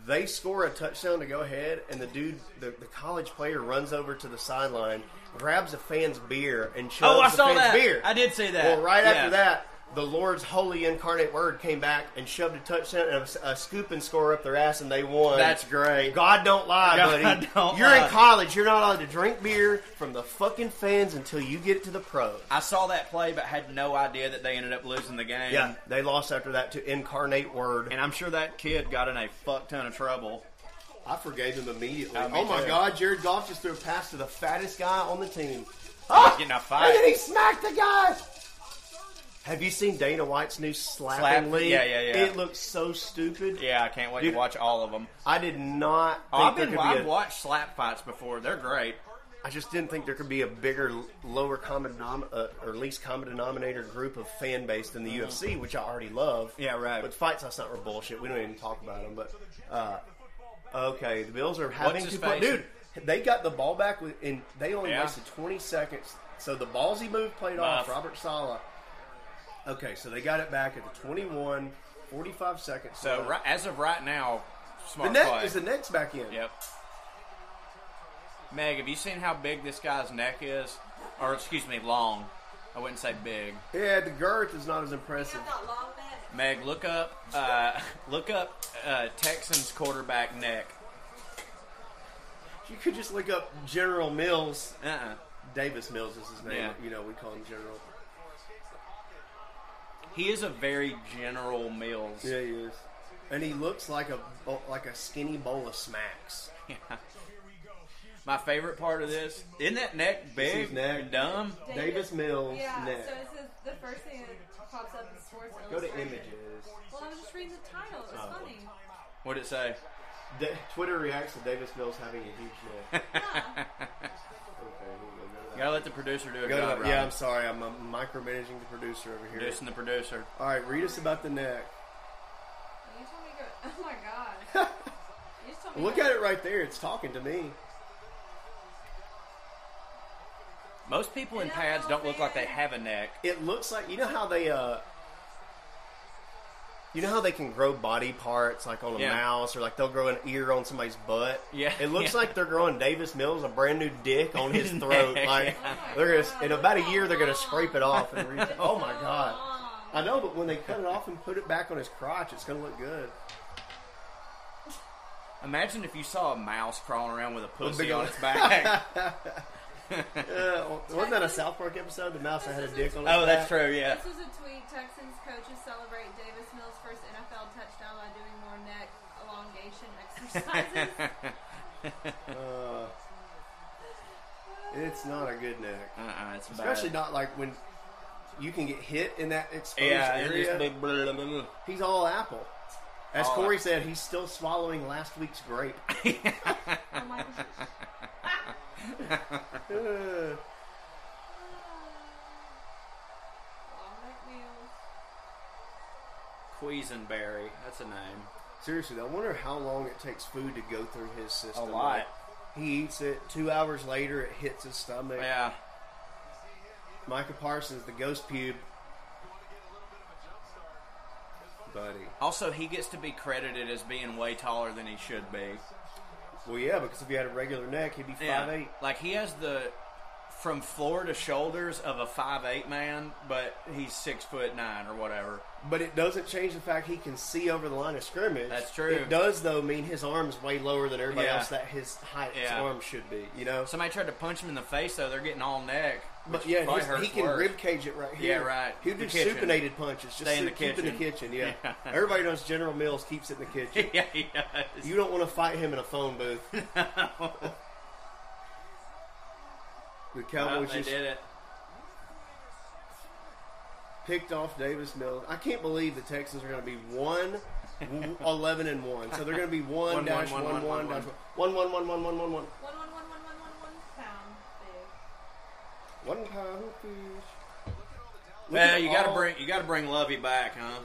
Speaker 3: they score a touchdown to go ahead, and the dude, the, the college player, runs over to the sideline, grabs a fan's beer, and chugs
Speaker 1: Oh, I
Speaker 3: the
Speaker 1: saw
Speaker 3: fan's
Speaker 1: that.
Speaker 3: beer.
Speaker 1: I did see that.
Speaker 3: Well, right
Speaker 1: Yeah.
Speaker 3: after that. The Lord's holy incarnate word came back and shoved a touchdown and a, a scoop and score up their ass, and they won.
Speaker 1: That's great.
Speaker 3: God don't lie,
Speaker 1: God <laughs>
Speaker 3: buddy.
Speaker 1: don't uh,
Speaker 3: You're
Speaker 1: lie.
Speaker 3: in college. You're not allowed to drink beer from the fucking fans until you get to the pros.
Speaker 1: I saw that play, but had no idea that they ended up losing the game.
Speaker 3: Yeah, they lost after that to Incarnate Word.
Speaker 1: And I'm sure that kid got in a fuck ton of trouble.
Speaker 3: I forgave them immediately.
Speaker 1: Oh, me
Speaker 3: oh my
Speaker 1: too.
Speaker 3: God, Jared Goff just threw a pass to the fattest guy on the team.
Speaker 1: Getting a fight.
Speaker 3: Ah! And then he smacked the guy. Have you seen Dana White's new slapping
Speaker 1: Slap-
Speaker 3: league?
Speaker 1: yeah, yeah, yeah.
Speaker 3: It looks so stupid.
Speaker 1: Yeah, I can't wait
Speaker 3: Dude.
Speaker 1: to watch all of them.
Speaker 3: I did not. Think
Speaker 1: Oh, I've
Speaker 3: there
Speaker 1: been
Speaker 3: could be
Speaker 1: I've
Speaker 3: a-
Speaker 1: watched slap fights before. They're great.
Speaker 3: I just didn't think there could be a bigger, lower common denom- uh, or least common denominator group of fan base than the UFC, which I already love.
Speaker 1: Mm-hmm. Yeah, right.
Speaker 3: But fights last night were bullshit. We don't even talk about them. But uh, okay, the Bills are
Speaker 1: What's
Speaker 3: having
Speaker 1: his
Speaker 3: to play.
Speaker 1: face?
Speaker 3: Dude, they got the ball back, with, and they only
Speaker 1: Yeah.
Speaker 3: wasted 20 seconds. So the ballsy move played off.
Speaker 1: Muff.
Speaker 3: Robert Sala. Okay, so they got it back at the 21, 45 seconds.
Speaker 1: So
Speaker 3: left.
Speaker 1: right, as of right now,
Speaker 3: the
Speaker 1: smart play.
Speaker 3: neck is the next back in.
Speaker 1: Yep. Meg, have you seen how big this guy's neck is? Or excuse me, long. I wouldn't say big.
Speaker 3: Yeah, the girth is not as impressive.
Speaker 4: I've got long neck.
Speaker 1: Meg, look up, uh, <laughs> look up uh, Texans quarterback neck.
Speaker 3: You could just look up General Mills
Speaker 1: Uh. uh
Speaker 3: Davis Mills is his name.
Speaker 1: Yeah.
Speaker 3: You know, we call him General.
Speaker 1: He is a very general Mills.
Speaker 3: Yeah, he is. And he looks like a like a skinny bowl of smacks.
Speaker 1: <laughs> My favorite part of this isn't that neck
Speaker 3: his
Speaker 1: big
Speaker 3: neck.
Speaker 1: and dumb.
Speaker 3: Davis Mills
Speaker 4: Yeah,
Speaker 3: neck.
Speaker 4: so it says the first thing that pops up is Sports
Speaker 3: Go to
Speaker 4: Illustrated.
Speaker 3: images. Oh.
Speaker 4: Well, I was just reading the title. It was funny.
Speaker 1: What'd it say?
Speaker 3: Da- Twitter reacts to Davis Mills having a huge neck.
Speaker 4: Yeah.
Speaker 3: Okay, we'll
Speaker 1: Gotta let the producer do a
Speaker 3: go
Speaker 1: job.
Speaker 3: to that. Go to that. Yeah,
Speaker 1: Rob.
Speaker 3: I'm sorry. I'm uh, micromanaging the producer over here.
Speaker 1: Producing the producer.
Speaker 3: All right, read us about the neck.
Speaker 4: You told me to
Speaker 3: <laughs>
Speaker 4: go. <laughs> Oh my god. You just told me
Speaker 3: Look
Speaker 4: to-
Speaker 3: at it right there. It's talking to me.
Speaker 1: Most people in
Speaker 4: Yeah,
Speaker 1: pads don't look like they
Speaker 4: man.
Speaker 1: have a neck.
Speaker 3: It looks like you know how they uh you know how they can grow body parts like on a
Speaker 1: Yeah.
Speaker 3: mouse or like they'll grow an ear on somebody's butt.
Speaker 1: Yeah.
Speaker 3: It looks
Speaker 1: Yeah.
Speaker 3: like they're growing Davis Mills a brand new dick
Speaker 1: <laughs>
Speaker 3: on his throat. Like
Speaker 1: Yeah.
Speaker 3: they're gonna in about a year they're gonna scrape it off and re- oh my god. Uh, I know, but when they cut it off and put it back on his crotch, it's gonna look good.
Speaker 1: Imagine if you saw a mouse crawling around with a pussy
Speaker 3: big
Speaker 1: on
Speaker 3: old-
Speaker 1: its back.
Speaker 3: <laughs> Uh, wasn't that a South Park episode? The mouse that had a dick on it.
Speaker 1: oh, that's true. <laughs> Yeah.
Speaker 4: This is a tweet. Texans coaches celebrate Davis Mills' first NFL touchdown by doing more neck elongation <laughs>
Speaker 3: <laughs>
Speaker 4: exercises.
Speaker 1: Uh-uh,
Speaker 3: Uh, it's not a good neck.
Speaker 1: Uh-uh, it's bad.
Speaker 3: Especially not like when you can get hit in that exposed
Speaker 1: Yeah, it
Speaker 3: area.
Speaker 1: just be blah, blah, blah, blah.
Speaker 3: He's all apple. As
Speaker 1: All
Speaker 3: Corey
Speaker 1: apple.
Speaker 3: said, he's still swallowing last week's
Speaker 1: <laughs>
Speaker 3: grape. <laughs>
Speaker 4: I'm like,
Speaker 3: Uh,
Speaker 4: long neck meals.
Speaker 1: Quisenberry. That's a name.
Speaker 3: seriously, though, I wonder how long it takes food to go through his system.
Speaker 1: A lot.
Speaker 3: Like, he eats it. Two hours later, it hits his stomach.
Speaker 1: Yeah.
Speaker 3: Micah Parsons, the ghost pube. Buddy.
Speaker 1: Also, he gets to be credited as being way taller than he should be.
Speaker 3: Well, yeah, because if he had a regular neck, he'd be 5'8.
Speaker 1: Like he has the from floor to shoulders of a five eight man, but he's six foot nine or whatever.
Speaker 3: But it doesn't change the fact he can see over the line of scrimmage.
Speaker 1: That's true.
Speaker 3: It does though mean his arm's way lower than everybody
Speaker 1: Yeah.
Speaker 3: else that his height his
Speaker 1: Yeah.
Speaker 3: arm should be. You know.
Speaker 1: Somebody tried to punch him in the face though. They're getting all neck.
Speaker 3: but
Speaker 1: which
Speaker 3: yeah,
Speaker 1: probably
Speaker 3: his-
Speaker 1: hurts
Speaker 3: he can
Speaker 1: worse.
Speaker 3: rib cage it right here.
Speaker 1: Yeah, right.
Speaker 3: He'll
Speaker 1: The
Speaker 3: do
Speaker 1: kitchen.
Speaker 3: supinated punches. Just
Speaker 1: Stay in
Speaker 3: su-
Speaker 1: the
Speaker 3: keep in the
Speaker 1: kitchen.
Speaker 3: kitchen. Yeah.
Speaker 1: Yeah. <laughs>
Speaker 3: everybody knows General Mills keeps it in the kitchen.
Speaker 1: <laughs> yeah, he does.
Speaker 3: you don't want to fight him in a phone
Speaker 1: <laughs>
Speaker 3: booth. the
Speaker 1: Oh,
Speaker 3: Cowboys
Speaker 1: they
Speaker 3: just
Speaker 1: did it.
Speaker 3: picked off Davis Mills. I can't believe the Texans are going to be one. w- 11 and 1. So they're
Speaker 1: <laughs>
Speaker 3: going to be 1
Speaker 1: One,
Speaker 3: dash
Speaker 1: one,
Speaker 3: 1
Speaker 1: one,
Speaker 3: 1
Speaker 1: one,
Speaker 3: dash
Speaker 1: one.
Speaker 3: 1 1 1 1 1 1 1.
Speaker 4: One, one, one, one, one, one, one pound big.
Speaker 3: One pound fish. Look
Speaker 1: Well,
Speaker 3: at
Speaker 1: you gotta
Speaker 3: all-
Speaker 1: bring you gotta bring Lovey back, huh?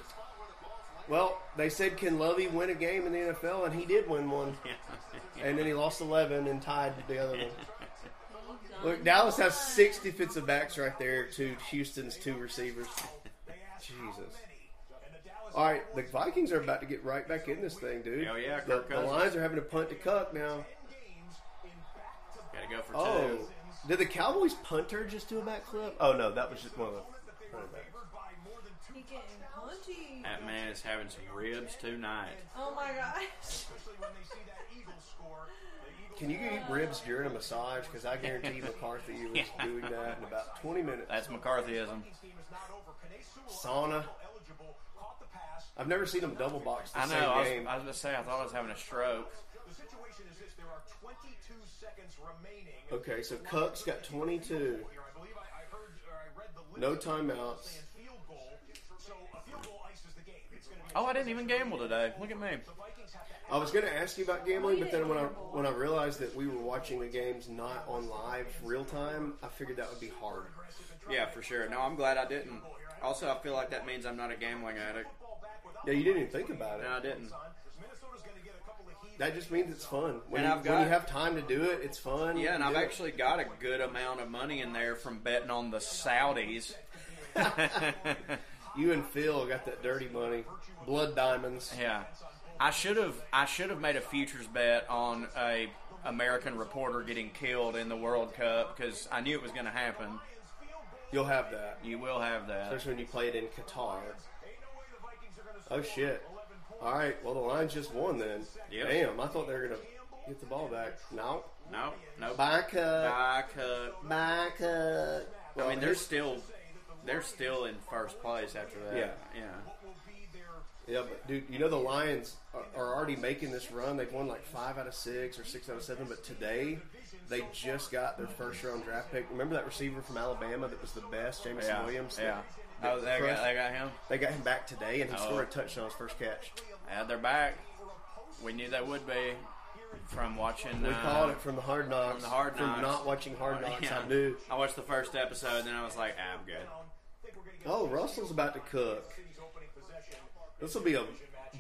Speaker 3: Well, they said can Lovey win a game in the NFL, and he did win <laughs> one, and then he lost eleven and tied the other one. Look, Dallas has six defensive backs right there to Houston's two receivers. Jesus. All right, the Vikings are about to get right back in this thing, dude.
Speaker 1: Hell yeah,
Speaker 3: the,
Speaker 1: Kirk
Speaker 3: the
Speaker 1: Cousins.
Speaker 3: Lions are having to punt to Cuck now.
Speaker 1: Gotta go for two.
Speaker 3: Oh, did the Cowboys punter just do a backflip? Oh no, that was just one of the.
Speaker 4: He getting punchy.
Speaker 1: That man is having some ribs tonight.
Speaker 4: Oh my gosh.
Speaker 3: Can you eat ribs during a massage? Because I <laughs> guarantee McCarthy was doing that in about 20 minutes.
Speaker 1: That's McCarthyism.
Speaker 3: Sauna. I've never seen them double box the
Speaker 1: I know.
Speaker 3: same
Speaker 1: I was,
Speaker 3: game.
Speaker 1: I was gonna say I thought I was having a stroke.
Speaker 5: The situation is this: there are 22 seconds remaining.
Speaker 3: okay, so Cuck's got 22.
Speaker 5: Here, I believe I, I heard or I read the list
Speaker 3: No timeouts.
Speaker 5: and field goal. So a field goal ices the game. It's going to be
Speaker 1: Oh, I didn't even gamble today. Look at me.
Speaker 3: I was going to ask you about gambling, but then when I when I realized that we were watching the games not on live real time, I figured that would be hard.
Speaker 1: Yeah, for sure. No, I'm glad I didn't. Also, I feel like that means I'm not a gambling addict.
Speaker 3: Yeah, you didn't even think about it.
Speaker 1: No, I didn't.
Speaker 5: Minnesota's going to get a couple of heat.
Speaker 3: That just means it's fun. When,
Speaker 1: And
Speaker 3: you,
Speaker 1: I've
Speaker 3: when you
Speaker 1: got-
Speaker 3: have time to do it, it's fun.
Speaker 1: Yeah, and
Speaker 3: You
Speaker 1: I've
Speaker 3: do it.
Speaker 1: actually got a good amount of money in there from betting on the Saudis.
Speaker 3: you and Phil got that dirty money, blood diamonds.
Speaker 1: Yeah, I should have. I should have made a futures bet on a American reporter getting killed in the World Cup because I knew it was going to happen.
Speaker 3: You'll have that.
Speaker 1: You will have that.
Speaker 3: especially when you play it in Qatar. Oh shit! All right, well the Lions just won then.
Speaker 1: Yep.
Speaker 3: Damn, I thought they were gonna get the ball back. No,
Speaker 1: No, no.
Speaker 3: back up,
Speaker 1: Bye, Cup.
Speaker 3: back up.
Speaker 1: I
Speaker 3: Well,
Speaker 1: mean, they're
Speaker 3: here's-
Speaker 1: still they're still in first place after that.
Speaker 3: Yeah.
Speaker 1: yeah.
Speaker 3: yeah, but dude, you know the Lions are, are already making this run. They've won like five out of six or six out of seven, but today they just got their first round draft pick. Remember that receiver from Alabama that was the best, Jameson
Speaker 1: Yeah.
Speaker 3: Williams?
Speaker 1: Yeah. Oh, they got, they got him.
Speaker 3: They got him back today, and he
Speaker 1: Oh.
Speaker 3: scored a touchdown his first catch.
Speaker 1: Yeah, they're back. We knew they would be from watching.
Speaker 3: We
Speaker 1: uh,
Speaker 3: called it from the hard knocks.
Speaker 1: from the Hard
Speaker 3: From
Speaker 1: Knocks.
Speaker 3: not
Speaker 1: <laughs>
Speaker 3: watching hard knocks,
Speaker 1: Yeah.
Speaker 3: I knew.
Speaker 1: I watched the first episode, then I was like, ah, I'm good.
Speaker 3: Oh, Russell's about to cook. This will be a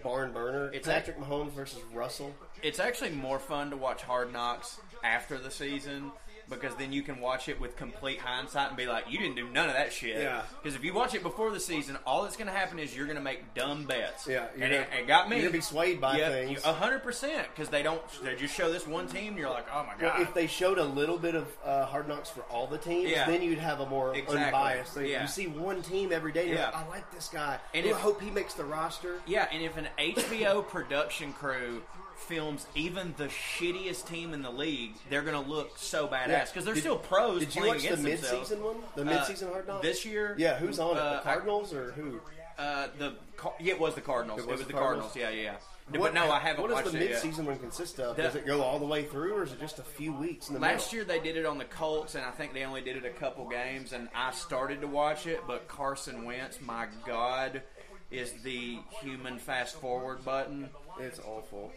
Speaker 3: barn burner.
Speaker 1: It's
Speaker 3: Patrick Mahomes versus Russell.
Speaker 1: It's actually more fun to watch Hard Knocks after the season because then you can watch it with complete hindsight and be like, you didn't do none of that shit.
Speaker 3: Yeah.
Speaker 1: Because if you watch it before the season, all that's going to happen is you're going to make dumb bets.
Speaker 3: Yeah,
Speaker 1: And
Speaker 3: you're
Speaker 1: it,
Speaker 3: gonna-
Speaker 1: it got me.
Speaker 3: you're gonna be swayed by
Speaker 1: yeah,
Speaker 3: things.
Speaker 1: A hundred percent. Because they don't. They just show this one team. and You're like, oh my god.
Speaker 3: Well, if they showed a little bit of uh, hard knocks for all the teams,
Speaker 1: Yeah.
Speaker 3: then you'd have a more
Speaker 1: Exactly.
Speaker 3: unbiased thing.
Speaker 1: Yeah.
Speaker 3: You see one team every day, and you're
Speaker 1: Yeah.
Speaker 3: like, I like this guy.
Speaker 1: And
Speaker 3: Ooh, I
Speaker 1: if-
Speaker 3: hope he makes the roster.
Speaker 1: Yeah, and if an HBO production crew films even the shittiest team in the league, they're going to look so badass because they're
Speaker 3: Did-
Speaker 1: still pros.
Speaker 3: Did you
Speaker 1: playing
Speaker 3: watch the
Speaker 1: against
Speaker 3: midseason
Speaker 1: themselves.
Speaker 3: one? The
Speaker 1: Uh,
Speaker 3: midseason hard knocks?
Speaker 1: this year?
Speaker 3: Yeah, who's on it?
Speaker 1: Uh,
Speaker 3: The Cardinals or who?
Speaker 1: I, uh, the Car- yeah, it was the Cardinals. It was, the Cardinals. Yeah, yeah. yeah.
Speaker 3: What-
Speaker 1: but no, I haven't
Speaker 3: What
Speaker 1: watched
Speaker 3: does the
Speaker 1: it yet.
Speaker 3: midseason one consist of?
Speaker 1: The-
Speaker 3: Does it go all the way through, or is it just a few weeks in the
Speaker 1: Last
Speaker 3: middle?
Speaker 1: year they did it on the Colts, and I think they only did it a couple games. And I started to watch it, but Carson Wentz, my God, is the human fast forward button.
Speaker 3: It's awful.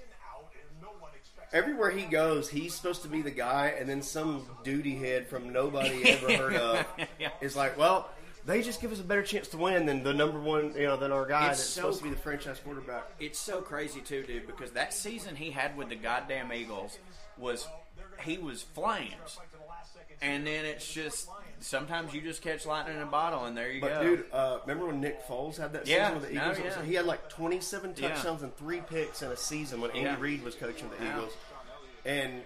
Speaker 3: Everywhere he goes, he's supposed to be the guy, and then some duty head
Speaker 1: <laughs>
Speaker 3: from nobody ever heard of
Speaker 1: Yeah.
Speaker 3: is like, "Well, they just give us a better chance to win than the number one, you know, than our guy
Speaker 1: It's
Speaker 3: that's
Speaker 1: so-
Speaker 3: supposed to be the franchise quarterback."
Speaker 1: It's so crazy too, dude, because that season he had with the goddamn Eagles was he was flames. And then it's just sometimes you just catch lightning in a bottle and there you
Speaker 3: But
Speaker 1: go.
Speaker 3: dude, uh, remember when Nick Foles had that season
Speaker 1: Yeah,
Speaker 3: with the
Speaker 1: no,
Speaker 3: Eagles?
Speaker 1: yeah.
Speaker 3: He had like 27
Speaker 1: Yeah.
Speaker 3: touchdowns and three picks in a season when Andy
Speaker 1: Yeah.
Speaker 3: Reid was coaching the
Speaker 1: Yeah.
Speaker 3: Eagles, and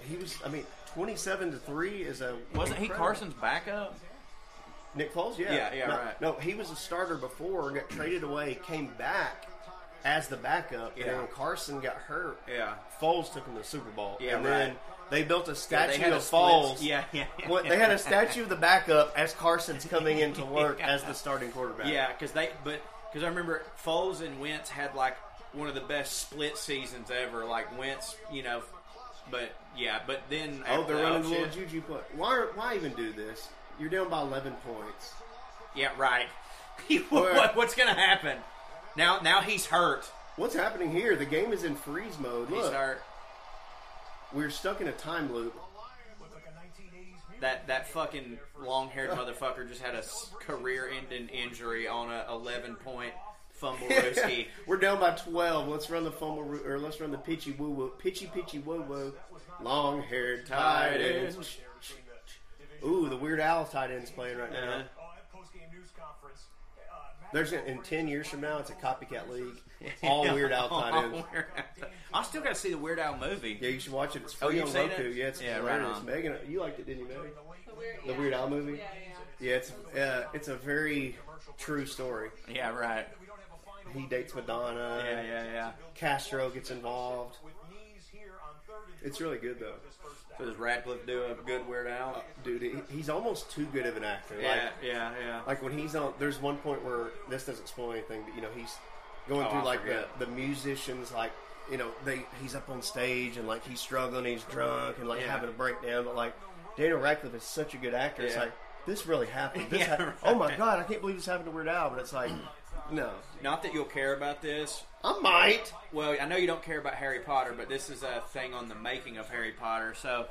Speaker 3: he was. I mean, 27 to three is a
Speaker 1: wasn't he
Speaker 3: incredible-
Speaker 1: Carson's backup?
Speaker 3: Nick Foles, yeah,
Speaker 1: Yeah, yeah,
Speaker 3: no,
Speaker 1: right.
Speaker 3: No, he was a starter before, got traded away, came back as the backup, and
Speaker 1: Yeah.
Speaker 3: then when Carson got hurt,
Speaker 1: Yeah.
Speaker 3: Foles took him to the Super Bowl,
Speaker 1: Yeah,
Speaker 3: and then
Speaker 1: right.
Speaker 3: they built a
Speaker 1: Yeah, they
Speaker 3: statue
Speaker 1: had a
Speaker 3: of
Speaker 1: split-
Speaker 3: Foles.
Speaker 1: Yeah, yeah.
Speaker 3: What- they had a statue of the backup as Carson's coming into
Speaker 1: <laughs>
Speaker 3: work
Speaker 1: Yeah.
Speaker 3: as the starting quarterback.
Speaker 1: Yeah, because they but because I remember Foles and Wentz had like one of the best split seasons ever. Like Wentz, you know, but yeah, but then
Speaker 3: Oh,
Speaker 1: after
Speaker 3: they're
Speaker 1: the
Speaker 3: running a
Speaker 1: offseason-
Speaker 3: little juju play. Why? Why even do this? You're down by 11 points.
Speaker 1: Yeah, right. <laughs>
Speaker 3: Or-
Speaker 1: what, what's gonna happen? Now, now he's hurt.
Speaker 3: What's happening here? The game is in freeze mode.
Speaker 1: He's
Speaker 3: Look,
Speaker 1: hurt.
Speaker 3: we're stuck in a time loop.
Speaker 1: That that fucking long haired motherfucker just had a career ending injury on a eleven point
Speaker 3: <laughs>
Speaker 1: fumble risky.
Speaker 3: We're down by twelve. Let's run the fumble roo- or let's run the pitchy woo woo pitchy pitchy woo woo. Long haired tight ends. Ooh, the Weird Al tight ends playing right now.
Speaker 1: Uh,
Speaker 3: There's in ten years from now, it's a copycat league. <laughs>
Speaker 1: <laughs>
Speaker 3: All Weird Al tight ends.
Speaker 1: I still gotta see the Weird Al movie.
Speaker 3: Yeah, you should watch it. It's free
Speaker 1: Oh, you've
Speaker 3: on
Speaker 1: seen
Speaker 3: Roku.
Speaker 1: it?
Speaker 3: Yeah, it's
Speaker 1: Yeah, right
Speaker 3: hilarious.
Speaker 1: on.
Speaker 3: Megan, you liked it, didn't you, Megan?
Speaker 4: The weird,
Speaker 3: The
Speaker 4: yeah.
Speaker 3: Weird Al movie.
Speaker 4: Yeah, yeah.
Speaker 3: Yeah, it's uh, it's a very true story.
Speaker 1: Yeah, right.
Speaker 3: He dates Madonna.
Speaker 1: Yeah, yeah, yeah.
Speaker 3: Castro gets involved. It's really good though,
Speaker 1: So does Radcliffe do a good Weird
Speaker 3: Uh,
Speaker 1: Al?
Speaker 3: dude. he- He's almost too good of an actor.
Speaker 1: Yeah,
Speaker 3: Like,
Speaker 1: yeah, yeah.
Speaker 3: like when he's on. There's one point where this doesn't spoil anything, but you know he's going
Speaker 1: Oh,
Speaker 3: through
Speaker 1: I
Speaker 3: like the,
Speaker 1: forget.
Speaker 3: the musicians like. You know, they he's up on stage and like he's struggling, he's drunk and like
Speaker 1: Yeah.
Speaker 3: having a breakdown. But like Daniel Radcliffe is such a good actor. It's
Speaker 1: Yeah.
Speaker 3: like this
Speaker 1: <laughs>
Speaker 3: really happened. This
Speaker 1: Yeah,
Speaker 3: hap- Oh my
Speaker 1: right.
Speaker 3: god, I can't believe this happened to Weird Al. But it's like, <clears throat> no,
Speaker 1: Not that you'll care about this,
Speaker 3: I might.
Speaker 1: Well, I know you don't care about Harry Potter, but this is a thing on the making of Harry Potter. So,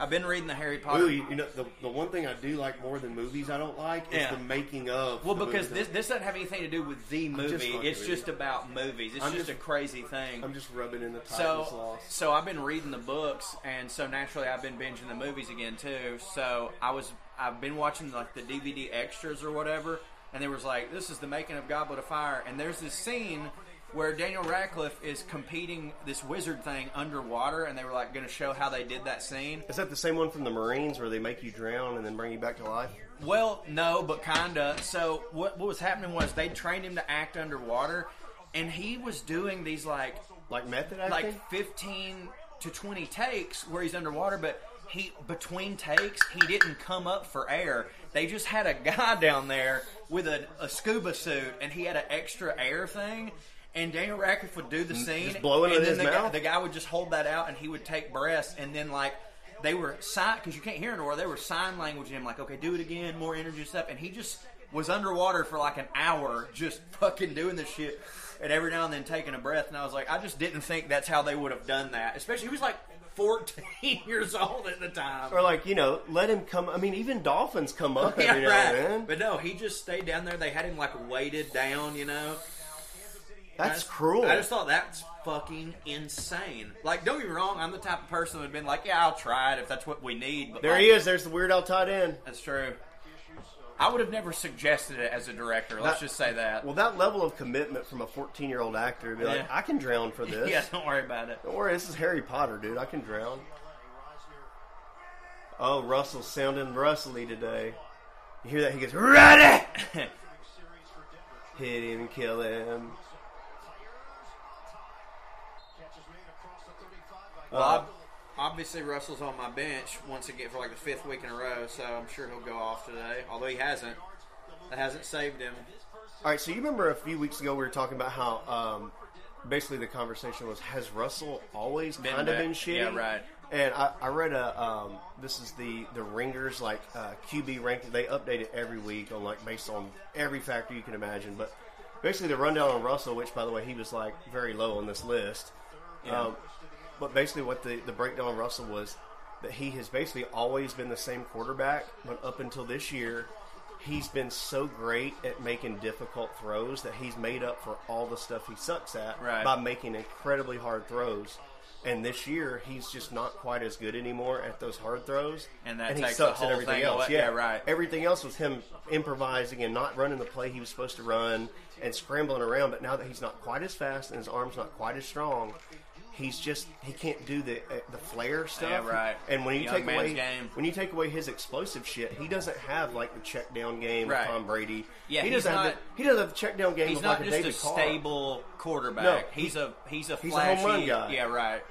Speaker 1: I've been reading the Harry Potter.
Speaker 3: Ooh, you, you know the, the one thing I do like more than movies I don't like is
Speaker 1: Yeah.
Speaker 3: the making of.
Speaker 1: well,
Speaker 3: the
Speaker 1: because
Speaker 3: movies.
Speaker 1: this this doesn't have anything to do with the
Speaker 3: just
Speaker 1: movie.
Speaker 3: fucking
Speaker 1: it's
Speaker 3: with
Speaker 1: just
Speaker 3: you.
Speaker 1: about movies. It's
Speaker 3: I'm
Speaker 1: just,
Speaker 3: just-
Speaker 1: a crazy thing.
Speaker 3: I'm just rubbing in the Titans
Speaker 1: so,
Speaker 3: loss.
Speaker 1: so I've been reading the books, and so naturally I've been binging the movies again too. So I was I've been watching like the DVD extras or whatever, and there was like this is the making of Goblet of Fire, and there's this scene where Daniel Radcliffe is competing this wizard thing underwater, and they were like going to show how they did that scene.
Speaker 3: Is that the same one from the Marines where they make you drown and then bring you back to life?
Speaker 1: Well, no, but kinda. So what what was happening was they trained him to act underwater, and he was doing these like
Speaker 3: Like method acting?
Speaker 1: like fifteen to twenty takes where he's underwater, but he between takes he didn't come up for air. They just had a guy <laughs> down there with a, a scuba suit, and he had an extra air thing. And Daniel Radcliffe would do the scene,
Speaker 3: blowing it
Speaker 1: and
Speaker 3: in
Speaker 1: then
Speaker 3: his
Speaker 1: the guy,
Speaker 3: mouth?
Speaker 1: the guy would just hold that out, and he would take breaths, and then like they were sign because you can't hear anymore. They were sign language him, like okay, do it again, more energy stuff, and he just was underwater for like an hour, just <laughs> fucking doing this shit. and every now and then taking a breath. And I was like, I just didn't think that's how they would have done that. Especially he was like 14 <laughs> years old at the time.
Speaker 3: Or like you know, let him come. I mean, even dolphins
Speaker 1: <laughs>
Speaker 3: come up every now
Speaker 1: Yeah,
Speaker 3: and
Speaker 1: right.
Speaker 3: then.
Speaker 1: But no, he just stayed down there. They had him like weighted down, you know.
Speaker 3: That's cruel.
Speaker 1: I just thought that's fucking insane. Like, don't get me wrong, I'm the type of person that'd been like, yeah, I'll try it if that's what we need. But
Speaker 3: there
Speaker 1: like,
Speaker 3: he is. There's the weird Al tight end.
Speaker 1: That's true. I would have never suggested it as a director. Let's
Speaker 3: That-
Speaker 1: just say that. <laughs>
Speaker 3: Well, that level of commitment from a 14 year old actor would be like,
Speaker 1: Yeah.
Speaker 3: I can drown for
Speaker 1: <laughs>
Speaker 3: this.
Speaker 1: yeah, don't worry about it.
Speaker 3: Don't worry, this is Harry Potter, dude. I can drown. Oh, Russell's sounding rustly today. You hear that? He goes, Ready! <laughs> Hit him, kill him. Uh,
Speaker 1: Bob, obviously Russell's on my bench once again for like the fifth week in a row, so I'm sure he'll go off today. Although he hasn't, that hasn't saved him.
Speaker 3: All right, so you remember a few weeks ago we were talking about how um, basically the conversation was has Russell always
Speaker 1: Been
Speaker 3: kind of
Speaker 1: that-
Speaker 3: been shitty?
Speaker 1: yeah, right.
Speaker 3: And I, I read a um, this is the the Ringers like uh, QB ranking. They update it every week on like based on every factor you can imagine. But basically the rundown on Russell, which by the way he was like very low on this list. Um, but basically what the the breakdown on Russell was that he has basically always been the same quarterback, but up until this year he's been so great at making difficult throws that he's made up for all the stuff he sucks at
Speaker 1: Right.
Speaker 3: by making incredibly hard throws. And this year, he's just not quite as good anymore at those hard throws.
Speaker 1: And that
Speaker 3: he
Speaker 1: takes
Speaker 3: sucks
Speaker 1: the
Speaker 3: at
Speaker 1: whole
Speaker 3: everything
Speaker 1: thing
Speaker 3: else.
Speaker 1: away. Yeah, right.
Speaker 3: Everything else was him improvising and not running the play he was supposed to run and scrambling around. But now that he's not quite as fast and his arm's not quite as strong, he's just he can't do the uh, the flair stuff.
Speaker 1: Yeah, right.
Speaker 3: And when you
Speaker 1: Young
Speaker 3: take
Speaker 1: man's
Speaker 3: away
Speaker 1: game.
Speaker 3: when you take away his explosive shit, he doesn't have like the check down game
Speaker 1: Right.
Speaker 3: of Tom Brady.
Speaker 1: Yeah,
Speaker 3: he
Speaker 1: he's
Speaker 3: doesn't have
Speaker 1: not-
Speaker 3: the, he doesn't have the check down game
Speaker 1: He's
Speaker 3: of
Speaker 1: not
Speaker 3: like
Speaker 1: just
Speaker 3: a
Speaker 1: a,
Speaker 3: David Carr.
Speaker 1: stable quarterback.
Speaker 3: No,
Speaker 1: he's a he's a
Speaker 3: he's a
Speaker 1: flashy
Speaker 3: home run guy.
Speaker 1: Yeah, right.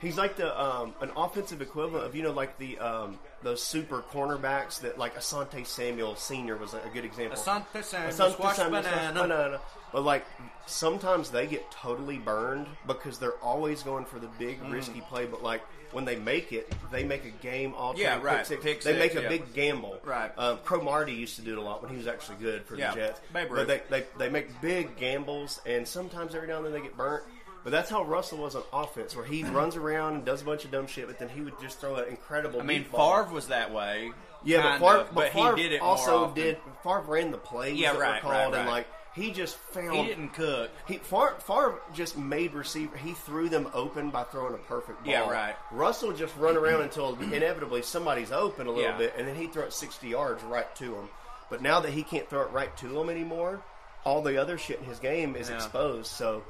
Speaker 3: He's like the um, an offensive equivalent of you know like the um, those super cornerbacks that like Asante Samuel Senior was a, a good example.
Speaker 1: Asante Samuel,
Speaker 3: Asante
Speaker 1: squash
Speaker 3: Samuel, squash
Speaker 1: banana.
Speaker 3: banana. But like sometimes they get totally burned because they're always going for the big
Speaker 1: Mm.
Speaker 3: risky play. But like when they make it, they make a game all
Speaker 1: Yeah, right.
Speaker 3: Pick six.
Speaker 1: Pick
Speaker 3: they
Speaker 1: six,
Speaker 3: make a
Speaker 1: yeah.
Speaker 3: big gamble.
Speaker 1: Right.
Speaker 3: Um, Crow Marty used to do it a lot when he was actually good for
Speaker 1: Yeah,
Speaker 3: the Jets.
Speaker 1: Babe
Speaker 3: But
Speaker 1: Ruth.
Speaker 3: they, they they make big gambles, and sometimes every now and then they get burnt. But that's how Russell was on offense, where he
Speaker 1: Mm-hmm.
Speaker 3: runs around and does a bunch of dumb shit, but then he would just throw an incredible.
Speaker 1: I mean,
Speaker 3: meatball.
Speaker 1: Favre was that way.
Speaker 3: yeah, but
Speaker 1: kind
Speaker 3: Favre,
Speaker 1: of,
Speaker 3: but
Speaker 1: but
Speaker 3: Favre
Speaker 1: he did it more
Speaker 3: also
Speaker 1: often.
Speaker 3: did. Favre ran the plays
Speaker 1: Yeah,
Speaker 3: that
Speaker 1: right,
Speaker 3: were
Speaker 1: right,
Speaker 3: called, and
Speaker 1: right.
Speaker 3: like he just found
Speaker 1: He didn't cook.
Speaker 3: he Favre, Favre just made receiver. He threw them open by throwing a perfect ball.
Speaker 1: Yeah, right.
Speaker 3: Russell just run around until inevitably somebody's open a little
Speaker 1: Yeah.
Speaker 3: bit, and then he throw it sixty yards right to him. But now that he can't throw it right to him anymore, all the other shit in his game is
Speaker 1: Yeah.
Speaker 3: exposed. So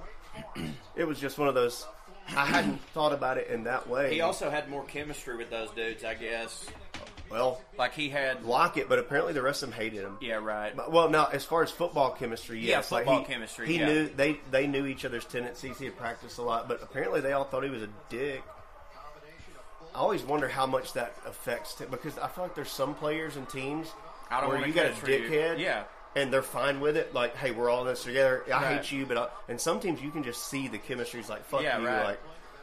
Speaker 3: <clears throat> it was just one of those. I hadn't thought about it in that way.
Speaker 1: He also had more chemistry with those dudes, I guess.
Speaker 3: well
Speaker 1: Like he had.
Speaker 3: Lockett, but apparently the rest of them hated him.
Speaker 1: Yeah, right.
Speaker 3: But- Well, now as far as football chemistry,
Speaker 1: Yeah,
Speaker 3: yes, like,
Speaker 1: football
Speaker 3: he-
Speaker 1: chemistry,
Speaker 3: He
Speaker 1: yeah.
Speaker 3: knew they they knew each other's tendencies. He had practiced a lot, but apparently they all thought he was a dick. I always wonder how much that affects t- because I feel like there's some players and teams
Speaker 1: I don't
Speaker 3: where
Speaker 1: wanna
Speaker 3: you got a
Speaker 1: catch you.
Speaker 3: dickhead,
Speaker 1: Yeah.
Speaker 3: and they're fine with it. Like, hey, we're all in this together. I
Speaker 1: Right.
Speaker 3: hate you, but I, and sometimes you can just see the chemistry's like fuck
Speaker 1: Yeah,
Speaker 3: you,
Speaker 1: right.
Speaker 3: like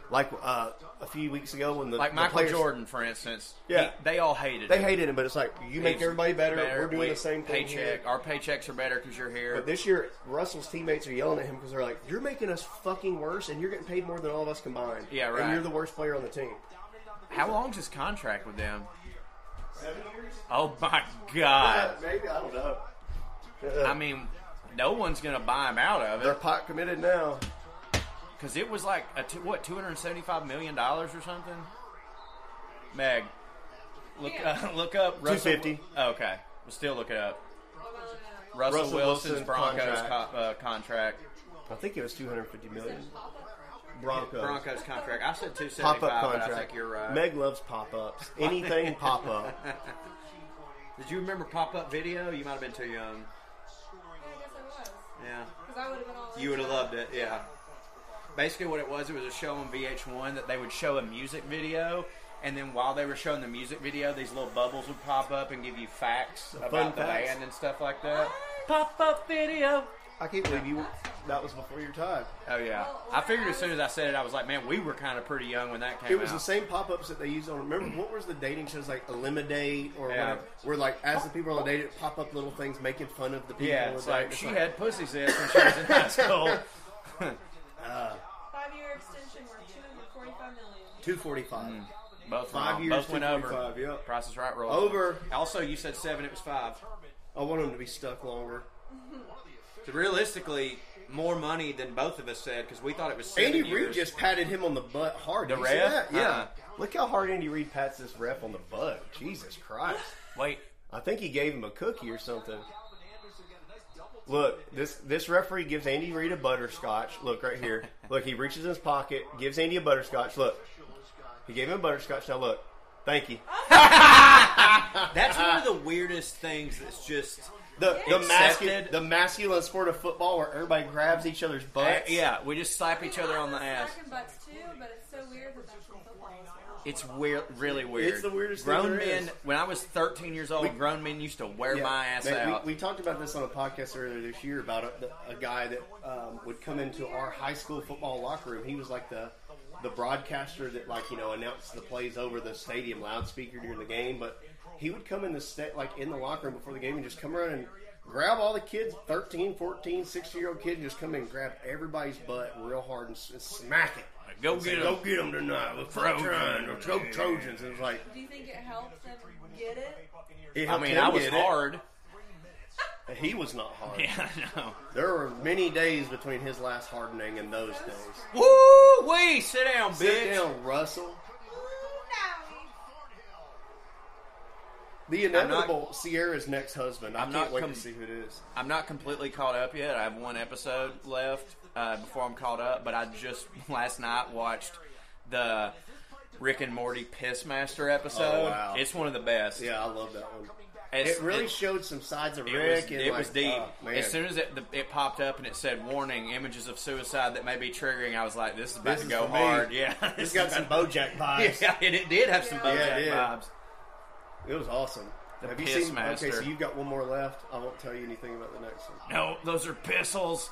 Speaker 3: like uh, a few weeks ago when the
Speaker 1: like
Speaker 3: the
Speaker 1: Michael
Speaker 3: players-
Speaker 1: Jordan, for instance.
Speaker 3: Yeah.
Speaker 1: he- they all hated.
Speaker 3: They
Speaker 1: him.
Speaker 3: hated him, but it's like you make
Speaker 1: He's
Speaker 3: everybody better. We're doing
Speaker 1: we-
Speaker 3: the same thing. here.
Speaker 1: Paycheck. Our paychecks are better because you're here.
Speaker 3: But this year, Russell's teammates are yelling at him because they're like, "You're making us fucking worse, and you're getting paid more than all of us combined.
Speaker 1: Yeah,
Speaker 3: And
Speaker 1: right.
Speaker 3: you're the worst player on the team."
Speaker 1: How long's his contract with them? Oh my god!
Speaker 3: maybe I don't know.
Speaker 1: Uh, I mean, no one's gonna buy him out of
Speaker 3: They're
Speaker 1: it
Speaker 3: pot committed now.
Speaker 1: because it was like a t- what two hundred seventy-five million dollars or something. Meg, look uh, <laughs> look up Russell- Oh,
Speaker 3: 250.
Speaker 1: okay, we'll still look it up.
Speaker 4: Oh, Well,
Speaker 1: Russell,
Speaker 3: Russell
Speaker 1: Wilson's
Speaker 3: Wilson
Speaker 1: Broncos
Speaker 3: contract.
Speaker 1: co- uh, contract.
Speaker 3: I think it was 250 million. Broncos.
Speaker 1: Broncos contract. I said two
Speaker 3: Pop
Speaker 1: seventy-five,
Speaker 3: up
Speaker 1: but
Speaker 3: contract.
Speaker 1: I think you're right.
Speaker 3: Meg loves pop ups.
Speaker 1: <laughs>
Speaker 3: Anything pop up.
Speaker 1: Did you remember pop-up video? You might have been too young.
Speaker 4: yeah, I guess I was.
Speaker 1: Yeah.
Speaker 4: 'Cause I would have been all
Speaker 1: You would have
Speaker 4: over
Speaker 1: loved it, yeah. Basically, what it was, it was a show on VH1 that they would show a music video, and then while they were showing the music video, these little bubbles would pop up and give you facts
Speaker 3: The fun
Speaker 1: about the
Speaker 3: facts.
Speaker 1: band and stuff like that. Pop up video.
Speaker 3: I can't believe you. That was before your time.
Speaker 1: Oh yeah. I figured as soon as I said it, I was like, man, we were kind of pretty young when that came
Speaker 3: It was
Speaker 1: out.
Speaker 3: the same pop-ups that they used on. Remember what was the dating shows like Eliminate or
Speaker 1: Yeah.
Speaker 3: whatever, where like as the people are dating, pop up little things making fun of the people.
Speaker 1: Yeah,
Speaker 3: and
Speaker 1: it's
Speaker 3: that.
Speaker 1: like
Speaker 3: It's
Speaker 1: she had pussy zits when she was in high
Speaker 3: <laughs>
Speaker 1: school.
Speaker 4: Five year extension worth two hundred forty-five million.
Speaker 3: 245.
Speaker 1: Mm. Both
Speaker 3: Five
Speaker 1: wrong.
Speaker 3: years,
Speaker 1: both went over.
Speaker 3: 2.45, yep.
Speaker 1: Price is right, roll
Speaker 3: Over.
Speaker 1: Also, you said seven. It was five.
Speaker 3: I want them to be stuck longer.
Speaker 1: Realistically, more money than both of us said because we thought it was. Seven
Speaker 3: Andy
Speaker 1: years.
Speaker 3: Reid just patted him on the butt hard.
Speaker 1: The
Speaker 3: Did you see
Speaker 1: ref?
Speaker 3: that? Yeah.
Speaker 1: Uh-uh.
Speaker 3: Look how hard Andy Reid pats this ref on the butt. Jesus Christ.
Speaker 1: wait.
Speaker 3: I think he gave him a cookie or something. Look, this this referee gives Andy Reid a butterscotch. Look right here. Look, he reaches in his pocket, gives Andy a butterscotch. Look, he gave him a butterscotch. Now look, thank you.
Speaker 1: That's one of the weirdest things. That's just.
Speaker 3: The the, masculine,
Speaker 1: Accepted.
Speaker 3: the masculine sport of football where everybody grabs each other's butts.
Speaker 1: yeah, we just slap each other
Speaker 4: I
Speaker 1: on the
Speaker 4: love
Speaker 1: ass.
Speaker 4: smacking butts too, but it's so weird that that's from football as well.
Speaker 1: It's weird, really weird.
Speaker 3: It's the weirdest thing
Speaker 1: Grown
Speaker 3: there
Speaker 1: men.
Speaker 3: is.
Speaker 1: When I was 13 years old,
Speaker 3: We-
Speaker 1: grown men used to wear
Speaker 3: Yeah.
Speaker 1: my ass
Speaker 3: Man, we-
Speaker 1: out.
Speaker 3: We, talked about this on a podcast earlier this year about a, a guy that um, would come into our high school football locker room. He was like the the broadcaster that like you know announced the plays over the stadium loudspeaker during the game, but he would come in the sta- like in the locker room before the game and just come around and grab all the kids 13 14 16 year old kids and just come in and grab everybody's butt real hard and, s- and smack it
Speaker 1: Go
Speaker 3: And say,
Speaker 1: get 'em.
Speaker 3: go get them tonight let's Trojans. Trying. Let's go Trojans and it was like
Speaker 4: Do you think it helped them get it?
Speaker 3: it
Speaker 1: I
Speaker 3: helped
Speaker 1: mean,
Speaker 3: him
Speaker 1: I was
Speaker 3: get it.
Speaker 1: hard. <laughs>
Speaker 3: he was not hard
Speaker 1: Yeah, I know.
Speaker 3: There were many days between his last hardening and those days.
Speaker 1: Woo wee! Sit down, bitch.
Speaker 3: Sit down, Russell. The
Speaker 1: not-
Speaker 3: inevitable Sierra's next husband. I
Speaker 1: I'm
Speaker 3: can't
Speaker 1: not
Speaker 3: wait
Speaker 1: com-
Speaker 3: to see who it is.
Speaker 1: I'm not completely caught up yet. I have one episode left uh, before I'm caught up, but I just <laughs> last night watched the Rick and Morty Pissmaster episode.
Speaker 3: Oh, wow.
Speaker 1: It's one of the best.
Speaker 3: Yeah, I love that one.
Speaker 1: It's-
Speaker 3: it really
Speaker 1: it-
Speaker 3: showed some sides of
Speaker 1: it
Speaker 3: Rick.
Speaker 1: was,
Speaker 3: and
Speaker 1: it
Speaker 3: like,
Speaker 1: was deep.
Speaker 3: oh, man.
Speaker 1: as soon as it, the, it popped up and it said "Warning: Images of suicide that may be triggering," I was like, "This is about to
Speaker 3: This is
Speaker 1: go
Speaker 3: for me.
Speaker 1: hard." Yeah, <laughs>
Speaker 3: it's got some <laughs> BoJack vibes.
Speaker 1: yeah, and it did have some
Speaker 4: Yeah,
Speaker 1: BoJack
Speaker 4: it
Speaker 3: did.
Speaker 1: vibes.
Speaker 3: It was awesome. Have you
Speaker 1: Piss
Speaker 3: seen?
Speaker 1: Master.
Speaker 3: Okay, so you've got one more left. I won't tell you anything about the next one.
Speaker 1: No, those are pistils.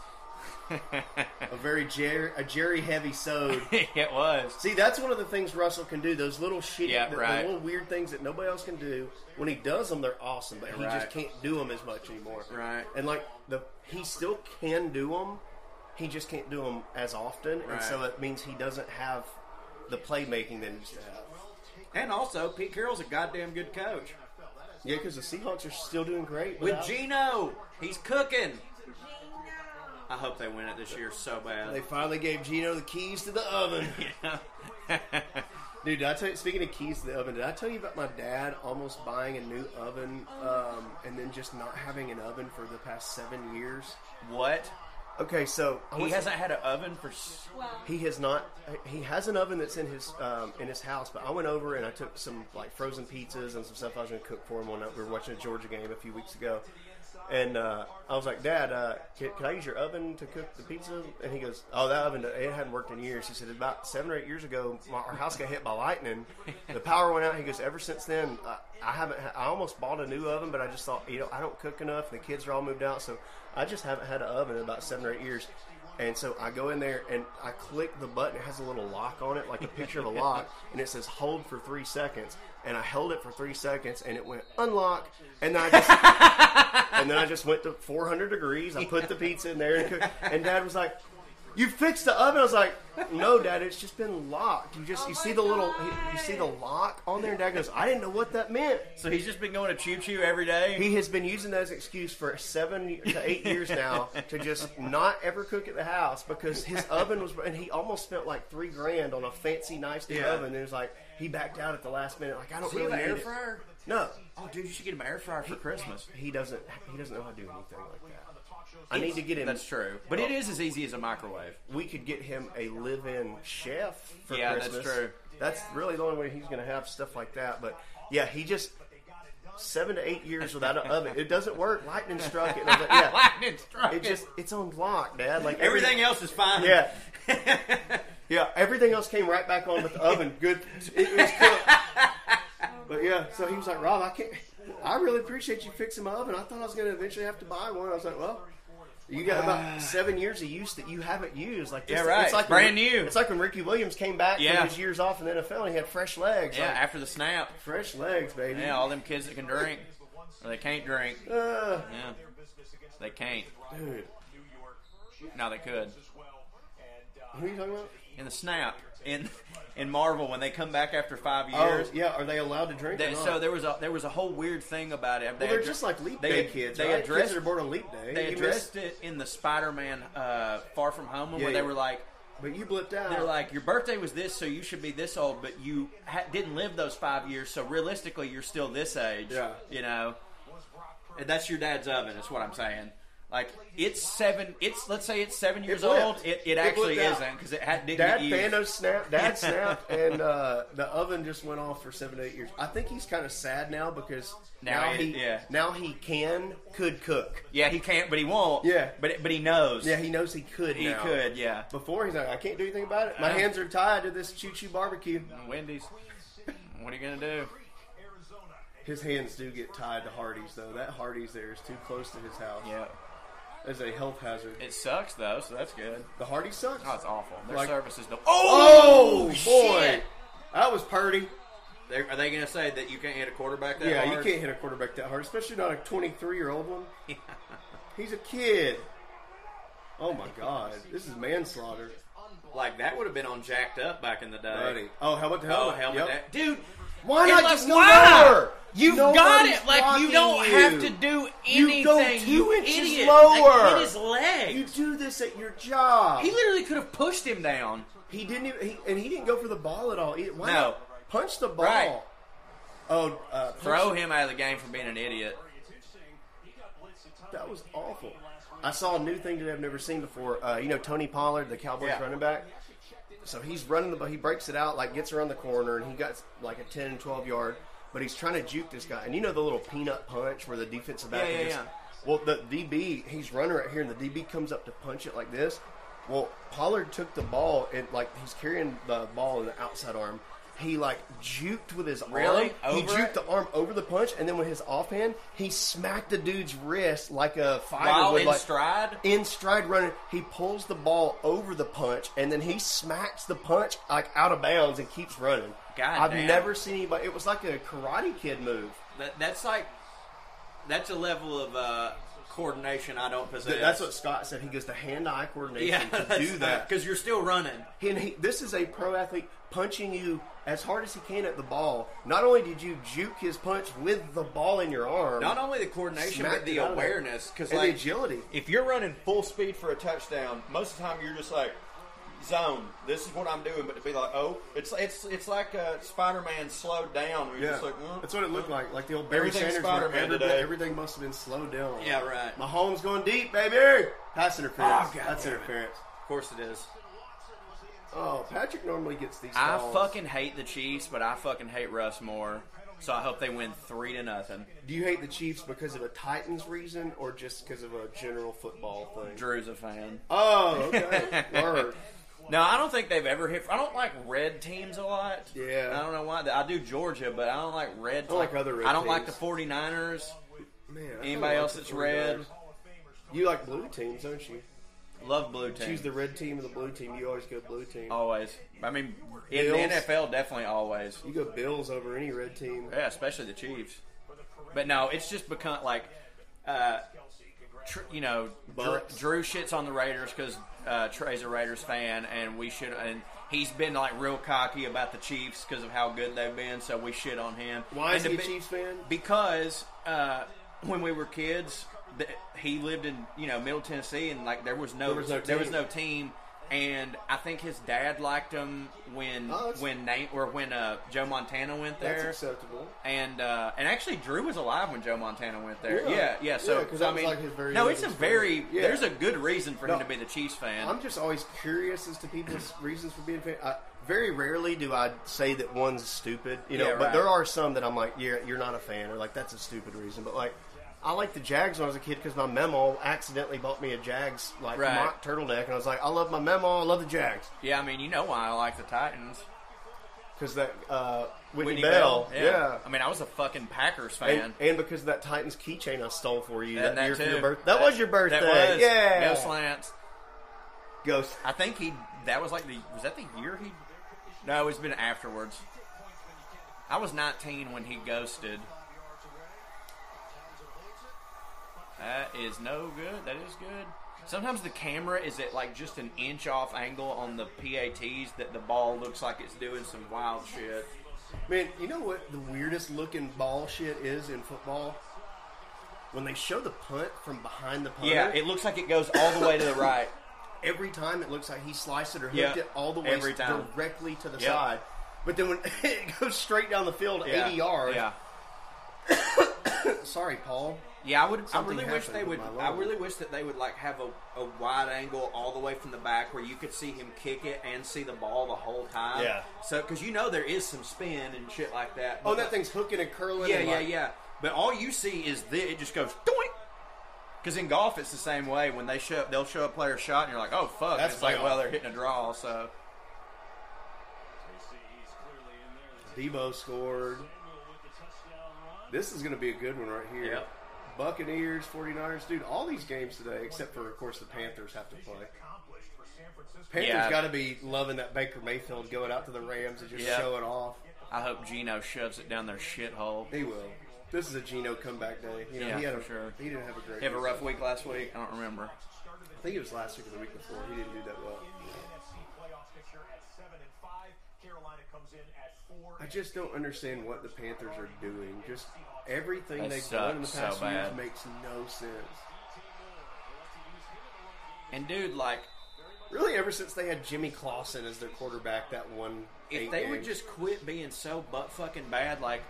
Speaker 3: A very Jerry, a Jerry heavy sode.
Speaker 1: <laughs> it was.
Speaker 3: See, that's one of the things Russell can do. Those little shitty,
Speaker 1: Yeah,
Speaker 3: the, the
Speaker 1: right.
Speaker 3: little weird things that nobody else can do. When he does them, they're awesome, but he
Speaker 1: Right.
Speaker 3: just can't do them as much anymore.
Speaker 1: Right.
Speaker 3: And like the, he still can do them. He just can't do them as often,
Speaker 1: Right.
Speaker 3: and so it means he doesn't have the playmaking that he used to have.
Speaker 1: And also, Pete Carroll's a goddamn good coach.
Speaker 3: Yeah, because the Seahawks are still doing great
Speaker 1: With
Speaker 3: without-
Speaker 1: Gino, he's cooking.
Speaker 4: Gino.
Speaker 1: I hope they win it this year so
Speaker 3: They
Speaker 1: bad.
Speaker 3: finally gave Gino the keys to the oven. <laughs>
Speaker 1: <laughs>
Speaker 3: Dude, did I tell you, speaking of keys to the oven, did I tell you about my dad almost buying a new oven um, and then just not having an oven for the past seven years?
Speaker 1: what?
Speaker 3: Okay, so I
Speaker 1: He
Speaker 3: went-
Speaker 1: hasn't had an oven for. s-
Speaker 4: Well,
Speaker 3: he has not. He has an oven that's in his um, in his house, but I went over and I took some like frozen pizzas and some stuff I was going to cook for him one night. We were watching a Georgia game a few weeks ago, and uh, I was like, "Dad, uh, can, can I use your oven to cook the pizza?" And he goes, "Oh, that oven it hadn't worked in years." He said, "About seven or eight years ago, my, our house got hit by lightning. The power went out." He goes, "Ever since then, I, I haven't. ha- I almost bought a new oven, but I just thought, you know, I don't cook enough, and the kids are all moved out, so I just haven't had an oven in about seven or eight years." And so I go in there and I click the button. It has a little lock on it, like a picture of a
Speaker 4: <laughs>
Speaker 3: lock, and it says hold for three seconds. And I held it for three seconds, and it went unlock. And then I just
Speaker 4: <laughs>
Speaker 3: and then I just went to 400 degrees. I put the pizza in there, and, cooked, and Dad was like, "You fixed the oven." I was like, "No, Dad, it's just been locked. You just
Speaker 4: Oh
Speaker 3: you
Speaker 4: my
Speaker 3: see the little
Speaker 4: God.
Speaker 3: you see the lock on there." And Dad goes, "I didn't know what that meant."
Speaker 1: So he's just been going to Choo Choo every day.
Speaker 3: He has been using that as an excuse for seven to eight years now to just not ever cook at the house because his oven was, and he almost spent like three grand on a fancy, nice new
Speaker 1: Yeah.
Speaker 3: oven. And it was like he backed out at the last minute. Like I don't
Speaker 1: Does he
Speaker 3: really
Speaker 1: have an
Speaker 3: need
Speaker 1: air
Speaker 3: it.
Speaker 1: fryer?
Speaker 3: No,
Speaker 1: Oh, dude, you should get him an air fryer for Christmas.
Speaker 3: he doesn't. He doesn't know how to do anything like that. I need to get him.
Speaker 1: That's true. But it is as easy as a microwave.
Speaker 3: We could get him a live-in chef for
Speaker 1: Yeah, that's
Speaker 3: Christmas.
Speaker 1: true.
Speaker 3: That's really the only way he's going to have stuff like that. But yeah, he just. Seven to eight years without an oven, it doesn't work. Lightning struck it. And I was like, <laughs> yeah,
Speaker 1: Lightning strike.
Speaker 3: It just it's on lock, Dad. Like every-
Speaker 1: Everything else is fine.
Speaker 3: Yeah.
Speaker 1: <laughs>
Speaker 3: yeah, everything else came right back on with the oven. Good it,
Speaker 1: <laughs>
Speaker 3: it was cooked. But yeah, so he was like, Rob, I can't I really appreciate you fixing my oven. I thought I was gonna eventually have to buy one. I was like, Well, You
Speaker 1: <sighs>
Speaker 3: got about seven years of use that you haven't used. Like this,
Speaker 1: Yeah, right.
Speaker 3: It's like
Speaker 1: Brand
Speaker 3: when-
Speaker 1: new.
Speaker 3: It's like when Ricky Williams came back
Speaker 1: Yeah.
Speaker 3: from his years off in the NFL and he had fresh legs.
Speaker 1: Yeah,
Speaker 3: Like,
Speaker 1: after the snap.
Speaker 3: fresh legs, baby.
Speaker 1: Yeah, all them kids that can drink. Or they can't drink.
Speaker 3: Uh,
Speaker 1: Yeah. They can't.
Speaker 3: dude,
Speaker 1: Now they could.
Speaker 3: who are you talking about?
Speaker 1: In the snap, in in Marvel, when they come back after five
Speaker 3: Oh,
Speaker 1: years.
Speaker 3: yeah. Are they allowed to drink?
Speaker 1: They,
Speaker 3: or not?
Speaker 1: so there was a there was a whole weird thing about it. They
Speaker 3: well, they're
Speaker 1: addre-
Speaker 3: just like leap
Speaker 1: they
Speaker 3: day
Speaker 1: ad-
Speaker 3: kids.
Speaker 1: They
Speaker 3: right?
Speaker 1: addressed
Speaker 3: kids that are born on leap day.
Speaker 1: they
Speaker 3: You
Speaker 1: addressed
Speaker 3: missed-
Speaker 1: it in the Spider-Man uh, Far From Home, one
Speaker 3: Yeah,
Speaker 1: where
Speaker 3: yeah.
Speaker 1: they were like,
Speaker 3: but you blipped out.
Speaker 1: they're like, your birthday was this, so you should be this old, but you ha- didn't live those five years, so realistically, you're still this age.
Speaker 3: Yeah.
Speaker 1: You know, and that's your dad's oven. Is what I'm saying. Like it's seven. It's let's say it's seven years
Speaker 3: blipped.
Speaker 1: old. It, it
Speaker 3: It
Speaker 1: actually
Speaker 3: blipped out.
Speaker 1: isn't because it had, didn't get
Speaker 3: Dad
Speaker 1: used.
Speaker 3: Thanos snap,
Speaker 1: <laughs>
Speaker 3: Dad snap, and uh, the oven just went off for seven to eight years. I think he's kind of sad now because
Speaker 1: Now
Speaker 3: now
Speaker 1: he-
Speaker 3: he
Speaker 1: yeah.
Speaker 3: now he can could cook.
Speaker 1: Yeah, he can't, but he won't.
Speaker 3: Yeah.
Speaker 1: but it- but he knows.
Speaker 3: Yeah, he knows he could.
Speaker 1: he
Speaker 3: now.
Speaker 1: could. Yeah,
Speaker 3: Before he's like, I can't do anything about it. My
Speaker 1: Uh.
Speaker 3: hands are tied to this choo choo barbecue.
Speaker 1: Wendy's. What are you gonna do?
Speaker 3: His hands do get tied to Hardee's though. That Hardee's there is too close to his house.
Speaker 1: Yeah,
Speaker 3: It's a health hazard.
Speaker 1: it sucks though, so that's good.
Speaker 3: The Hardee's sucks.
Speaker 1: Oh, it's awful. Their
Speaker 3: Like-
Speaker 1: service is the.
Speaker 3: Oh,
Speaker 1: Oh,
Speaker 3: boy,
Speaker 1: shit.
Speaker 3: that was Purdy.
Speaker 1: They're, are they going to say that you can't hit a quarterback that
Speaker 3: Yeah,
Speaker 1: hard?
Speaker 3: you can't hit a quarterback that hard, especially not a 23 year
Speaker 1: <laughs>
Speaker 3: old one. He's a kid. Oh my god, this is manslaughter,
Speaker 1: Like that would have been on jacked up back in the day.
Speaker 3: buddy. Oh, how about the
Speaker 1: Oh
Speaker 3: helmet?
Speaker 1: hell,
Speaker 3: Yep.
Speaker 1: that dude.
Speaker 3: Why
Speaker 1: And
Speaker 3: not
Speaker 1: like,
Speaker 3: just go
Speaker 1: why?
Speaker 3: lower?
Speaker 1: You've
Speaker 3: Nobody's
Speaker 1: got it. Like you
Speaker 3: blocking
Speaker 1: don't
Speaker 3: you.
Speaker 1: have to do anything.
Speaker 3: You go two inches
Speaker 1: idiot.
Speaker 3: lower.
Speaker 1: That kid is legs.
Speaker 3: You do this at your job.
Speaker 1: he
Speaker 3: He,
Speaker 1: literally could have pushed him down.
Speaker 3: didn't even, he, and he didn't go for the ball at all. Either. Why
Speaker 1: No.
Speaker 3: not punch the ball?
Speaker 1: Right.
Speaker 3: Oh, uh, punch-
Speaker 1: Throw him out of the game for being an idiot.
Speaker 3: That was awful. I saw a new thing that I've never seen before. Uh, you know Tony Pollard, the Cowboys
Speaker 1: Yeah.
Speaker 3: running back. So he's running the but he breaks it out like gets around the corner and he got like a 10 12 yard, but he's trying to juke this guy. And you know the little peanut punch where the defensive back
Speaker 1: Yeah,
Speaker 3: can
Speaker 1: yeah,
Speaker 3: just
Speaker 1: yeah.
Speaker 3: Well, the DB, he's running right here and the DB comes up to punch it like this. Well, Pollard took the ball and like he's carrying the ball in the outside arm. He like juked with his
Speaker 1: Really?
Speaker 3: arm. he
Speaker 1: Over
Speaker 3: juked
Speaker 1: it?
Speaker 3: the arm over the punch, and then with his offhand, he smacked the dude's wrist like a fighter
Speaker 1: While
Speaker 3: would.
Speaker 1: in
Speaker 3: like,
Speaker 1: stride.
Speaker 3: in stride running, he pulls the ball over the punch, and then he smacks the punch like out of bounds and keeps running.
Speaker 1: God
Speaker 3: I've
Speaker 1: damn.
Speaker 3: never seen anybody. It was like a Karate Kid move.
Speaker 1: That, that's like that's a level of uh, coordination I don't possess.
Speaker 3: Th- That's what Scott said. He goes the hand-eye coordination
Speaker 1: <laughs> yeah
Speaker 3: to do
Speaker 1: <laughs>
Speaker 3: that.
Speaker 1: because you're still running.
Speaker 3: And he, this is a pro athlete punching you as hard as he can at the ball. Not only did you juke his punch with the ball in your arm,
Speaker 1: Not only the coordination,
Speaker 3: Smacked
Speaker 1: but the
Speaker 3: it out of there.
Speaker 1: awareness. Because
Speaker 3: And the
Speaker 1: like
Speaker 3: agility.
Speaker 1: if you're running full speed for a touchdown, most of the time you're just like zone. This is what I'm doing, but to be like, oh, it's it's it's like uh, Spider-Man slowed down. Where you're just like, mm,
Speaker 3: that's what it looked like. Like the old Barry
Speaker 1: Everything's
Speaker 3: Sanders. where
Speaker 1: Spider-Man
Speaker 3: everything,
Speaker 1: today.
Speaker 3: everything must have been slowed down.
Speaker 1: Yeah, right.
Speaker 3: Mahomes going deep, baby. Pass interference.
Speaker 1: Oh, God
Speaker 3: That's
Speaker 1: damn it.
Speaker 3: interference.
Speaker 1: Of course it is.
Speaker 3: Oh, Patrick normally gets these.
Speaker 1: I
Speaker 3: calls.
Speaker 1: fucking hate the Chiefs, but I fucking hate Russ more. So I hope they win three to nothing.
Speaker 3: Do you hate the Chiefs because of a Titans reason or just because of a general football thing?
Speaker 1: Drew's a fan.
Speaker 3: Oh,
Speaker 1: <laughs>
Speaker 3: okay. Word.
Speaker 1: No, I don't think they've ever hit. I don't like red teams a lot.
Speaker 3: Yeah.
Speaker 1: I don't know why. I do Georgia, but I don't like red. I
Speaker 3: don't like other red
Speaker 1: I don't like the 49ers.
Speaker 3: teams. Man, I kinda
Speaker 1: Anybody
Speaker 3: like
Speaker 1: else
Speaker 3: the
Speaker 1: that's red?
Speaker 3: 49ers. You like blue teams, don't you?
Speaker 1: Love blue teams.
Speaker 3: Choose the red team or the blue team. You always go blue team.
Speaker 1: Always. I mean, in
Speaker 3: Bills.
Speaker 1: the NFL, definitely always.
Speaker 3: You go Bills over any red team.
Speaker 1: Yeah, especially the Chiefs. But no, it's just become like, uh, tr- you know, Drew,
Speaker 3: Bucks.
Speaker 1: Drew shits on the Raiders because uh, Trey's a Raiders fan, and we should. And he's been like real cocky about the Chiefs because of how good they've been. So we shit on him.
Speaker 3: Why is
Speaker 1: And
Speaker 3: he a
Speaker 1: to be-
Speaker 3: Chiefs fan?
Speaker 1: because uh, when we were kids, th- he lived in you know Middle Tennessee, and like there was no
Speaker 3: There was no team.
Speaker 1: no team. And I think his dad liked him when
Speaker 3: Oh, that's-
Speaker 1: when Nate or when uh, Joe Montana went
Speaker 3: That's
Speaker 1: there,
Speaker 3: acceptable.
Speaker 1: and uh, and actually Drew was alive when Joe Montana went there.
Speaker 3: Really?
Speaker 1: Yeah, yeah. So
Speaker 3: Yeah, 'cause
Speaker 1: so,
Speaker 3: that
Speaker 1: I
Speaker 3: was,
Speaker 1: mean,
Speaker 3: like, his very
Speaker 1: no,
Speaker 3: young
Speaker 1: it's a very
Speaker 3: experience. Yeah.
Speaker 1: there's a good reason for him
Speaker 3: No.
Speaker 1: to be the Chiefs fan.
Speaker 3: I'm just always curious as to people's reasons for being fan. I, very rarely do I say that one's stupid, you know.
Speaker 1: Yeah, right.
Speaker 3: But there are some that I'm like, yeah, you're not a fan, or like that's a stupid reason. But like, I liked the Jags when I was a kid because my memo accidentally bought me a Jags like
Speaker 1: Right.
Speaker 3: mock turtleneck, and I was like, I love my memo, I love the Jags.
Speaker 1: yeah, I mean you know why I like the Titans.
Speaker 3: because that uh, Whitney,
Speaker 1: Whitney
Speaker 3: Bell,
Speaker 1: Yeah.
Speaker 3: yeah.
Speaker 1: I mean, I was a fucking Packers fan.
Speaker 3: and, and because of that Titans keychain I stole for you that,
Speaker 1: And that
Speaker 3: year for
Speaker 1: too.
Speaker 3: your birthday. That, was your birthday.
Speaker 1: That was. No
Speaker 3: Yeah.
Speaker 1: slants.
Speaker 3: Ghost.
Speaker 1: I think he. That was like the. Was that the year he? No, it's been afterwards. I was 19 when he ghosted. That is no good. That is good. Sometimes the camera is at like just an inch off angle on the PATs that the ball looks like it's doing some wild shit.
Speaker 3: Man, you know what the weirdest looking ball shit is in football? When they show the punt from behind the punter,
Speaker 1: Yeah, it looks like it goes all the way to the right.
Speaker 3: every time it looks like he sliced it or hooked
Speaker 1: Yeah,
Speaker 3: it all the way
Speaker 1: every time.
Speaker 3: directly to the
Speaker 1: Yeah.
Speaker 3: side. But then when <laughs> it goes straight down the field,
Speaker 1: Yeah.
Speaker 3: 80 yards.
Speaker 1: Yeah.
Speaker 3: Sorry, Paul.
Speaker 1: Yeah, I would. I
Speaker 3: Something
Speaker 1: really wish
Speaker 3: happened
Speaker 1: they
Speaker 3: with
Speaker 1: would.
Speaker 3: my
Speaker 1: I
Speaker 3: logo.
Speaker 1: really wish that they would like have a, a wide angle all the way from the back where you could see him kick it and see the ball the whole time.
Speaker 3: Yeah.
Speaker 1: So because you know there is some spin and shit like that.
Speaker 3: Oh,
Speaker 1: But-
Speaker 3: that thing's hooking and curling.
Speaker 1: Yeah,
Speaker 3: and
Speaker 1: yeah,
Speaker 3: like-
Speaker 1: yeah. But all you see is this, it just goes doink. Because in golf, it's the same way. When they show, they'll show a player shot, and you're like, "Oh fuck!"
Speaker 3: That's
Speaker 1: it's like,
Speaker 3: playoff.
Speaker 1: well, they're hitting a draw, so
Speaker 3: Debo scored. This is going to be a good one right here.
Speaker 1: Yep.
Speaker 3: Buccaneers, 49ers, dude, all these games today, except for, of course, the Panthers have to play. Panthers
Speaker 1: Yeah.
Speaker 3: got to be loving that Baker Mayfield going out to the Rams and just
Speaker 1: Yeah.
Speaker 3: showing off.
Speaker 1: I hope Gino shoves it down their shithole.
Speaker 3: He will. This is a Geno comeback day. You know,
Speaker 1: Yeah,
Speaker 3: he had
Speaker 1: for
Speaker 3: a,
Speaker 1: sure.
Speaker 3: He didn't have a great.
Speaker 1: Have a
Speaker 3: week.
Speaker 1: rough week last week. I don't remember.
Speaker 3: I think it was last week or the week before. He didn't do that well. I just don't understand what the Panthers are doing. Just everything
Speaker 1: They
Speaker 3: they've done in the
Speaker 1: suck so
Speaker 3: past few years
Speaker 1: bad.
Speaker 3: makes no sense.
Speaker 1: And dude, like
Speaker 3: Really, ever since they had Jimmy Clausen as their quarterback, that one.
Speaker 1: if
Speaker 3: eight
Speaker 1: they
Speaker 3: game.
Speaker 1: would just quit being so butt fucking bad, like,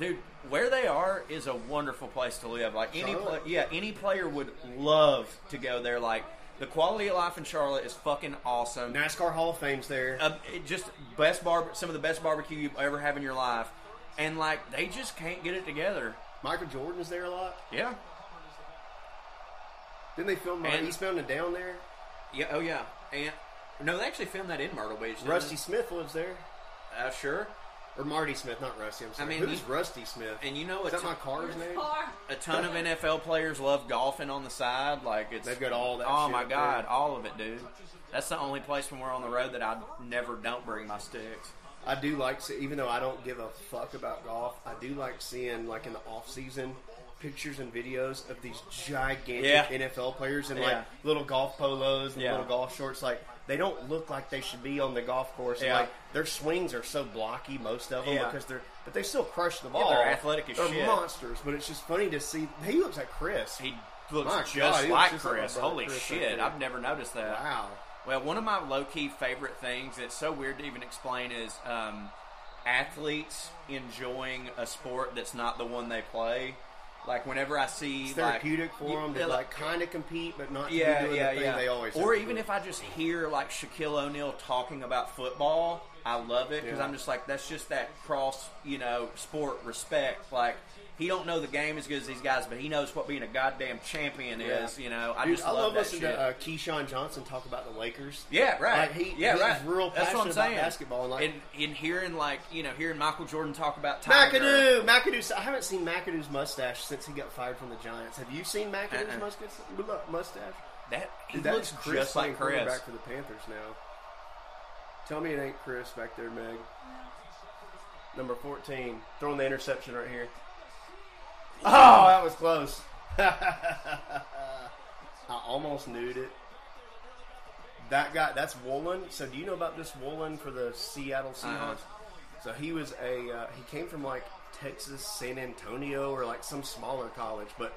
Speaker 1: dude, where they are is a wonderful place to live. Like any, pla
Speaker 3: Charlotte.
Speaker 1: yeah, any player would love to go there. Like the quality of life in Charlotte is fucking awesome.
Speaker 3: NASCAR Hall of Fame's there.
Speaker 1: Um, it just best bar, some of the best barbecue you ever have in your life, and like they just can't get it together.
Speaker 3: Michael Jordan's there a lot.
Speaker 1: Yeah,
Speaker 3: Didn't they film uh,
Speaker 1: And-
Speaker 3: Eastbound and Down there?
Speaker 1: yeah, oh yeah, and no, they actually filmed that in Myrtle Beach. didn't
Speaker 3: Rusty
Speaker 1: they?
Speaker 3: Smith lives there,
Speaker 1: uh, sure.
Speaker 3: or Marty Smith, not Rusty. I'm sorry.
Speaker 1: mean,
Speaker 3: who's
Speaker 1: you-
Speaker 3: Rusty Smith?
Speaker 1: And you know,
Speaker 3: Is
Speaker 1: a
Speaker 3: that
Speaker 1: ton-
Speaker 3: my car's name?
Speaker 4: Car.
Speaker 1: a ton of NFL players love golfing on the side. Like it's
Speaker 3: They've got all that
Speaker 1: Oh
Speaker 3: shit
Speaker 1: my
Speaker 3: up there.
Speaker 1: god, all of it, dude. That's the only place when we're on the road that I never don't bring my sticks.
Speaker 3: I do like, see- even though I don't give a fuck about golf, I do like seeing like in the off season pictures and videos of these gigantic
Speaker 1: Yeah.
Speaker 3: NFL players in like
Speaker 1: Yeah.
Speaker 3: little golf polos and
Speaker 1: Yeah.
Speaker 3: little golf shorts. Like they don't look like they should be on the golf course. And,
Speaker 1: Yeah.
Speaker 3: like their swings are so blocky, most of them,
Speaker 1: Yeah.
Speaker 3: because they're but they still crush the
Speaker 1: Yeah,
Speaker 3: ball.
Speaker 1: they're athletic as
Speaker 3: They're
Speaker 1: shit.
Speaker 3: monsters, but it's just funny to see. He looks like Chris.
Speaker 1: He looks
Speaker 3: My
Speaker 1: just
Speaker 3: God, he looks
Speaker 1: like
Speaker 3: just like my
Speaker 1: Chris.
Speaker 3: brother
Speaker 1: Holy
Speaker 3: Chris right
Speaker 1: shit,
Speaker 3: there.
Speaker 1: I've never noticed that.
Speaker 3: wow.
Speaker 1: Well, one of my low key favorite things that's so weird to even explain is um, athletes enjoying a sport that's not the one they play. Like whenever I see
Speaker 3: It's therapeutic
Speaker 1: like,
Speaker 3: for
Speaker 1: you-
Speaker 3: them
Speaker 1: yeah,
Speaker 3: to like kind of compete, but not to be
Speaker 1: yeah,
Speaker 3: doing
Speaker 1: yeah,
Speaker 3: the thing
Speaker 1: yeah.
Speaker 3: they always.
Speaker 1: or
Speaker 3: have to
Speaker 1: even
Speaker 3: do.
Speaker 1: if I just hear like Shaquille O'Neal talking about football, I love it because
Speaker 3: Yeah.
Speaker 1: I'm just like that's just that cross, you know, sport respect. Like he don't know the game as good as these guys, but he knows what being a goddamn champion
Speaker 3: Yeah.
Speaker 1: is. You know, I
Speaker 3: Dude,
Speaker 1: just
Speaker 3: I
Speaker 1: love,
Speaker 3: love
Speaker 1: that
Speaker 3: listening
Speaker 1: shit.
Speaker 3: to uh, Keyshawn Johnson talk about the Lakers.
Speaker 1: yeah, right.
Speaker 3: Like he,
Speaker 1: yeah,
Speaker 3: he's
Speaker 1: right.
Speaker 3: real
Speaker 1: That's what I'm
Speaker 3: passionate about
Speaker 1: saying.
Speaker 3: basketball. and, Like
Speaker 1: and, and hearing like you know hearing Michael Jordan talk about Tiger.
Speaker 3: McAdoo, McAdoo. I haven't seen McAdoo's mustache since he got fired from the Giants. Have you seen McAdoo's
Speaker 1: Uh-uh.
Speaker 3: mustache? mustache?
Speaker 1: that he
Speaker 3: Dude, that
Speaker 1: looks
Speaker 3: is Chris
Speaker 1: just like
Speaker 3: playing
Speaker 1: Chris.
Speaker 3: quarterback for the Panthers now. Tell me it ain't Chris back there, Meg. Number fourteen, throwing the interception right here. Oh, that was close. <laughs> I almost knew it. That guy, that's Woolen. So, do you know about this Woolen for the Seattle Seahawks?
Speaker 1: Uh-uh.
Speaker 3: So he was a uh, he came from like Texas, San Antonio, or like some smaller college, but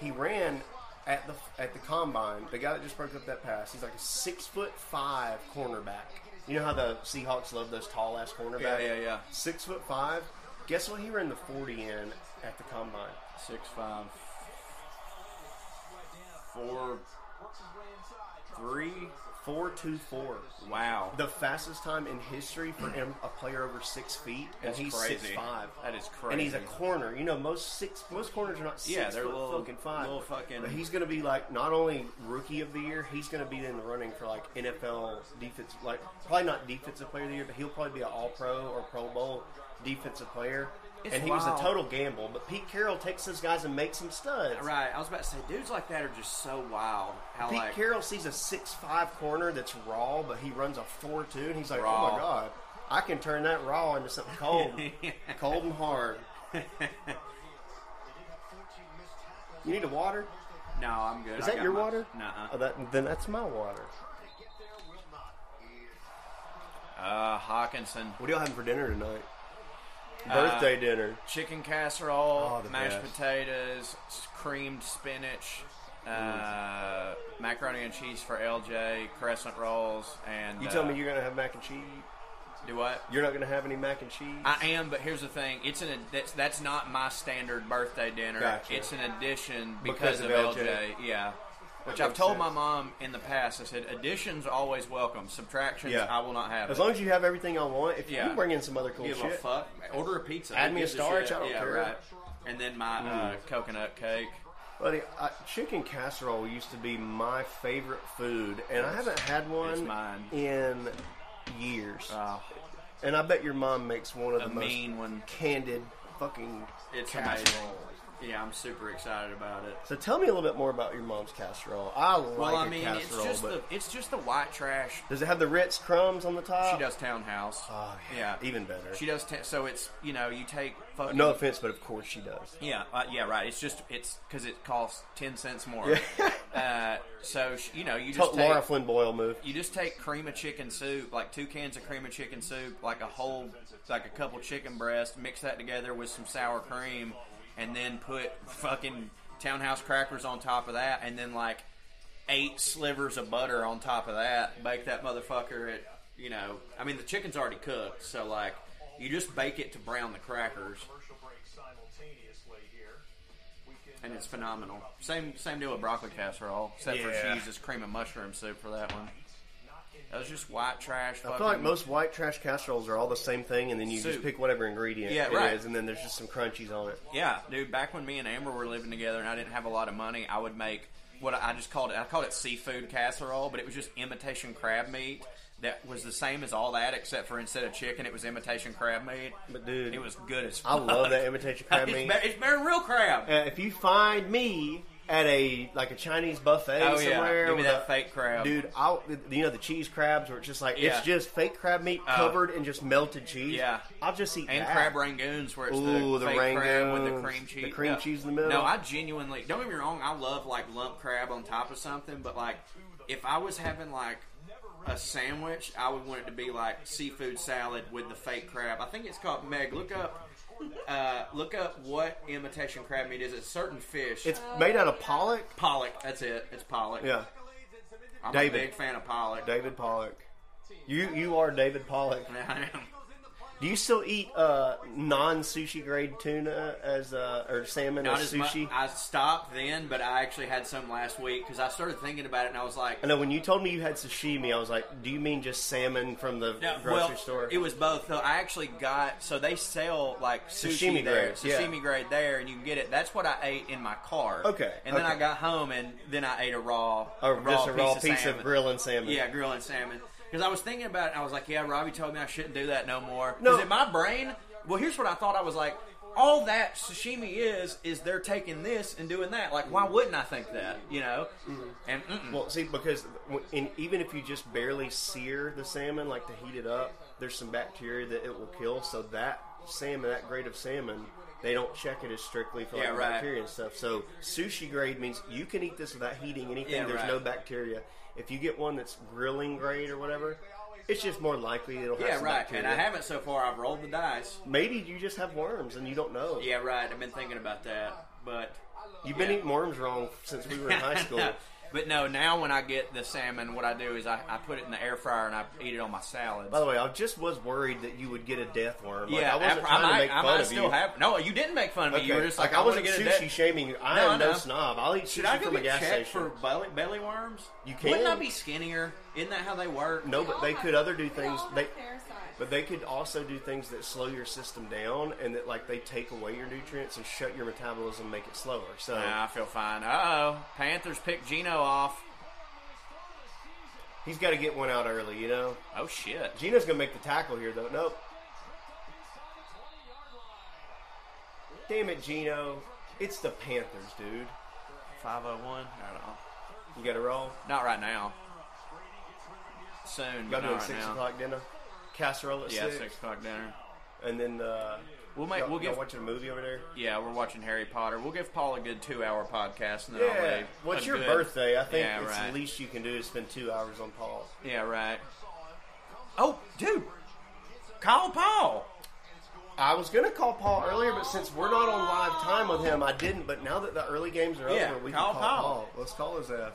Speaker 3: he ran at the at the combine. The guy that just broke up that pass, he's like a six foot five cornerback. You know how the Seahawks love those tall ass cornerbacks.
Speaker 1: Yeah, yeah, yeah.
Speaker 3: Six foot five. Guess what? He ran the forty in at the combine.
Speaker 1: Six five four three.
Speaker 3: Four two four.
Speaker 1: Wow.
Speaker 3: The fastest time in history for him, a player over six feet, and
Speaker 1: That's
Speaker 3: he's
Speaker 1: crazy.
Speaker 3: six five.
Speaker 1: That is
Speaker 3: And he's a
Speaker 1: crazy.
Speaker 3: corner. You know, most six most corners are not six.
Speaker 1: Yeah, they're
Speaker 3: foot
Speaker 1: little-
Speaker 3: fucking five.
Speaker 1: little fucking-
Speaker 3: But he's going to be like not only rookie of the year, he's going to be in the running for like NFL defense, like probably not defensive player of the year, but he'll probably be an All Pro or Pro Bowl defensive player.
Speaker 1: It's
Speaker 3: and he was
Speaker 1: wild.
Speaker 3: a total gamble, but Pete Carroll takes those guys and makes them studs.
Speaker 1: Right. I was about to say, dudes like that are just so wild. How
Speaker 3: Pete
Speaker 1: like
Speaker 3: Carroll sees a six-five corner that's raw, but he runs a four-two, and he's like, "Oh
Speaker 1: Raw.
Speaker 3: my god, I can turn that raw into something
Speaker 1: <laughs>
Speaker 3: cold, cold and hard." you need
Speaker 1: <laughs>
Speaker 3: a water?
Speaker 1: No, I'm good.
Speaker 3: Is
Speaker 1: I
Speaker 3: that
Speaker 1: got
Speaker 3: your
Speaker 1: my-
Speaker 3: water?
Speaker 1: Nuh-uh.
Speaker 3: Oh, that, then that's my water. Oh.
Speaker 1: Uh, Hawkinson.
Speaker 3: What are y'all having for dinner tonight?
Speaker 1: Uh,
Speaker 3: Birthday dinner.
Speaker 1: Chicken casserole,
Speaker 3: Oh, the
Speaker 1: mashed
Speaker 3: best.
Speaker 1: potatoes, s- creamed spinach, uh,
Speaker 3: Mm.
Speaker 1: macaroni and cheese for LJ, crescent rolls, and
Speaker 3: You
Speaker 1: uh,
Speaker 3: tell me you're gonna have mac and cheese.
Speaker 1: do what?
Speaker 3: You're not gonna have any mac and cheese.
Speaker 1: I am, but here's the thing: it's an ad- that's that's not my standard birthday dinner.
Speaker 3: Gotcha.
Speaker 1: It's an addition because,
Speaker 3: Because of
Speaker 1: of
Speaker 3: LJ.
Speaker 1: LJ. Yeah, which
Speaker 3: That
Speaker 1: I've
Speaker 3: makes
Speaker 1: told
Speaker 3: sense.
Speaker 1: my mom in the past. I said additions are always welcome. Subtractions,
Speaker 3: Yeah.
Speaker 1: I will not have.
Speaker 3: as
Speaker 1: it.
Speaker 3: long as you have everything I want. If
Speaker 1: Yeah.
Speaker 3: you bring in some other cool
Speaker 1: give a
Speaker 3: shit,
Speaker 1: fuck. Order a pizza.
Speaker 3: Add
Speaker 1: Who
Speaker 3: me a
Speaker 1: gives
Speaker 3: starch,
Speaker 1: shit?
Speaker 3: I don't
Speaker 1: yeah,
Speaker 3: care.
Speaker 1: Right. And then my uh,
Speaker 3: Mm.
Speaker 1: coconut cake.
Speaker 3: Buddy, I, chicken casserole used to be my favorite food, and I haven't had one
Speaker 1: mine.
Speaker 3: in years.
Speaker 1: Oh,
Speaker 3: and I bet your mom makes one of
Speaker 1: a
Speaker 3: the most
Speaker 1: mean one.
Speaker 3: candid fucking
Speaker 1: It's
Speaker 3: casseroles.
Speaker 1: amazing. Yeah, I'm super excited about it.
Speaker 3: So tell me a little bit more about your mom's casserole. I like
Speaker 1: Well,
Speaker 3: a
Speaker 1: I mean, it's
Speaker 3: casserole,
Speaker 1: just the
Speaker 3: but
Speaker 1: it's just the white trash.
Speaker 3: does it have the Ritz crumbs on the top?
Speaker 1: She does townhouse.
Speaker 3: Oh,
Speaker 1: yeah.
Speaker 3: yeah, even better. Uh,
Speaker 1: She does. T- so it's you know you take fucking
Speaker 3: no offense, but of course she does.
Speaker 1: Yeah, uh, yeah, right. It's just it's because it costs ten cents more. <laughs> uh, so sh- you know you just
Speaker 3: T- Laura
Speaker 1: take,
Speaker 3: Flynn Boyle move.
Speaker 1: you just take cream of chicken soup, like two cans of cream of chicken soup, like a whole, like a couple chicken breasts, mix that together with some sour cream, and then put fucking townhouse crackers on top of that, and then like eight slivers of butter on top of that. Bake that motherfucker at, you know, I mean the chicken's already cooked, so like you just bake it to brown the crackers,
Speaker 5: Commercial break simultaneously here. We can
Speaker 1: and it's phenomenal. Same same deal with broccoli casserole, except for
Speaker 3: Yeah.
Speaker 1: she uses cream and mushroom soup for that one. That was just white trash.
Speaker 3: I feel
Speaker 1: fucking-
Speaker 3: like most white trash casseroles are all the same thing, and then you just
Speaker 1: Soup.
Speaker 3: pick whatever ingredient
Speaker 1: Yeah,
Speaker 3: it
Speaker 1: right.
Speaker 3: is, and then there's just some crunchies on it.
Speaker 1: Yeah, dude. Back when me and Amber were living together, and I didn't have a lot of money, I would make what I just called it. I called it seafood casserole, but it was just imitation crab meat that was the same as all that, except for instead of chicken, it was imitation crab meat.
Speaker 3: But dude,
Speaker 1: it was good as
Speaker 3: I
Speaker 1: fuck.
Speaker 3: love that imitation
Speaker 1: <laughs>
Speaker 3: crab
Speaker 1: It's
Speaker 3: meat.
Speaker 1: better, it's better than real crab.
Speaker 3: Uh, if you find me at a like a Chinese buffet
Speaker 1: Oh, yeah.
Speaker 3: somewhere,
Speaker 1: Give me
Speaker 3: with
Speaker 1: that
Speaker 3: a-
Speaker 1: fake crab.
Speaker 3: dude. I'll you know the cheese crabs where it's just like
Speaker 1: Yeah. Uh,
Speaker 3: it's just fake crab meat covered in just melted cheese.
Speaker 1: Yeah.
Speaker 3: I'll just eat
Speaker 1: And
Speaker 3: that.
Speaker 1: crab rangoons, where it's
Speaker 3: Ooh,
Speaker 1: the,
Speaker 3: the
Speaker 1: fake crab with the
Speaker 3: rangoons,
Speaker 1: cream
Speaker 3: the
Speaker 1: cheese,
Speaker 3: cream
Speaker 1: Yeah.
Speaker 3: cheese in the middle.
Speaker 1: No, I genuinely don't get me wrong. I love like lump crab on top of something, but like if I was having like a sandwich, I would want it to be like seafood salad with the fake crab. I think it's called Meg. Look up, uh, look up what imitation crab meat is. It's a certain fish.
Speaker 3: It's made out of pollock.
Speaker 1: pollock. That's it. It's pollock.
Speaker 3: Yeah,
Speaker 1: I'm
Speaker 3: David.
Speaker 1: a big fan of pollock.
Speaker 3: David Pollock. You you are David Pollock.
Speaker 1: <laughs> I am.
Speaker 3: Do you still eat uh, non sushi grade tuna as uh, or salmon
Speaker 1: Not as
Speaker 3: as sushi?
Speaker 1: much. I stopped then, but I actually had some last week because I started thinking about it and I was like,
Speaker 3: I know when you told me you had sashimi, I was like, "Do you mean just salmon from the
Speaker 1: No,
Speaker 3: grocery
Speaker 1: well,
Speaker 3: store?"
Speaker 1: It was both. Though I actually got so they sell like sushi
Speaker 3: Sashimi
Speaker 1: there,
Speaker 3: grade, yeah.
Speaker 1: sashimi grade there, and you can get it. That's what I ate in my car.
Speaker 3: Okay,
Speaker 1: and then
Speaker 3: okay.
Speaker 1: I got home and then I ate a raw,
Speaker 3: or Oh, just a raw
Speaker 1: of
Speaker 3: piece, of,
Speaker 1: salmon.
Speaker 3: grilling salmon.
Speaker 1: Yeah, grilling salmon. Because I was thinking about it, and I was like, yeah, Robbie told me I shouldn't do that no more. Because
Speaker 3: No.
Speaker 1: in my brain, well, here's what I thought. I was like, all that sashimi is is they're taking this and doing that. Like, why wouldn't I think that? You know, and mm-mm.
Speaker 3: Mm-hmm. Well, see, because w- and even if you just barely sear the salmon, like to heat it up, there's some bacteria that it will kill. So that salmon, that grade of salmon, they don't check it as strictly for like
Speaker 1: Yeah, right.
Speaker 3: bacteria and stuff. So sushi grade means you can eat this without heating anything.
Speaker 1: Yeah,
Speaker 3: there's
Speaker 1: right.
Speaker 3: no bacteria. If you get one that's grilling grade or whatever, it's just more likely it'll have
Speaker 1: yeah,
Speaker 3: some
Speaker 1: right.
Speaker 3: bacteria.
Speaker 1: And I haven't so far. I've rolled the dice.
Speaker 3: Maybe you just have worms and you don't know.
Speaker 1: Yeah, right. I've been thinking about that, but
Speaker 3: You've been
Speaker 1: Yeah. <laughs>
Speaker 3: eating worms wrong since we were in high school.
Speaker 1: But no, now when I get the salmon, what I do is I, I put it in the air fryer and I eat it on my salads.
Speaker 3: By the way, I just was worried that you would get a death worm. Like,
Speaker 1: yeah,
Speaker 3: I wasn't
Speaker 1: after-
Speaker 3: trying
Speaker 1: I might,
Speaker 3: to make
Speaker 1: I
Speaker 3: fun
Speaker 1: might
Speaker 3: of
Speaker 1: still
Speaker 3: you.
Speaker 1: have. No, you didn't make fun of
Speaker 3: okay.
Speaker 1: me. You were just like,
Speaker 3: I,
Speaker 1: wanna
Speaker 3: wasn't
Speaker 1: get a
Speaker 3: sushi
Speaker 1: death-
Speaker 3: shaming. you. I
Speaker 1: No,
Speaker 3: am
Speaker 1: I
Speaker 3: no
Speaker 1: know.
Speaker 3: snob. I'll eat
Speaker 1: Should I
Speaker 3: sushi
Speaker 1: get
Speaker 3: from a gas
Speaker 1: checked
Speaker 3: station.
Speaker 1: for belly, belly worms?
Speaker 3: You can.
Speaker 1: Wouldn't I be skinnier? Isn't that how they work?
Speaker 3: no,
Speaker 4: We all
Speaker 3: but they
Speaker 4: have-
Speaker 3: could other do
Speaker 4: we
Speaker 3: things.
Speaker 4: all have
Speaker 3: They
Speaker 4: parasites.
Speaker 3: But they could also do things that slow your system down and that like they take away your nutrients and shut your metabolism, and make it slower. So
Speaker 1: Nah, I feel fine. Uh oh, Panthers picked Gino off.
Speaker 3: he's got to get one out early, you know.
Speaker 1: Oh shit.
Speaker 3: Gino's gonna make the tackle here though. Nope. Damn it, Gino! It's the Panthers, dude.
Speaker 1: Five oh one. I don't know.
Speaker 3: You got to roll.
Speaker 1: Not right now. Soon, but
Speaker 3: Y'all
Speaker 1: not
Speaker 3: doing
Speaker 1: right
Speaker 3: six
Speaker 1: now.
Speaker 3: o'clock dinner? Casserole at
Speaker 1: Yeah,
Speaker 3: six.
Speaker 1: six o'clock dinner.
Speaker 3: And then uh,
Speaker 1: We'll make.
Speaker 3: y'all,
Speaker 1: We'll
Speaker 3: y'all
Speaker 1: give.
Speaker 3: watching a movie over there.
Speaker 1: Yeah, we're watching Harry Potter. We'll give Paul a good two-hour podcast, and then I'll
Speaker 3: Yeah.
Speaker 1: leave.
Speaker 3: What's
Speaker 1: A
Speaker 3: your
Speaker 1: Oh, good-
Speaker 3: birthday? I think
Speaker 1: Yeah,
Speaker 3: it's
Speaker 1: right.
Speaker 3: the least you can do is spend two hours on Paul.
Speaker 1: Yeah, right. Oh, dude, Kyle Paul.
Speaker 3: I was gonna call Paul earlier, but since we're not on live time with him, I didn't. But now that the early games are
Speaker 1: Yeah,
Speaker 3: over, we
Speaker 1: call
Speaker 3: can call
Speaker 1: Paul.
Speaker 3: Paul. Let's call his ass.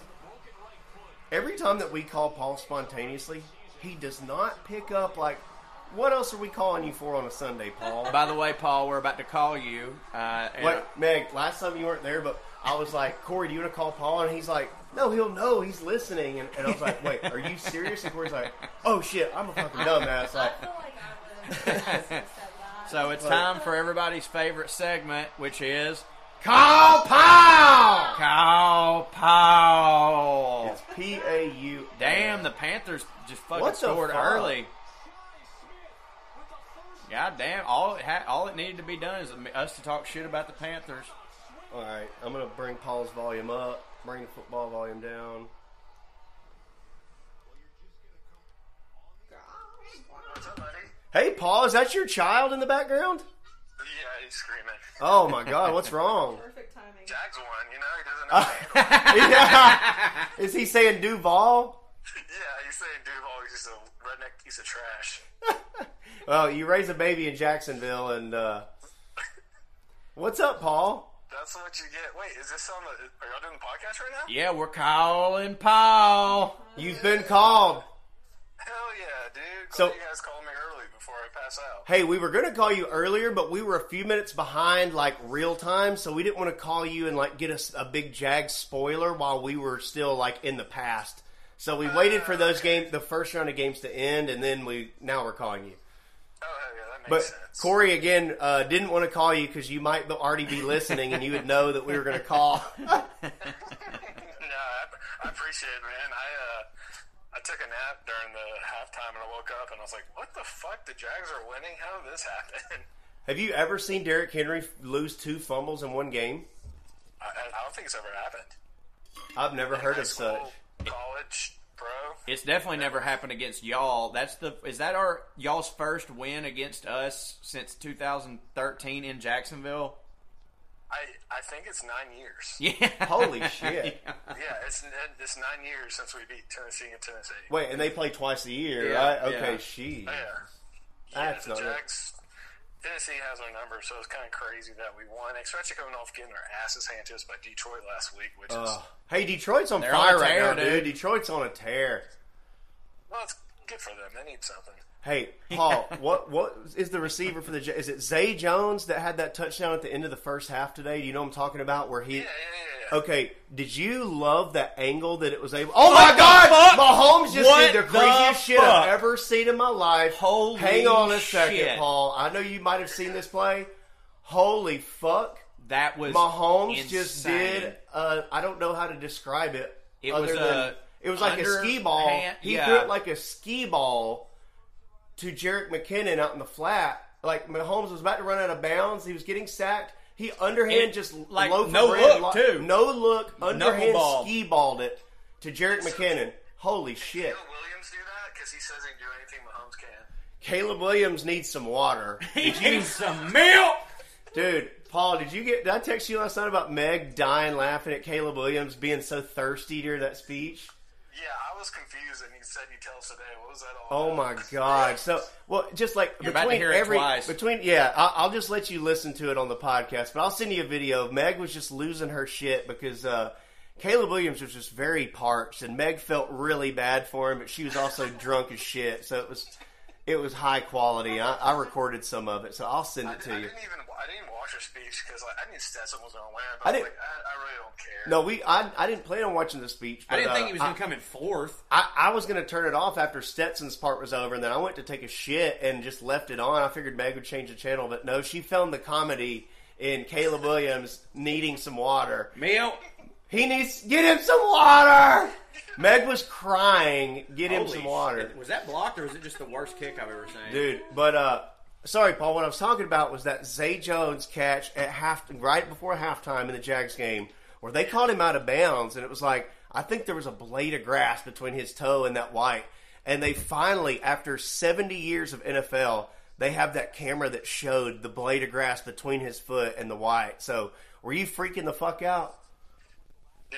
Speaker 3: Every time that we call Paul spontaneously, he does not pick up. Like, what else are we calling you for on a Sunday, Paul?
Speaker 1: By the way, Paul, we're about to call you. Uh, and-
Speaker 3: Wait, Meg. Last time you weren't there, but I was like, Corey, do you want to call Paul? And he's like, No, he'll know. He's listening. And, and I was like, Wait,
Speaker 1: <laughs>
Speaker 3: are you serious? And Corey's like, Oh shit, I'm a fucking dumbass. Like,
Speaker 4: I feel like
Speaker 3: <laughs>
Speaker 4: I would have said that.
Speaker 1: So it's time for everybody's favorite segment, which is
Speaker 3: call Paul.
Speaker 1: Kyle Powell.
Speaker 3: It's P A U.
Speaker 1: Damn, the Panthers just fucking
Speaker 3: What the
Speaker 1: scored
Speaker 3: fuck?
Speaker 1: early. God damn! All it ha- all it needed to be done is us to talk shit about the Panthers.
Speaker 3: All right, I'm gonna bring Paul's volume up, bring the football volume down.
Speaker 7: What's up, buddy?
Speaker 3: Hey, Paul, is that your child in the background?
Speaker 7: Yeah,
Speaker 3: <laughs>
Speaker 7: he's screaming.
Speaker 3: Oh my God, what's
Speaker 1: <laughs>
Speaker 3: wrong?
Speaker 4: Perfect timing.
Speaker 7: Jags won, you know, he
Speaker 3: <laughs>
Speaker 7: doesn't know.
Speaker 3: Yeah. Is he saying Duval?
Speaker 7: yeah, he's saying Duval, he's just a redneck piece of trash.
Speaker 3: Well, Oh, you raise a baby in Jacksonville, and uh, what's up, Paul?
Speaker 7: That's what you get. Wait, is this on the, are y'all doing the podcast right now?
Speaker 1: Yeah, we're calling Powell.
Speaker 3: You've been called.
Speaker 7: Hell yeah, dude. Glad
Speaker 3: So-
Speaker 7: you guys called me early before I pass out.
Speaker 3: Hey, we were gonna call you earlier, but we were a few minutes behind, like real time, so we didn't want to call you and like get us a big Jag spoiler while we were still like in the past. So we waited for those games, the first round of games to end, and then we now we're calling you.
Speaker 7: Oh, hell yeah, that makes
Speaker 3: But
Speaker 7: sense.
Speaker 3: Corey again uh, didn't want to call you because you might already be listening, and you would know that we were gonna
Speaker 7: <laughs>
Speaker 3: call.
Speaker 7: no, I, I appreciate it, man. I, uh, I took a nap during the halftime and I woke up and I was like, what the fuck? The Jags are winning? How did this happen? <laughs>
Speaker 3: Have you ever seen Derrick Henry lose two fumbles in one game?
Speaker 7: I, I don't think it's ever happened.
Speaker 3: I've never heard
Speaker 7: High
Speaker 3: of such.
Speaker 7: school, College, bro.
Speaker 1: It's definitely never happened against y'all. That's the is that our y'all's first win against us since 2013 in Jacksonville? <laughs>
Speaker 7: I, I think it's nine years.
Speaker 1: Yeah.
Speaker 7: <laughs>
Speaker 3: Holy shit!
Speaker 7: Yeah, it's it's nine years since we beat Tennessee and Tennessee.
Speaker 3: Wait, and they play twice a
Speaker 1: Yeah,
Speaker 3: year, right?
Speaker 1: yeah.
Speaker 3: Okay, she.
Speaker 7: Yeah,
Speaker 3: That's
Speaker 7: yeah,
Speaker 3: not
Speaker 7: the
Speaker 3: it.
Speaker 7: Jags. Tennessee has our number, so it's kind of crazy that we won, especially coming off getting our asses handed to us by Detroit last week, which is
Speaker 3: Ugh. hey, Detroit's on
Speaker 1: They're
Speaker 3: fire
Speaker 1: on a tear,
Speaker 3: right now, dude.
Speaker 1: dude.
Speaker 3: Detroit's on a tear.
Speaker 7: well, it's good for them. They need something.
Speaker 3: Hey,
Speaker 1: <laughs>
Speaker 3: Paul, what what is the receiver for the Ja- is it Zay Jones that had that touchdown at the end of the first half today? Do you know what I'm talking about? Where he
Speaker 7: Yeah, yeah, yeah. yeah.
Speaker 3: Okay, did you love that angle that it was able? Oh my God, Mahomes just
Speaker 1: What
Speaker 3: did the
Speaker 1: the
Speaker 3: craziest shit
Speaker 1: fuck?
Speaker 3: I've ever seen in my life.
Speaker 1: Holy
Speaker 3: Hang on a second,
Speaker 1: shit.
Speaker 3: Paul. I know you might have seen this play. Holy fuck,
Speaker 1: That was
Speaker 3: Mahomes
Speaker 1: insane.
Speaker 3: just did. Uh, I don't know how to describe it.
Speaker 1: It
Speaker 3: other
Speaker 1: was
Speaker 3: than,
Speaker 1: a
Speaker 3: it was like a ski ball.
Speaker 1: underhand-
Speaker 3: he
Speaker 1: yeah.
Speaker 3: threw it like a ski ball to Jarek McKinnon out in the flat. Like Mahomes was about to run out of bounds. He was getting sacked. He underhand
Speaker 1: It-
Speaker 3: just
Speaker 1: like,
Speaker 3: loaf of
Speaker 1: no
Speaker 3: bread,
Speaker 1: look, too.
Speaker 3: No look. Underhand
Speaker 1: Knuckleball.
Speaker 3: ski balled it to Jarek McKinnon. Holy shit!
Speaker 7: Did Caleb Williams do that? Because he says he can do anything Mahomes can.
Speaker 3: Caleb Williams needs some water,
Speaker 1: He needs <laughs> some milk.
Speaker 3: dude. Paul, did you get? Did I text you last night about Meg dying laughing at Caleb Williams being so thirsty during that speech?
Speaker 7: Yeah, I was confused, and he said you tell us today. What was that all?
Speaker 3: Oh
Speaker 7: about?
Speaker 3: my god! So well, just like
Speaker 1: about to
Speaker 3: between
Speaker 1: hear it
Speaker 3: every
Speaker 1: twice.
Speaker 3: between yeah, I, I'll just let you listen to it on the podcast, but I'll send you a video. Meg was just losing her shit because uh, Caleb Williams was just very parched, and Meg felt really bad for him, but she
Speaker 1: <laughs>
Speaker 3: was also drunk as shit. So it was, it was high quality. I, I recorded some of it, so I'll send
Speaker 7: I,
Speaker 3: it to
Speaker 7: I
Speaker 3: you.
Speaker 7: didn't even I didn't even watch her speech because like, I knew Stetson was going to win.
Speaker 3: I
Speaker 7: But I, was
Speaker 3: didn't-
Speaker 7: like, I, I really don't care.
Speaker 3: No, we. I, I didn't plan on watching the speech. But,
Speaker 1: I didn't
Speaker 3: uh,
Speaker 1: think he was
Speaker 3: I,
Speaker 1: going to come in fourth.
Speaker 3: I, I was going to turn it off after Stetson's part was over, and then I went to take a shit and just left it on. I figured Meg would change the channel, but no, she found the comedy in Caleb Williams needing some water.
Speaker 1: Meal.
Speaker 3: He needs get him some water. Meg was crying. Get him
Speaker 1: Holy
Speaker 3: some water,
Speaker 1: shit. Was that blocked or was it just the worst kick I've ever seen?
Speaker 3: dude. But uh, sorry, Paul. What I was talking about was that Zay Jones catch at half, right before halftime in the Jags game, where they caught him out of bounds, and it was like I think there was a blade of grass between his toe and that white. And they finally, after seventy years of NFL, they have that camera that showed the blade of grass between his foot and the white. So were you freaking the fuck out? <laughs>
Speaker 7: Dude,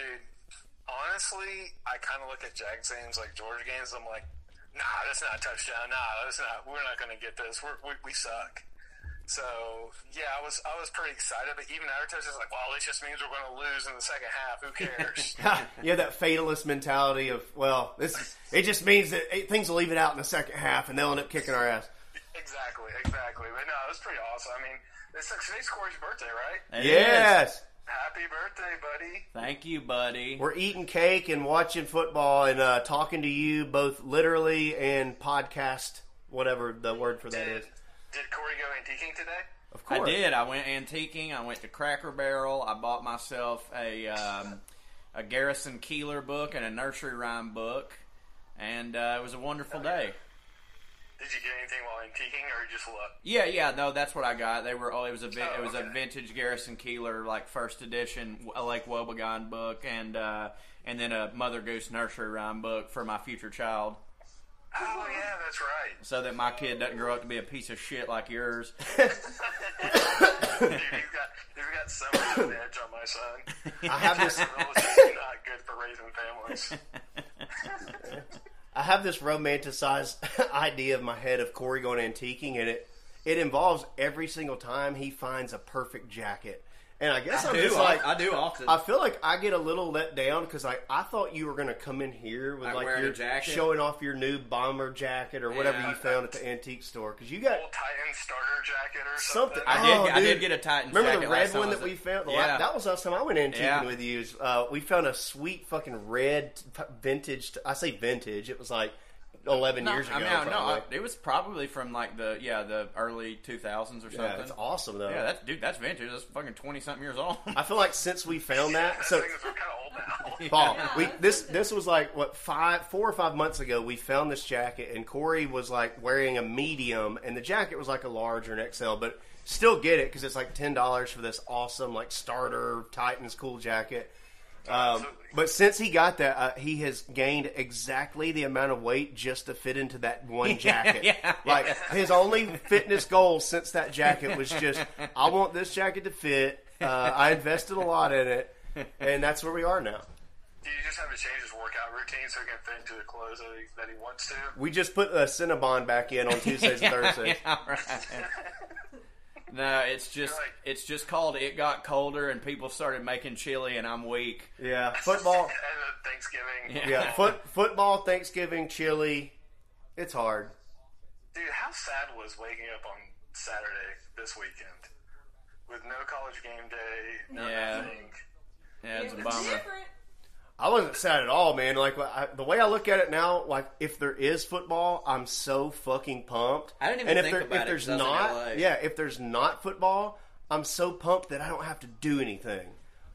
Speaker 7: honestly, I kind of look at Jags games like Georgia games. I'm like, nah, that's not a touchdown. Nah, that's not. We're not going to get this. We're, we we suck. So yeah, I was I was pretty excited, but even after touchdowns, like, well, this just means we're going to lose in the second half. Who cares?
Speaker 3: <laughs> yeah, that fatalist mentality of well, this it just means that eh, things will even out in the second half, and they'll end up kicking our ass.
Speaker 7: exactly, exactly. But no, it was pretty awesome. I mean, it's today's Corey's birthday, right?
Speaker 1: It is.
Speaker 3: Yes,
Speaker 7: Happy birthday, buddy.
Speaker 1: Thank you, buddy.
Speaker 3: we're eating cake and watching football and uh, talking to you both literally and podcast, whatever the word for that
Speaker 7: Did
Speaker 3: is.
Speaker 7: did Corey go antiquing today?
Speaker 3: Of
Speaker 1: I
Speaker 3: course,
Speaker 1: did. I went antiquing. I went to Cracker Barrel. I bought myself a um, a Garrison Keeler book and a nursery rhyme book, and uh, it was a wonderful day.
Speaker 7: Did you get anything while antiquing, or you just look?
Speaker 1: Yeah, yeah, no, that's what I got. They were oh, it was a vin-
Speaker 7: Oh,
Speaker 1: it was a
Speaker 7: okay.
Speaker 1: vintage Garrison Keeler like first edition w- a Lake Wobegon book, and uh, and then a Mother Goose nursery rhyme book for my future child,
Speaker 7: Oh yeah, that's right.
Speaker 1: so that my kid doesn't grow up to be a piece of shit like yours.
Speaker 7: Dude,
Speaker 3: <laughs>
Speaker 7: you've got you've got so much of an edge on my son.
Speaker 3: I have this.
Speaker 7: Rules is not good for raising families.
Speaker 3: I have this romanticized <laughs> idea in my head of Corey going antiquing, and it it involves every single time he finds a perfect jacket. And I guess
Speaker 1: I
Speaker 3: am
Speaker 1: do,
Speaker 3: just like
Speaker 1: I, I do often.
Speaker 3: I feel like I get a little let down because I, I thought you were going to come in here with
Speaker 1: Like
Speaker 3: like,
Speaker 1: wearing a
Speaker 3: your
Speaker 1: jacket?
Speaker 3: showing off your new bomber jacket or whatever
Speaker 1: Yeah.
Speaker 3: you found at the antique store because you got
Speaker 7: Old Titan starter jacket or
Speaker 3: something.
Speaker 7: something.
Speaker 1: I did-
Speaker 3: Oh,
Speaker 1: I did
Speaker 3: dude.
Speaker 1: get a Titan
Speaker 3: Remember
Speaker 1: jacket
Speaker 3: the red
Speaker 1: last time
Speaker 3: one
Speaker 1: I
Speaker 3: that
Speaker 1: was
Speaker 3: we
Speaker 1: at-
Speaker 3: found? The
Speaker 1: Yeah.
Speaker 3: la- that was last time I went antiquing
Speaker 1: Yeah.
Speaker 3: with you. is, Uh, we found a sweet fucking red t- vintage. I say vintage. It was like eleven years ago.
Speaker 1: I mean, I- no,
Speaker 3: probably.
Speaker 1: I- it was probably from like the yeah the early two thousands or something.
Speaker 3: yeah, it's awesome though.
Speaker 1: Yeah, that's dude, that's vintage. That's fucking twenty something years old. <laughs>
Speaker 3: I feel like since we found that, so
Speaker 7: Oh, things are kind of
Speaker 3: <laughs>
Speaker 7: old now.
Speaker 3: Paul,
Speaker 4: Yeah.
Speaker 3: we this this was like what five, four or five months ago. We found this jacket, and Corey was like wearing a medium, and the jacket was like a large or an XL, but still get it because it's like ten dollars for this awesome like starter Titans cool jacket. Um,
Speaker 7: Absolutely.
Speaker 3: but since he got that, uh, he has gained exactly the amount of weight just to fit into that one
Speaker 1: <laughs>
Speaker 3: jacket.
Speaker 1: yeah.
Speaker 3: like his only fitness goal since that jacket was just, I want this jacket to fit. Uh, I invested a lot in it, and that's where we are now.
Speaker 7: Do you just have to change his workout routine so he can fit into the clothes that he, that he wants to?
Speaker 3: We just put a Cinnabon back in on Tuesdays and Thursdays.
Speaker 1: <laughs> Yeah, right. no, it's just
Speaker 7: You're right.
Speaker 1: it's just called it got colder and people started making chili and I'm weak.
Speaker 3: Yeah, football.
Speaker 7: <laughs> and then Thanksgiving.
Speaker 3: Yeah, foot football, Thanksgiving, chili. It's hard.
Speaker 7: Dude, how sad was waking up on Saturday this weekend with no college game day, no
Speaker 1: Yeah.
Speaker 7: nothing.
Speaker 1: Yeah, it's a
Speaker 4: was
Speaker 1: bummer.
Speaker 4: different.
Speaker 3: I wasn't sad at all, man. Like I, the way I look at it now, like if there is football, I'm so fucking pumped.
Speaker 1: I didn't even
Speaker 3: and if
Speaker 1: think
Speaker 3: there,
Speaker 1: about
Speaker 3: if
Speaker 1: it
Speaker 3: there's
Speaker 1: 'cause I was in LA.
Speaker 3: not, yeah, if there's not football, I'm so pumped that I don't have to do anything.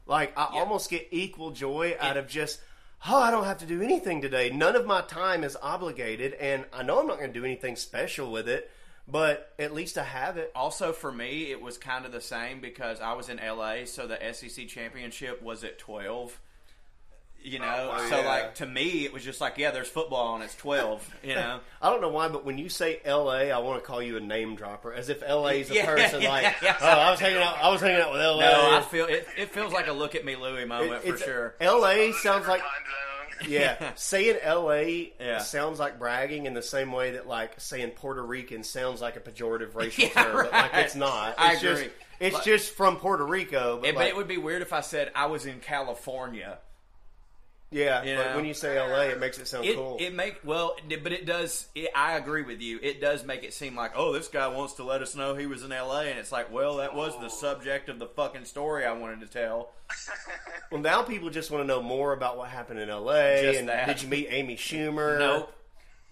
Speaker 3: Like I almost get equal joy out of just, oh, I don't have to do anything today. None of my time is obligated, and I know I'm not going to do anything special with it, but at least I have it.
Speaker 1: Also for me, it was kind of the same because I was in LA, so the SEC championship was at twelve. You know, so
Speaker 3: Oh, yeah.
Speaker 1: like to me, it was just like, yeah, there's football and it's twelve. You know,
Speaker 3: I don't know why, but when you say L.A., I want to call you a name dropper, as if L.A. is a
Speaker 1: Yeah,
Speaker 3: person.
Speaker 1: yeah,
Speaker 3: like,
Speaker 1: yeah.
Speaker 3: oh, I was hanging out, I was hanging out with L.A.
Speaker 1: no, I feel it. It feels like a look at me, Louie moment for
Speaker 3: It's-
Speaker 1: sure.
Speaker 3: L.A.
Speaker 1: <laughs>
Speaker 3: sounds like
Speaker 7: Different time zone.
Speaker 3: yeah. Saying L.A.
Speaker 1: Yeah.
Speaker 3: sounds like bragging in the same way that like saying Puerto Rican sounds like a
Speaker 1: <laughs>
Speaker 3: pejorative racial
Speaker 1: Yeah,
Speaker 3: term. But, like
Speaker 1: right.
Speaker 3: it's not. It's
Speaker 1: I
Speaker 3: just,
Speaker 1: agree.
Speaker 3: It's
Speaker 1: Like-
Speaker 3: just from Puerto Rico, but,
Speaker 1: Yeah, but
Speaker 3: like,
Speaker 1: it would be weird if I said I was in California.
Speaker 3: Yeah,
Speaker 1: You
Speaker 3: but
Speaker 1: know?
Speaker 3: when you say LA, it makes it sound
Speaker 1: It,
Speaker 3: Oh, cool.
Speaker 1: it make well, it- but it does. It, I agree with you. It does make it seem like, oh, this guy wants to let us know he was in L.A., and it's like, well, that was the subject of the fucking story I wanted to tell.
Speaker 3: well, now people just want to know more about what happened in LA.
Speaker 1: Just
Speaker 3: and
Speaker 1: that.
Speaker 3: did you meet
Speaker 1: <laughs>
Speaker 3: Amy Schumer?
Speaker 1: Nope.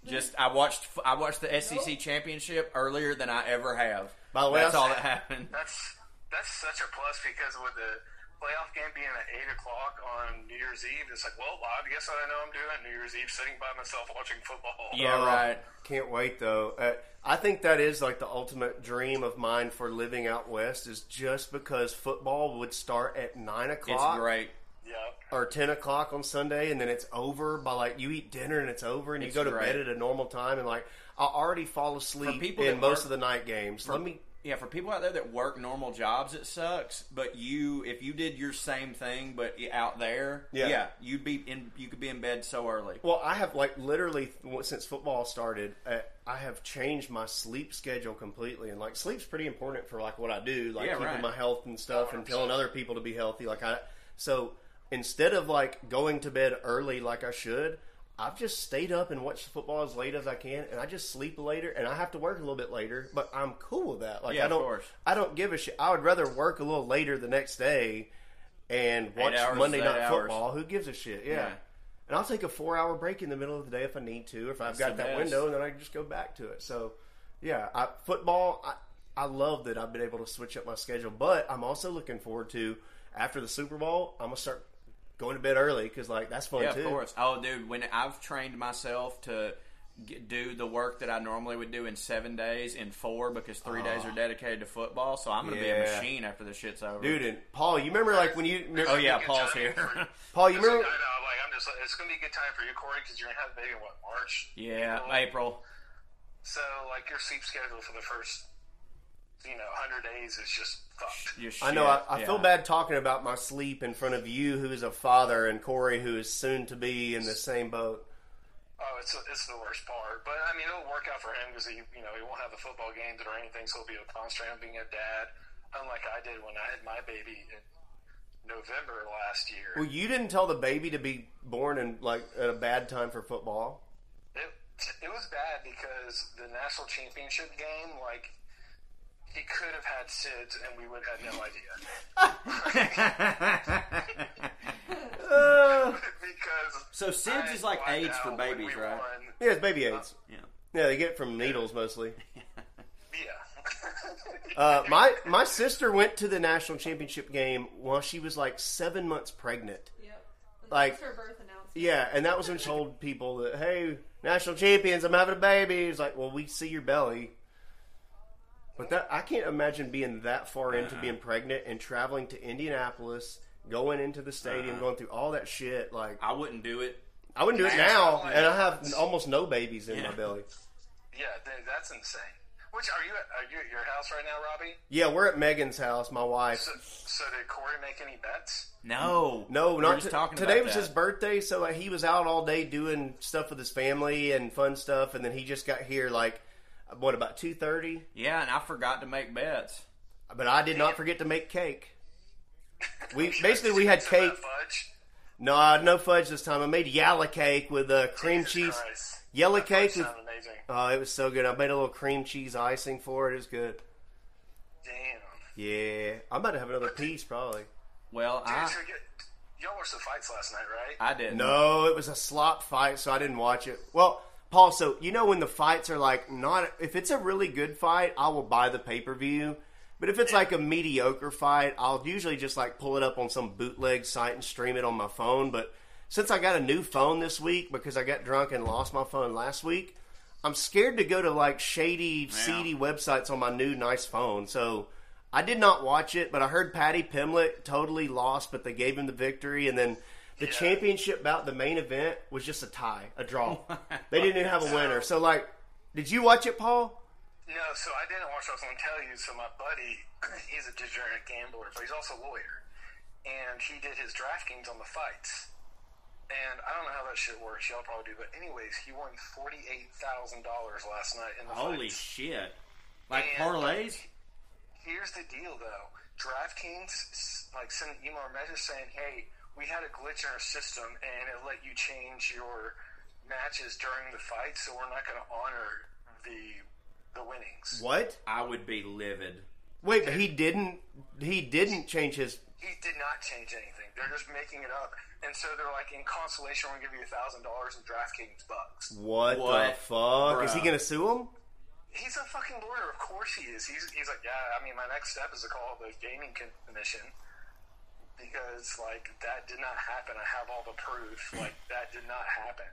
Speaker 1: Just I watched I watched the SEC championship earlier than I ever have.
Speaker 3: By the way,
Speaker 1: that's
Speaker 3: I-
Speaker 1: all that
Speaker 3: <laughs>
Speaker 1: happened.
Speaker 7: That's that's such a plus because with the playoff game being at eight o'clock on New Year's Eve, it's like, well, I guess I know I'm doing it New Year's Eve, sitting by myself watching football.
Speaker 1: Yeah,
Speaker 3: Oh,
Speaker 1: right.
Speaker 3: Can't wait though. Uh, I think that is like the ultimate dream of mine for living out west is just because football would start at nine
Speaker 1: It's
Speaker 3: o'clock
Speaker 1: great.
Speaker 7: Yep.
Speaker 3: or ten o'clock on Sunday, and then it's over by like you eat dinner and it's over, and
Speaker 1: It's
Speaker 3: you go to
Speaker 1: great.
Speaker 3: bed at a normal time, and like I already fall asleep
Speaker 1: people
Speaker 3: in
Speaker 1: that
Speaker 3: most
Speaker 1: work-
Speaker 3: of the night games. Let me.
Speaker 1: Yeah, for people out there that work normal jobs, it sucks. But you, if you did your same thing but out there,
Speaker 3: Yeah.
Speaker 1: you'd be in. You could be in bed so early.
Speaker 3: Well, I have like literally since football started, uh, I have changed my sleep schedule completely, and like sleep's pretty important for like what I do, like
Speaker 1: Yeah,
Speaker 3: keeping
Speaker 1: right.
Speaker 3: my health and stuff, and telling other people to be healthy. Like I, so instead of like going to bed early like I should, I've just stayed up and watched football as late as I can, and I just sleep later, and I have to work a little bit later, but I'm cool with that. Like
Speaker 1: Yeah,
Speaker 3: I
Speaker 1: of
Speaker 3: don't,
Speaker 1: course.
Speaker 3: I don't give a shit. I would rather work a little later the next day and watch
Speaker 1: hours,
Speaker 3: Monday
Speaker 1: eight
Speaker 3: night
Speaker 1: hours.
Speaker 3: football. Who gives a shit? yeah.
Speaker 1: Yeah.
Speaker 3: And I'll take a four hour break in the middle of the day if I need to, if I've got
Speaker 1: the
Speaker 3: that
Speaker 1: best.
Speaker 3: window, and then I can just go back to it. So, yeah, I, football, I, I love that I've been able to switch up my schedule, but I'm also looking forward to after the Super Bowl, I'm going to start going to bed early because, like, that's fun
Speaker 1: Yeah,
Speaker 3: too.
Speaker 1: of course. Oh, dude, when I've trained myself to get, do the work that I normally would do in seven days in four because three days are dedicated to football, so I'm gonna be
Speaker 3: Ah. Yeah.
Speaker 1: a machine after this shit's over,
Speaker 3: Dude, and Paul, you remember, like, when you.
Speaker 1: Oh yeah,
Speaker 7: Good
Speaker 1: Paul's
Speaker 7: timing
Speaker 1: here.
Speaker 7: for-
Speaker 3: Paul, you
Speaker 7: It's like,
Speaker 3: remember.
Speaker 7: I know, like, I'm just, like, it's going to be a good time for you, Corey, because you're going to have the baby in what, March?
Speaker 1: <laughs> yeah, April.
Speaker 7: April? So, like, your sleep schedule for the first, you know, 100 days is just fucked.
Speaker 1: Your
Speaker 3: I know.
Speaker 1: shit.
Speaker 3: I, I
Speaker 1: Yeah.
Speaker 3: feel bad talking about my sleep in front of you, who is a father, and Corey, who is soon to be in the same boat.
Speaker 7: Oh, it's it's the worst part. But I mean, it'll work out for him because he, you know, he won't have the football games or anything, so he'll be able to concentrate on being a dad, unlike I did when I had my baby in November last year.
Speaker 3: Well, you didn't tell the baby to be born in like at a bad time for football.
Speaker 7: It, it was bad because the national championship game, like, he could have had SIDS and we would have had no idea. <laughs> because.
Speaker 1: So SIDS
Speaker 7: I
Speaker 1: is like
Speaker 7: blacked
Speaker 1: AIDS for
Speaker 7: out when
Speaker 1: babies,
Speaker 7: we
Speaker 1: right?
Speaker 7: won.
Speaker 1: <laughs>
Speaker 3: Yeah, it's baby AIDS.
Speaker 1: Uh, Yeah.
Speaker 3: Yeah, they get it from needles mostly.
Speaker 7: Yeah.
Speaker 3: Uh, my my sister went to the national championship game while she was like seven months pregnant.
Speaker 4: Yep.
Speaker 3: Like-
Speaker 4: That's her birth announcement.
Speaker 3: Yeah, and that was when she told people that hey, national champions, I'm having a baby. It's like, well, we see your belly. But that I can't imagine being that far
Speaker 1: Uh-huh.
Speaker 3: into being pregnant and traveling to Indianapolis, going into the stadium,
Speaker 1: Uh-huh.
Speaker 3: going through all that shit. Like
Speaker 1: <laughs> I wouldn't do it.
Speaker 3: I wouldn't do it now, and I have almost no babies in my
Speaker 1: Yeah.
Speaker 3: belly.
Speaker 7: <laughs> yeah, th- that's insane. Which are you at, are you at your house right now, Robbie?
Speaker 3: Yeah, we're at Megan's house, my wife.
Speaker 7: So, so did Corey make any bets?
Speaker 1: No,
Speaker 3: No,
Speaker 1: We're
Speaker 3: not
Speaker 1: just
Speaker 3: t-
Speaker 1: talking
Speaker 3: today.
Speaker 1: about
Speaker 3: was
Speaker 1: that.
Speaker 3: his birthday, so like, he was out all day doing stuff with his family and fun stuff, and then he just got here like what about two thirty?
Speaker 1: Yeah, and I forgot to make bets.
Speaker 3: But I did not forget to make cake. We basically we had
Speaker 7: Some of
Speaker 3: cake.
Speaker 7: that fudge.
Speaker 3: No, uh, no fudge this time. I made yalla cake with uh, cream
Speaker 7: Jesus
Speaker 3: cheese,
Speaker 7: Christ.
Speaker 3: yellow
Speaker 7: That fudge
Speaker 3: cake with.
Speaker 7: sounded amazing.
Speaker 3: Oh, it was so good. I made a little cream cheese icing for it. It was good.
Speaker 7: Damn.
Speaker 3: Yeah, I'm about to have another piece probably.
Speaker 1: Well,
Speaker 7: Dude,
Speaker 1: I
Speaker 7: so you- y'all watched the fights last night, right?
Speaker 1: I didn't.
Speaker 3: No, it was a slop fight, so I didn't watch it. Well, Paul, so you know when the fights are like not if it's a really good fight, I will buy the pay per view. But if it's like a mediocre fight, I'll usually just like pull it up on some bootleg site and stream it on my phone. But since I got a new phone this week because I got drunk and lost my phone last week, I'm scared to go to like shady, seedy websites on my new nice phone. So I did not watch it, but I heard Patty Pimlet totally lost, but they gave him the victory. And then the championship bout, the main event, was just a tie,
Speaker 1: <laughs>
Speaker 3: a draw. they didn't even have a winner. So, like, did you watch it, Paul?
Speaker 7: No, so I didn't watch. what I was going to tell you. So my buddy, <clears throat> he's a degenerate gambler, but he's also a lawyer, and he did his DraftKings on the fights. And I don't know how that shit works. Y'all probably do, but anyways, he won forty eight thousand dollars last night in the
Speaker 1: Holy
Speaker 7: fights.
Speaker 1: shit! Like
Speaker 7: And-
Speaker 1: parlays.
Speaker 7: Here's the deal, though. DraftKings s- like sent an email or message saying, "Hey, we had a glitch in our system, and it let you change your matches during the fight. So we're not going to honor the the winnings.
Speaker 3: What?
Speaker 1: I would be livid.
Speaker 3: Wait, but he didn't. He didn't change his.
Speaker 7: He did not change anything. They're just making it up. And so they're like, in consolation, we're going to give you a thousand dollars in DraftKings bucks.
Speaker 3: What, the
Speaker 1: What?
Speaker 3: fuck? Is he
Speaker 1: Bruh.
Speaker 3: gonna sue him?
Speaker 7: He's a fucking lawyer, of course he is. He's, he's like, yeah, I mean, my next step is to call the gaming con- commission because, like, that did not happen. I have all the proof. Like, that did not happen.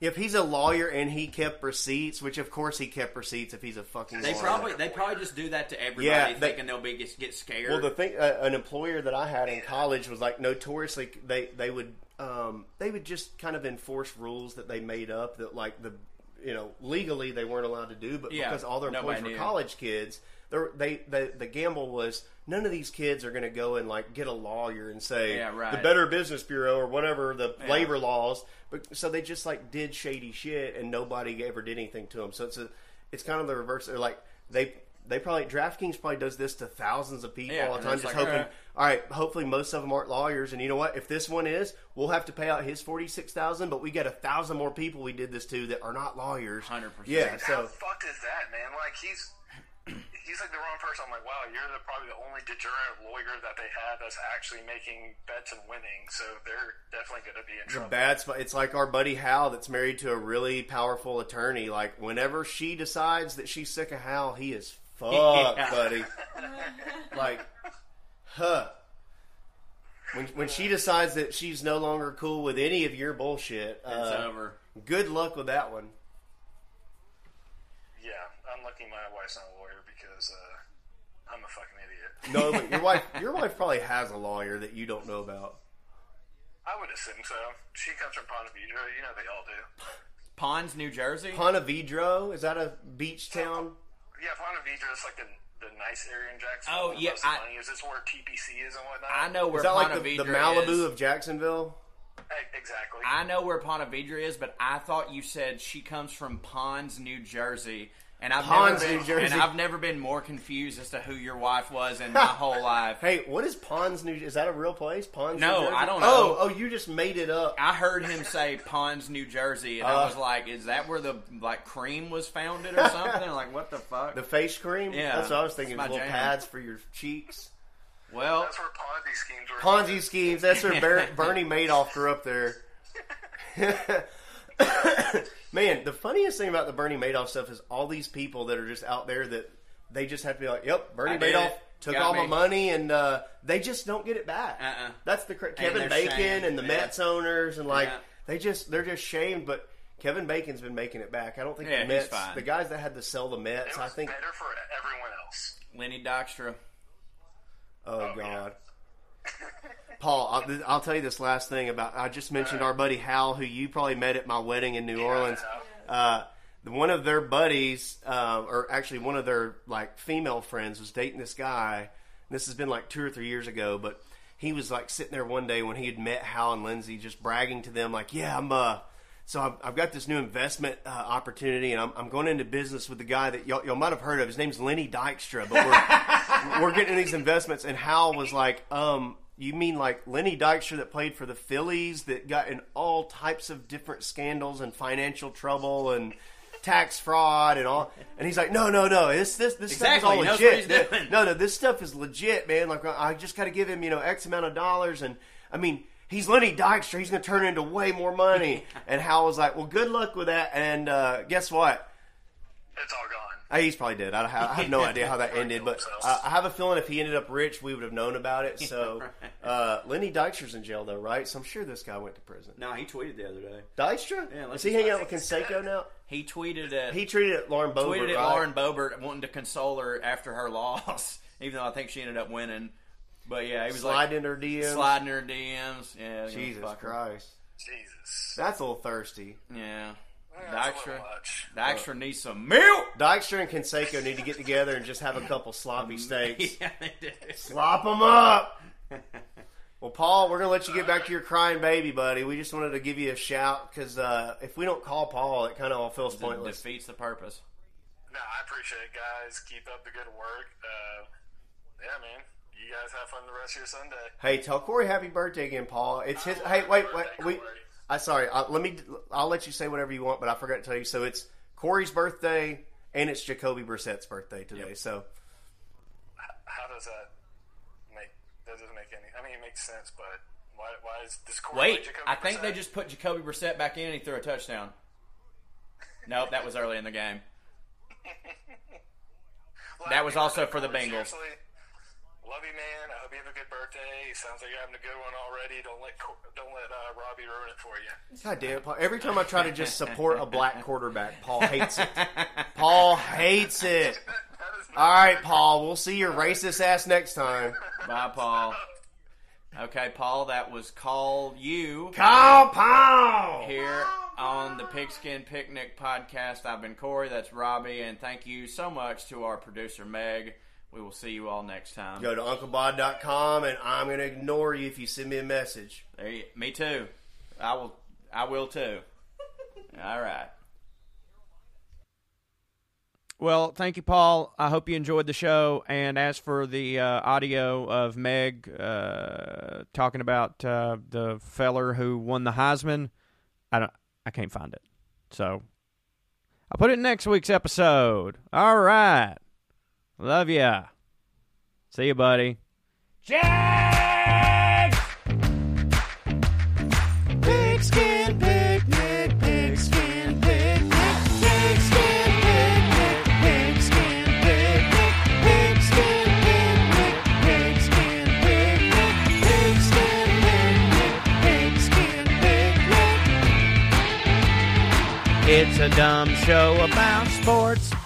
Speaker 3: If he's a lawyer and he kept receipts, which of course he kept receipts, if he's a fucking
Speaker 1: They
Speaker 3: lawyer.
Speaker 1: probably they probably just do that to everybody,
Speaker 3: Yeah, they-
Speaker 1: thinking they'll be get, get scared.
Speaker 3: Well, the thing, uh, an employer that I had in college was like notoriously they they would um, they would just kind of enforce rules that they made up that like the you know legally they weren't allowed to do, but
Speaker 1: Yeah,
Speaker 3: because all their employees
Speaker 1: nobody
Speaker 3: were
Speaker 1: knew.
Speaker 3: college kids, they're- they they the gamble was none of these kids are going to go and like get a lawyer and say
Speaker 1: Yeah, right.
Speaker 3: the Better Business Bureau or whatever the labor laws, but so they just like did shady shit and nobody ever did anything to them. So it's a it's kind of the reverse. They're like they. They probably DraftKings probably does this to thousands of people
Speaker 1: Yeah,
Speaker 3: all the
Speaker 1: and
Speaker 3: time,
Speaker 1: it's
Speaker 3: just
Speaker 1: like, uh, all
Speaker 3: hoping.
Speaker 1: right.
Speaker 3: All right, hopefully most of them aren't lawyers, and you know what? If this one is, we'll have to pay out his forty six thousand, but we got a thousand more people we did this to that are not lawyers.
Speaker 1: 100%.
Speaker 3: Yeah.
Speaker 7: How
Speaker 3: So
Speaker 7: fucked is that, man? Like, he's. He's like the wrong person. I'm like, wow, you're the, probably the only deterrent lawyer that they have that's actually making bets and winning. So they're definitely going to be in
Speaker 3: it's a
Speaker 7: trouble.
Speaker 3: bad spot. It's like our buddy Hal that's married to a really powerful attorney. Like whenever she decides that she's sick of Hal, he
Speaker 1: <laughs>
Speaker 3: is fucked,
Speaker 1: Yeah.
Speaker 3: buddy. like, huh. When, when she decides that she's no longer cool with any of your bullshit,
Speaker 1: it's
Speaker 3: uh,
Speaker 1: over.
Speaker 3: good luck with that one.
Speaker 7: Yeah, I'm lucky my wife's not a lawyer because uh, I'm a fucking idiot.
Speaker 3: No,
Speaker 1: <laughs>
Speaker 3: but your wife, your wife probably has a lawyer that you don't know about.
Speaker 7: I would assume so. She comes from Ponte Vedra. You know they all do.
Speaker 1: Ponds, New Jersey.
Speaker 3: Ponte Vedro is that a beach town?
Speaker 7: Yeah, Ponte Vedra is like the, the nice area in Jacksonville.
Speaker 1: Oh,
Speaker 7: where
Speaker 1: yeah,
Speaker 7: most of the
Speaker 1: I-
Speaker 7: money is. It's where TPC is and whatnot.
Speaker 1: I know where
Speaker 3: Is that like
Speaker 1: Ponte
Speaker 3: the, the
Speaker 1: Vedra
Speaker 3: Malibu
Speaker 1: is.
Speaker 3: of Jacksonville?
Speaker 7: E- Exactly.
Speaker 1: I know where Ponte Vedra is, but I thought you said she comes from Ponds, New Jersey. And I've
Speaker 3: Ponds,
Speaker 1: never been,
Speaker 3: New Jersey.
Speaker 1: And I've never been more confused as to who your wife was
Speaker 3: <laughs>
Speaker 1: in my whole life.
Speaker 3: Hey, what is Ponds, New? Is that a real place? Ponds?
Speaker 1: No,
Speaker 3: New Jersey?
Speaker 1: I don't
Speaker 3: Oh,
Speaker 1: know.
Speaker 3: oh, you just made it up.
Speaker 1: I heard him say Ponds, New Jersey, and
Speaker 3: Uh.
Speaker 1: I was like, "Is that where the like cream was founded or something?" like, what the fuck?
Speaker 3: The face cream.
Speaker 1: Yeah,
Speaker 3: that's what I was thinking.
Speaker 1: it's my
Speaker 3: Little
Speaker 1: jam.
Speaker 3: pads for your cheeks.
Speaker 1: well,
Speaker 7: That's where Ponzi schemes were.
Speaker 3: Ponzi schemes. That's
Speaker 1: <laughs>
Speaker 3: where Ber- Bernie Madoff grew up there. <coughs> Man, the funniest thing about the Bernie Madoff stuff is all these people that are just out there that they just have to be like, "Yep, Bernie
Speaker 1: I did
Speaker 3: Madoff
Speaker 1: it.
Speaker 3: took
Speaker 1: Got
Speaker 3: all my
Speaker 1: me."
Speaker 3: money," and uh, they just don't get it back.
Speaker 1: Uh-uh.
Speaker 3: That's the cra- Kevin
Speaker 1: they're
Speaker 3: Bacon
Speaker 1: shamed.
Speaker 3: and the
Speaker 1: Yeah.
Speaker 3: Mets owners, and like
Speaker 1: Yeah.
Speaker 3: they just they're just shamed, but. Kevin Bacon's been making it back. I don't think
Speaker 1: Yeah,
Speaker 3: the
Speaker 1: he's
Speaker 3: Mets,
Speaker 1: fine.
Speaker 3: the guys that had to sell the
Speaker 7: It
Speaker 3: Mets, I
Speaker 7: was
Speaker 3: think.
Speaker 7: better for everyone else.
Speaker 1: Lenny Dykstra.
Speaker 3: Oh,
Speaker 7: Oh, yeah.
Speaker 3: God. Paul, I'll, th- I'll tell you this last thing about. I just mentioned our buddy Hal, who you probably met at my wedding in New Orleans. Uh, one of their buddies, uh, or actually one of their like female friends, was dating this guy. And this has been like two or three years ago, but he was like sitting there one day when he had met Hal and Lindsay, just bragging to them like, "Yeah, I'm uh, so I've, I've got this new investment uh, opportunity, and I'm, I'm going into business with the guy that y'all, y'all might have heard of. His name's Lenny Dykstra, but we're, we're getting these investments." And Hal was like, "Um, you mean like Lenny Dykstra that played for the Phillies that got in all types of different scandals and financial trouble and tax fraud and all?" And he's like, "No, no, no. This this this
Speaker 1: Exactly. He
Speaker 3: stuff is all
Speaker 1: knows what
Speaker 3: legit.
Speaker 1: he's doing.
Speaker 3: No, no, this stuff is legit, man. Like I just got to give him, you know, X amount of dollars, and I mean, he's Lenny Dykstra. He's going to turn into way more
Speaker 1: <laughs>
Speaker 3: money. and Hal was like, "Well, good luck with that." And uh, guess what?
Speaker 7: It's all gone.
Speaker 3: Uh, He's probably dead. I have, I
Speaker 1: <laughs>
Speaker 3: have no idea how that ended, but uh, I have a feeling if he ended up rich, we would have known about
Speaker 1: <laughs>
Speaker 3: it. So uh, Lenny Dykstra's in jail, though, right? So I'm sure this guy went to prison.
Speaker 1: No, he tweeted the other day.
Speaker 3: Dykstra?
Speaker 1: Yeah, let's
Speaker 3: Is he
Speaker 1: just-
Speaker 3: hanging out with Conseco now?
Speaker 1: He tweeted at
Speaker 3: He treated it Lauren Boebert,
Speaker 1: tweeted at
Speaker 3: right?
Speaker 1: Lauren Boebert wanting to console her after her <laughs> loss, even though I think she ended up winning. But yeah, he was
Speaker 3: Slide
Speaker 1: like
Speaker 3: into her DMs.
Speaker 1: sliding her DMs. Yeah,
Speaker 3: Jesus
Speaker 1: fuck her.
Speaker 3: Christ.
Speaker 7: Jesus.
Speaker 3: That's a little thirsty.
Speaker 1: Yeah,
Speaker 7: That's a
Speaker 1: Dykstra.
Speaker 7: little much.
Speaker 1: Dykstra needs some milk. <laughs>
Speaker 3: Dykstra and Conseco need to get together and just have a
Speaker 1: <laughs>
Speaker 3: couple sloppy steaks.
Speaker 1: yeah, they do.
Speaker 3: Slop them up. <laughs> Well, Paul, we're gonna let you get back to your crying baby, buddy. We just wanted to give you a shout because uh, if we don't call Paul, it kind of all feels
Speaker 1: It
Speaker 3: pointless.
Speaker 1: defeats the purpose.
Speaker 7: No, I appreciate it, guys. Keep up the good work. Uh, yeah, man. You guys have fun the rest of your Sunday.
Speaker 3: Hey, tell Corey happy birthday again, Paul. It's his. Hey, wait, wait. We. I sorry. I, let me. I'll let you say whatever you want, but I forgot to tell you. So it's Corey's birthday, and it's Jacoby Brissett's birthday today.
Speaker 1: Yep.
Speaker 3: So
Speaker 7: How does that make? That doesn't make any. I mean, it makes sense, but why? Why is this?
Speaker 1: Wait, I think they just put Jacoby Brissett back in and he threw a touchdown. Nope, that was early in the game. <laughs> that was also for the Bengals.
Speaker 7: Seriously, love you, man. I hope you have a good birthday. Sounds like you're having a good one already. Don't let Cor- don't let uh, Robbie ruin it for you. <laughs>
Speaker 3: God damn it, Paul. Every time I try to just support a black quarterback, Paul hates it. Paul hates it.
Speaker 7: That is
Speaker 3: All
Speaker 7: not
Speaker 3: right, Paul. We'll see your racist ass next time.
Speaker 1: Bye, Paul. Okay, Paul, that was call you
Speaker 3: Call Paul.
Speaker 1: here on the Pigskin Picnic podcast. I've been Corey, that's Robbie, and thank you so much to our producer Meg. We will see you all next time.
Speaker 3: Go to UncleBod.com, and I'm gonna ignore you if you send me a message.
Speaker 1: There you, me too. I will. I will too. All right. Well, thank you, Paul. I hope you enjoyed the show. And as for the uh, audio of Meg uh, talking about uh, the feller who won the Heisman, I don't. I can't find it. So I'll put it in next week's episode. All right. Love ya. See you, buddy.
Speaker 2: Pigskin picnic, pigskin picnic, pigskin picnic, pigskin picnic, pigskin picnic, pigskin picnic, pigskin picnic, pigskin picnic.
Speaker 1: It's a dumb show about sports.